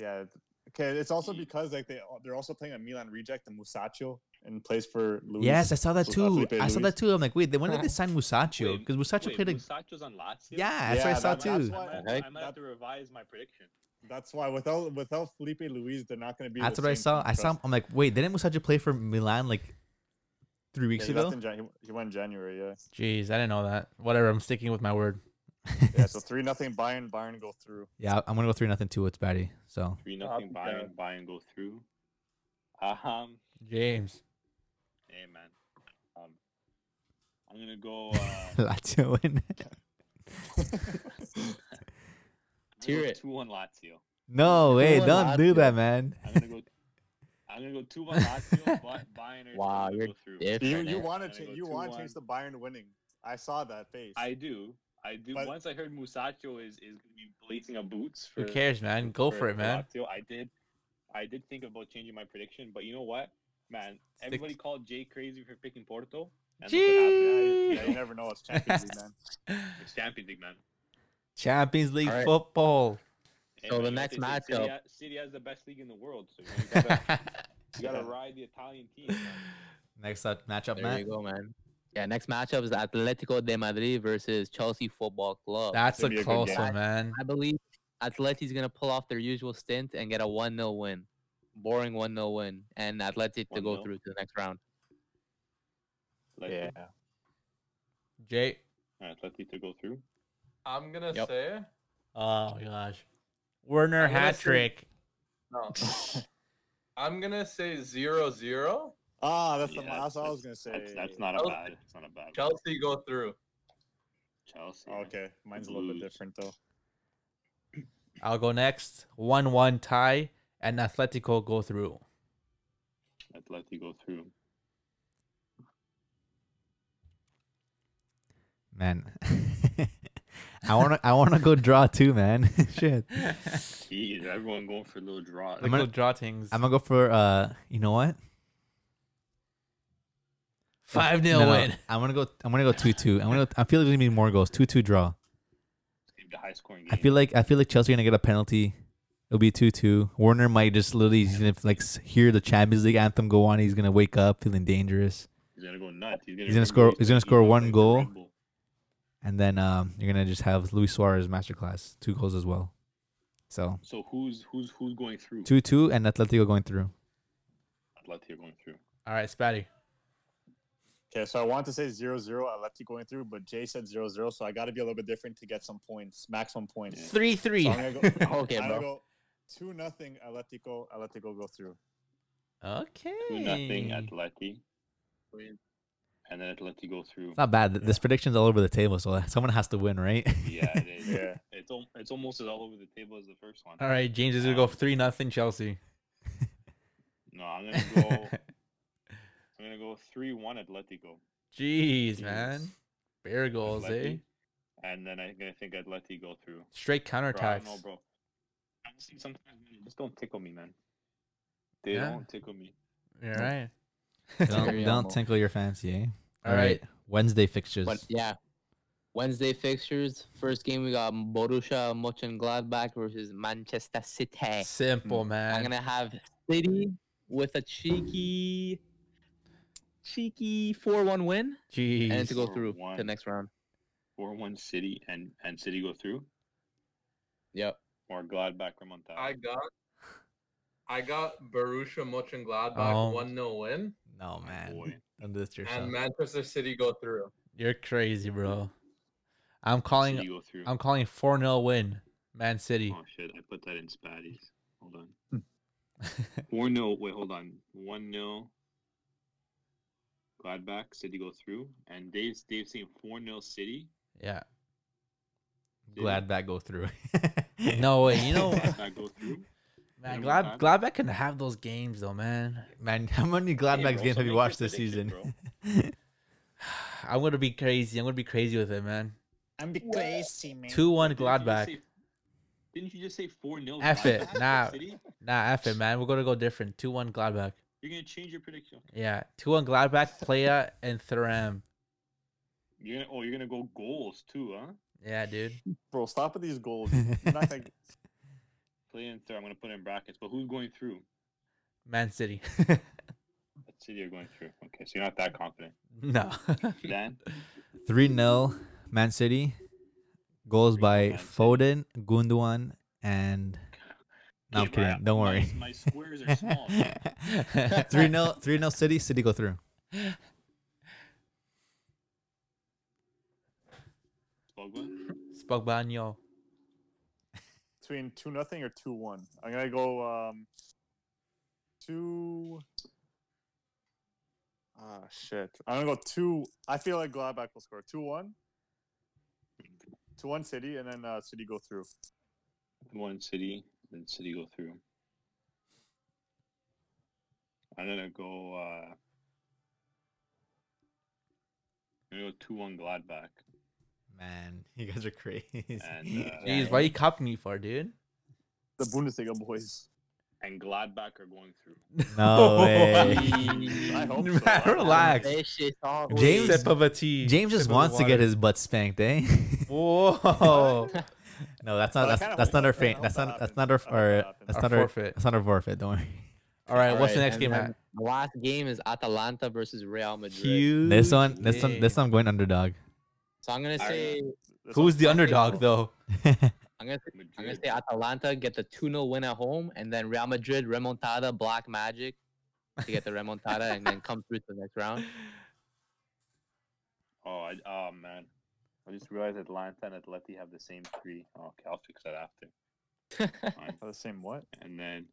S5: Yeah. th- Okay. It's also
S4: Ye-
S5: because like they they're also playing a Milan reject and Musacchio in place for Luis.
S6: Yes, I saw that
S5: Without
S6: too.
S5: Felipe
S6: I saw
S5: Luis.
S6: that too. I'm like, wait, they- when did they sign Musacchio?
S4: Wait,
S6: Because Musacchio
S4: wait,
S6: played a
S4: Musacho's on Lazio.
S6: yeah,
S5: Yeah,
S6: that's what I saw
S5: that- that's
S6: too.
S5: why-
S4: I might,
S3: Heck?
S4: I might have to revise my prediction.
S5: That's why without without Felipe Luis, they're not going to be. the
S6: That's what I
S5: same
S6: saw.
S5: team,
S6: I saw.
S5: trust
S6: I'm like, wait, didn't Musacchio play for Milan like three
S5: Yeah,
S6: weeks
S5: he, left
S6: ago.
S5: in Jan- he- he went in January, yeah.
S2: Jeez, I didn't know that. Whatever, I'm sticking with my word.
S6: [laughs]
S5: Yeah, so three nothing Bayern Bayern go through.
S6: yeah, I'm gonna go three nothing two with Batty. So [laughs]
S4: Three
S1: I'll
S4: nothing.
S1: be
S4: Buy
S1: down.
S4: and buy and go through. Um,
S2: James.
S4: hey man. Um, I'm gonna go. Uh,
S6: [laughs] Lazio win.
S3: Hear it.
S4: Two one Lazio.
S6: no way,
S3: Who
S6: don't do
S3: Lazio?
S6: that, man.
S4: I'm gonna go. I'm gonna go two one Lazio,
S2: [laughs]
S4: but Bayern. are
S3: Wow,
S4: gonna
S3: you're
S4: go through.
S3: different.
S5: You
S3: Different,
S5: you
S3: eh?
S5: want to
S4: Gotta go
S5: change you want to
S4: 2-1.
S5: change the Bayern winning. I saw that face.
S4: I do. I do.
S5: But-
S4: Once I heard Musacho is is gonna be blazing a boots. For,
S2: Who cares, man? Go for it, man.
S4: Lazio, I did. I did think about changing my prediction, but you know what, man? Everybody called Jay crazy for picking Porto. And look what happened.
S5: yeah, you never know. It's Champions League, man.
S4: It's Champions League, man.
S6: Champions League
S3: All right.
S6: football.
S4: Hey,
S3: So the
S4: man, you know
S3: next
S4: what they say, City
S3: matchup-
S4: ha- City has the best league in the world, so you, know,
S3: [laughs]
S4: you gotta,
S6: [laughs]
S4: you gotta ride the Italian team. man.
S6: Next up matchup,
S3: There
S6: Matt.
S3: you go, man. Yeah, next matchup is Atletico de Madrid versus Chelsea Football Club.
S2: That's
S5: Oh, gonna
S2: a
S5: be a good
S2: close
S5: game.
S2: one, man.
S3: I believe Atleti's gonna pull off their usual stint and get a one 0 win, boring one 0 win, and Atletic to go
S4: 1-0.
S3: through to the next round.
S4: Like,
S5: [laughs]
S2: Jay.
S4: All right, to go through.
S1: I'm gonna
S3: Yep.
S1: say
S2: Oh gosh. Werner
S1: I'm gonna
S2: hat
S1: say-
S2: trick. [laughs]
S1: no. I'm gonna say zero zero.
S5: Ah,
S4: [laughs]
S5: that's
S4: Yeah,
S5: the that's what I was gonna say.
S4: That's, that's not a
S3: Oh,
S1: Chelsea-
S4: bad. It's not a bad. one.
S1: Chelsea go through.
S4: Chelsea.
S5: Oh, okay. Mine's a little bit
S4: Blues.
S5: different though.
S2: I'll go next. One one tie and Atletico go through.
S4: Atleti go through.
S6: Man. [laughs] I wanna I wanna go draw too, man. [laughs] Shit.
S2: Like
S4: Jeez, everyone going for little draws.
S6: I'm gonna-
S2: little draw things.
S6: I'm gonna go for uh you know what?
S2: Five 0
S6: No, no,
S2: win.
S6: I'm gonna go I'm gonna go two two. I'm gonna I feel like there's gonna be more goals. Two two draw.
S4: It's gonna be the high scoring game.
S6: I feel like I feel like Chelsea are gonna get a penalty. It'll be two two. Warner might just literally he's gonna like s- hear the Champions League anthem go on. He's gonna wake up feeling dangerous,
S4: he's gonna go nuts. He's gonna,
S6: He's gonna
S4: remember
S6: score-
S4: he
S6: he's gonna
S4: scored
S6: score
S4: 18
S6: one
S4: goals for
S6: goal.
S4: Red Bull.
S6: and then um you're gonna just have Luis Suarez masterclass two goals as well. So
S4: So who's who's who's going through?
S6: two two and Atletico going through.
S4: Atleti are going through.
S2: All right, Spatty.
S5: Okay, so I want to say zero zero. I left you going through, but Jay said zero zero, so I got to be a little bit different to get some points, maximum points.
S2: Three three.
S5: So I'm gonna go,
S3: Okay,
S5: I'm
S3: bro.
S5: gonna go two nothing. Atletico, Atletico go through.
S2: Okay.
S4: Two nothing
S6: Hmm.
S4: Atleti,
S1: Win.
S4: and then Atleti go through.
S6: It's not bad. Th- This prediction's all over the table, so uh, someone has to win, right?
S4: Yeah, it is. [laughs]
S5: [laughs] Yeah.
S4: It's al- it's almost as all over the table as the first one.
S2: [laughs] All right, James is gonna go three nothing Chelsea.
S4: No, I'm gonna go.
S6: [laughs]
S4: I'm gonna go three one Atletico.
S2: Jeez, man. Bear goals, eh?
S4: Atleti, And then I'm gonna think Atleti go through.
S2: Straight
S4: Bro, I don't
S2: counterattacks.
S4: know, bro. Honestly, sometimes man, they just don't tickle me, man. They
S2: Yeah.
S4: don't tickle me.
S2: You're right.
S6: don't,
S3: Very
S6: don't
S3: humble.
S6: tinkle your fancy, eh?
S2: All right.
S6: Wednesday fixtures.
S3: But yeah, Wednesday fixtures. First game we got Borussia Mönchengladbach versus Manchester City.
S2: Simple, man.
S3: I'm gonna have City with a cheeky, cheeky four-one win
S2: Jeez.
S3: and to go through to the
S4: 4-1.
S3: next round.
S4: Four one City and and City go through.
S3: Yep.
S4: Or Gladbach or Montage.
S1: I got I got Borussia Mönchengladbach
S2: Oh.
S1: one 0 win,
S6: no man,
S4: Boy.
S6: don't do this to yourself.
S1: and Manchester City go through.
S2: You're crazy, bro.
S5: Mm.
S2: I'm calling.
S4: City go through.
S2: I'm calling four 0 win. Man City.
S4: Oh shit! I put that in Spatty's. Hold on.
S2: Hmm. [laughs]
S4: Four 0 Wait, hold on. One 0 Gladbach City go through, and Dave's Dave's saying four 0 City.
S2: yeah.
S6: Glad that go through. [laughs]
S2: No way.
S4: [laughs]
S2: You know,
S4: Gladbach go
S2: [laughs]
S4: through.
S2: man.
S4: Remember
S2: Glad
S4: that?
S2: Gladbach can have those games though, man.
S6: man, how many Gladbacks
S4: bro,
S6: games have
S4: make
S6: you
S4: your
S6: watched this
S4: prediction, bro.
S6: season?
S2: I'm gonna be crazy. I'm gonna be crazy with it, man.
S5: I'm be crazy, man.
S2: Two one
S4: Didn't you just
S2: Gladbach.
S4: say- Didn't you just say four 0
S2: F it, nah.
S4: City?
S2: Nah, F it, man. We're gonna go different. Two one Gladbach.
S4: You're gonna change your prediction.
S2: Yeah, two one Gladbach, Playa and Thuram.
S4: You're gonna, oh, you're gonna go goals too, huh?
S2: Yeah, dude.
S5: Bro, stop with these goals.
S6: [laughs]
S5: You're not gonna-
S4: Play in third. I'm gonna put it in brackets. But who's going through?
S2: Man City. [laughs]
S4: What City are going through. Okay, so you're not that confident.
S2: no.
S4: Dan,
S6: Three 0 Man City. Goals
S4: 3-0
S6: by
S4: Man City.
S6: Foden, Gundogan, and [laughs] no, I'm
S4: Dave, I-
S6: kidding. Don't
S4: my-
S6: worry. [laughs]
S4: My squares are small.
S6: Three 0 three 0 City. City go through.
S4: Pogba.
S2: Spogbano.
S5: between two nothing or two one. I'm gonna go um two. Ah shit! I'm gonna go two. I feel like Gladbach will score two one. Two one City, and then uh, City go through.
S4: One City, then City go through. I'm gonna go. Uh, I'm gonna go two one Gladbach.
S6: Man, you guys are crazy.
S4: And, uh,
S2: [laughs] Jeez, why you copying me for, dude?
S5: The Bundesliga boys.
S4: And Gladbach are going through.
S6: [laughs]
S2: [laughs]
S6: No way.
S5: I hope so.
S2: Man, relax.
S3: That shit's all
S6: James-
S3: weird.
S2: Sip of a tea.
S6: James just
S2: sip of
S6: wants to get
S2: water.
S6: his butt spanked, eh?
S2: [laughs] Whoa.
S6: [laughs] no, that's
S5: Well, I kinda
S6: not that's, that's
S5: hope-
S6: not our
S5: I kinda
S6: faint.
S5: hope
S6: That's
S5: that
S6: not that's
S5: happens.
S6: not our
S5: I hope that
S6: our
S5: happens.
S6: that's
S2: Our
S6: not our
S2: forfeit.
S6: that's not our forfeit. Don't worry.
S2: All right, what's
S3: Alright,
S2: the next
S3: and
S2: game,
S3: then
S2: man?
S3: The last game is Atalanta versus Real Madrid.
S6: This one, this one, this
S2: game.
S6: one, I'm going underdog. [laughs]
S3: So I'm gonna
S4: Alright.
S3: say
S5: This
S2: Who's
S5: one-
S2: the underdog though?
S3: I'm gonna say, I'm gonna
S4: Madrid.
S3: say Atalanta get the 2-0 win at home, and then Real Madrid remontada black magic to get the remontada and then come through to the next round.
S4: Oh, I, oh man. I just realized Atlanta and Atleti have the same three. Oh, okay, I'll fix that after. Fine.
S5: Are the same what?
S4: and then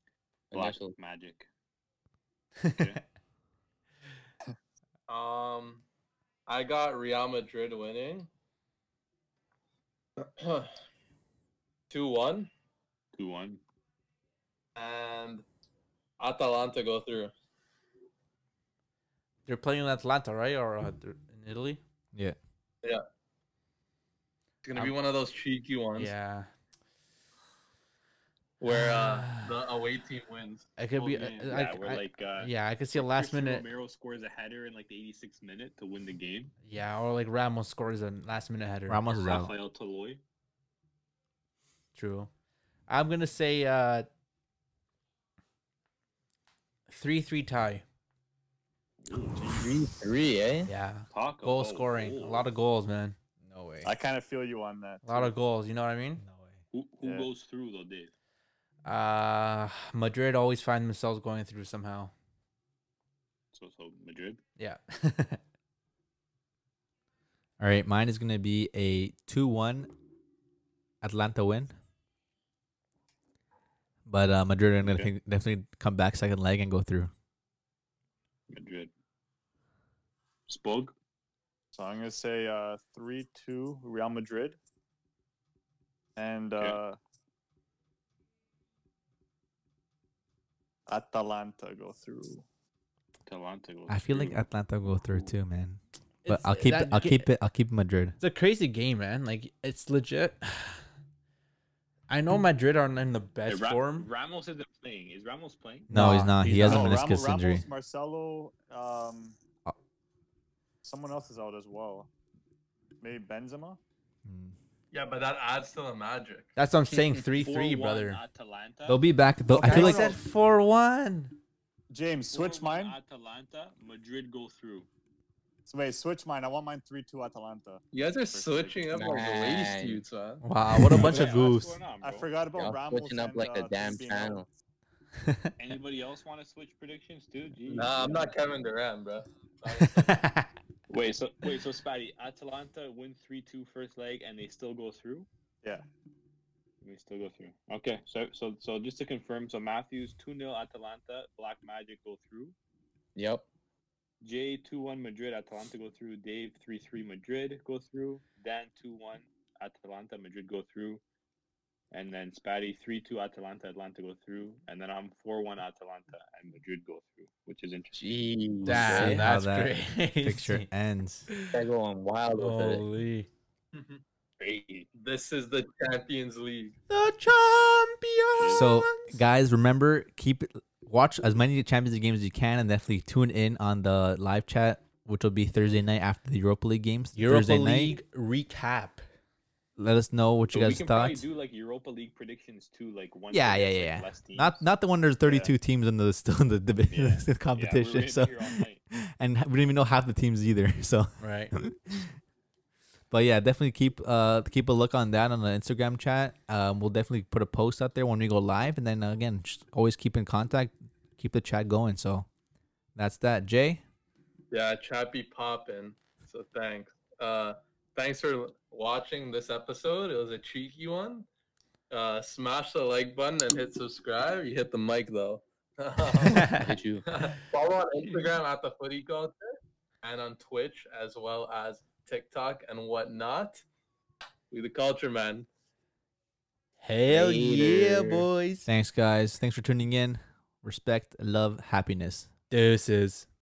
S4: Black
S3: Initial.
S4: Magic.
S1: Um, I got Real Madrid winning. [clears throat] Two one,
S4: 2 1.
S1: and Atalanta go through.
S2: They're playing in Atlanta, right? Or uh, they're in Italy?
S6: Yeah.
S1: It's gonna be one of those cheeky ones
S2: Yeah.
S1: where uh,
S2: [sighs]
S1: the away team wins.
S2: It could
S1: both
S2: be.
S1: games.
S2: uh,
S4: Yeah,
S2: I-
S4: we're
S2: I-
S4: like, uh,
S2: yeah, I could see a last
S4: Christian
S2: minute.
S4: Romero scores a header in like the 86th minute to win the game.
S2: Yeah, or like Ramos scores a last minute header.
S6: Ramos is out.
S4: Rafael Toloy.
S2: True. I'm gonna say uh three three tie.
S3: Three three, eh?
S2: Yeah.
S4: Talk
S2: Goal
S4: about
S2: scoring. A
S4: goals.
S2: lot of goals, man.
S6: No way.
S5: I kind of feel you on that.
S2: A lot of goals. You know what I mean?
S6: No way.
S4: Who, who
S5: Yeah.
S4: goes through though, Dave?
S2: Uh Madrid always find themselves going through somehow.
S4: So, so Madrid.
S6: [laughs]
S2: Yeah.
S6: All right, mine is gonna be a two-one Atlanta win, but uh, Madrid are gonna
S4: Okay.
S6: think- definitely come back second leg and go through.
S4: Madrid. Spog.
S5: So I'm gonna say uh, three two Real Madrid. And
S4: Okay.
S5: uh, Atalanta go through.
S4: Atalanta goes
S6: I feel like
S4: through.
S6: Atlanta will go through too, man. But
S2: It's-
S6: I'll keep
S2: that
S6: it. I'll
S2: ga-
S6: keep it. I'll keep Madrid.
S2: It's a crazy game, man. Like it's legit. [sighs] I
S6: Mm.
S2: know Madrid aren't in the
S4: Hey,
S2: best
S4: Ra-
S2: form.
S4: Ramos isn't playing. Is Ramos playing?
S6: No, he's
S2: Nah,
S6: not. He
S2: he's
S6: has a
S2: not.
S5: Oh, Ramo-
S6: meniscus injury.
S5: Ramos, Marcelo, um,
S6: Uh.
S5: someone else is out as well. Maybe Benzema.
S6: Mm.
S1: Yeah, but that adds to the magic.
S2: That's what I'm saying. Three three,
S4: 4-1
S2: brother.
S4: Atalanta.
S6: They'll be back. Though I
S5: Okay.
S6: feel
S5: I
S6: like
S5: said
S2: four one.
S5: James, switch
S4: 4-1
S5: mine.
S4: Atalanta. Madrid go through.
S5: So wait, switch mine. I want mine three two Atalanta.
S1: You guys are
S4: sure.
S1: switching up on the
S3: Man.
S1: waist, dudes, man.
S2: Wow, what a [laughs]
S6: Yeah,
S2: bunch of
S4: Yeah, what's
S2: goofs.
S4: going on,
S5: I
S4: bro?
S5: forgot about
S3: Y'all
S5: Ramos.
S3: switching up
S5: and,
S3: like
S5: uh,
S3: the damn
S5: being out.
S3: channel.
S4: Anybody else want to switch predictions, dude? Jeez.
S1: Nah, I'm not Kevin Durant,
S2: [laughs]
S1: bro.
S4: Wait, so wait, so Spatty, Atalanta win 3-2 first leg, and they still go through.
S5: Yeah.
S4: They still go through. Okay, so so so just to confirm, so Matthews two 0 Atalanta, Black Magic go through.
S3: Yep.
S4: J two one Madrid, Atalanta go through. Dave three three Madrid go through. Dan two one Atalanta, Madrid go through. And then Spatty three two Atalanta, Atlanta go through. And then I'm four one Atalanta and Madrid go through, which is interesting.
S3: Jeez.
S2: Damn,
S6: See
S3: eh?
S6: how
S2: that's
S6: that
S2: crazy. [laughs]
S6: picture ends.
S3: They're going wild with it.
S2: Holy.
S4: Crazy.
S1: This is the Champions League.
S2: The champion.
S6: So, guys, remember keep watch as many Champions League games as you can, and definitely tune in on the live chat, which will be Thursday night after the Europa League games.
S2: Europa
S6: Thursday night.
S2: League recap.
S6: Let us know what you
S4: So we
S6: guys
S4: can
S6: thought.
S4: probably do like Europa League predictions too, like one.
S6: Yeah, yeah, yeah, yeah.
S4: less teams.
S6: Not not the one there's 32 teams in the still in the, divi-
S4: Yeah.
S6: the [laughs] competition.
S4: gonna be
S6: so,
S4: here all night.
S6: and we don't even know half the teams either. [laughs] So,
S2: Right.
S6: but yeah, definitely keep uh keep a look on that on the Instagram chat. Um, we'll definitely put a post out there when we go live, and then uh, again, just always keep in contact, keep the chat going. So, that's that. Jay.
S1: Yeah, Chappy poppin'. So thanks. Uh, thanks for watching this episode. It was a cheeky one. Uh, smash the like button and hit subscribe. You hit the mic though. [laughs]
S3: I'll hit you.
S1: Follow on Instagram at the Footy Culture and on Twitch as well as TikTok and whatnot. We the Culture Man.
S2: Hell yeah,
S3: Later.
S2: boys.
S6: Thanks, guys. Thanks for tuning in. Respect, love, happiness.
S2: Deuces.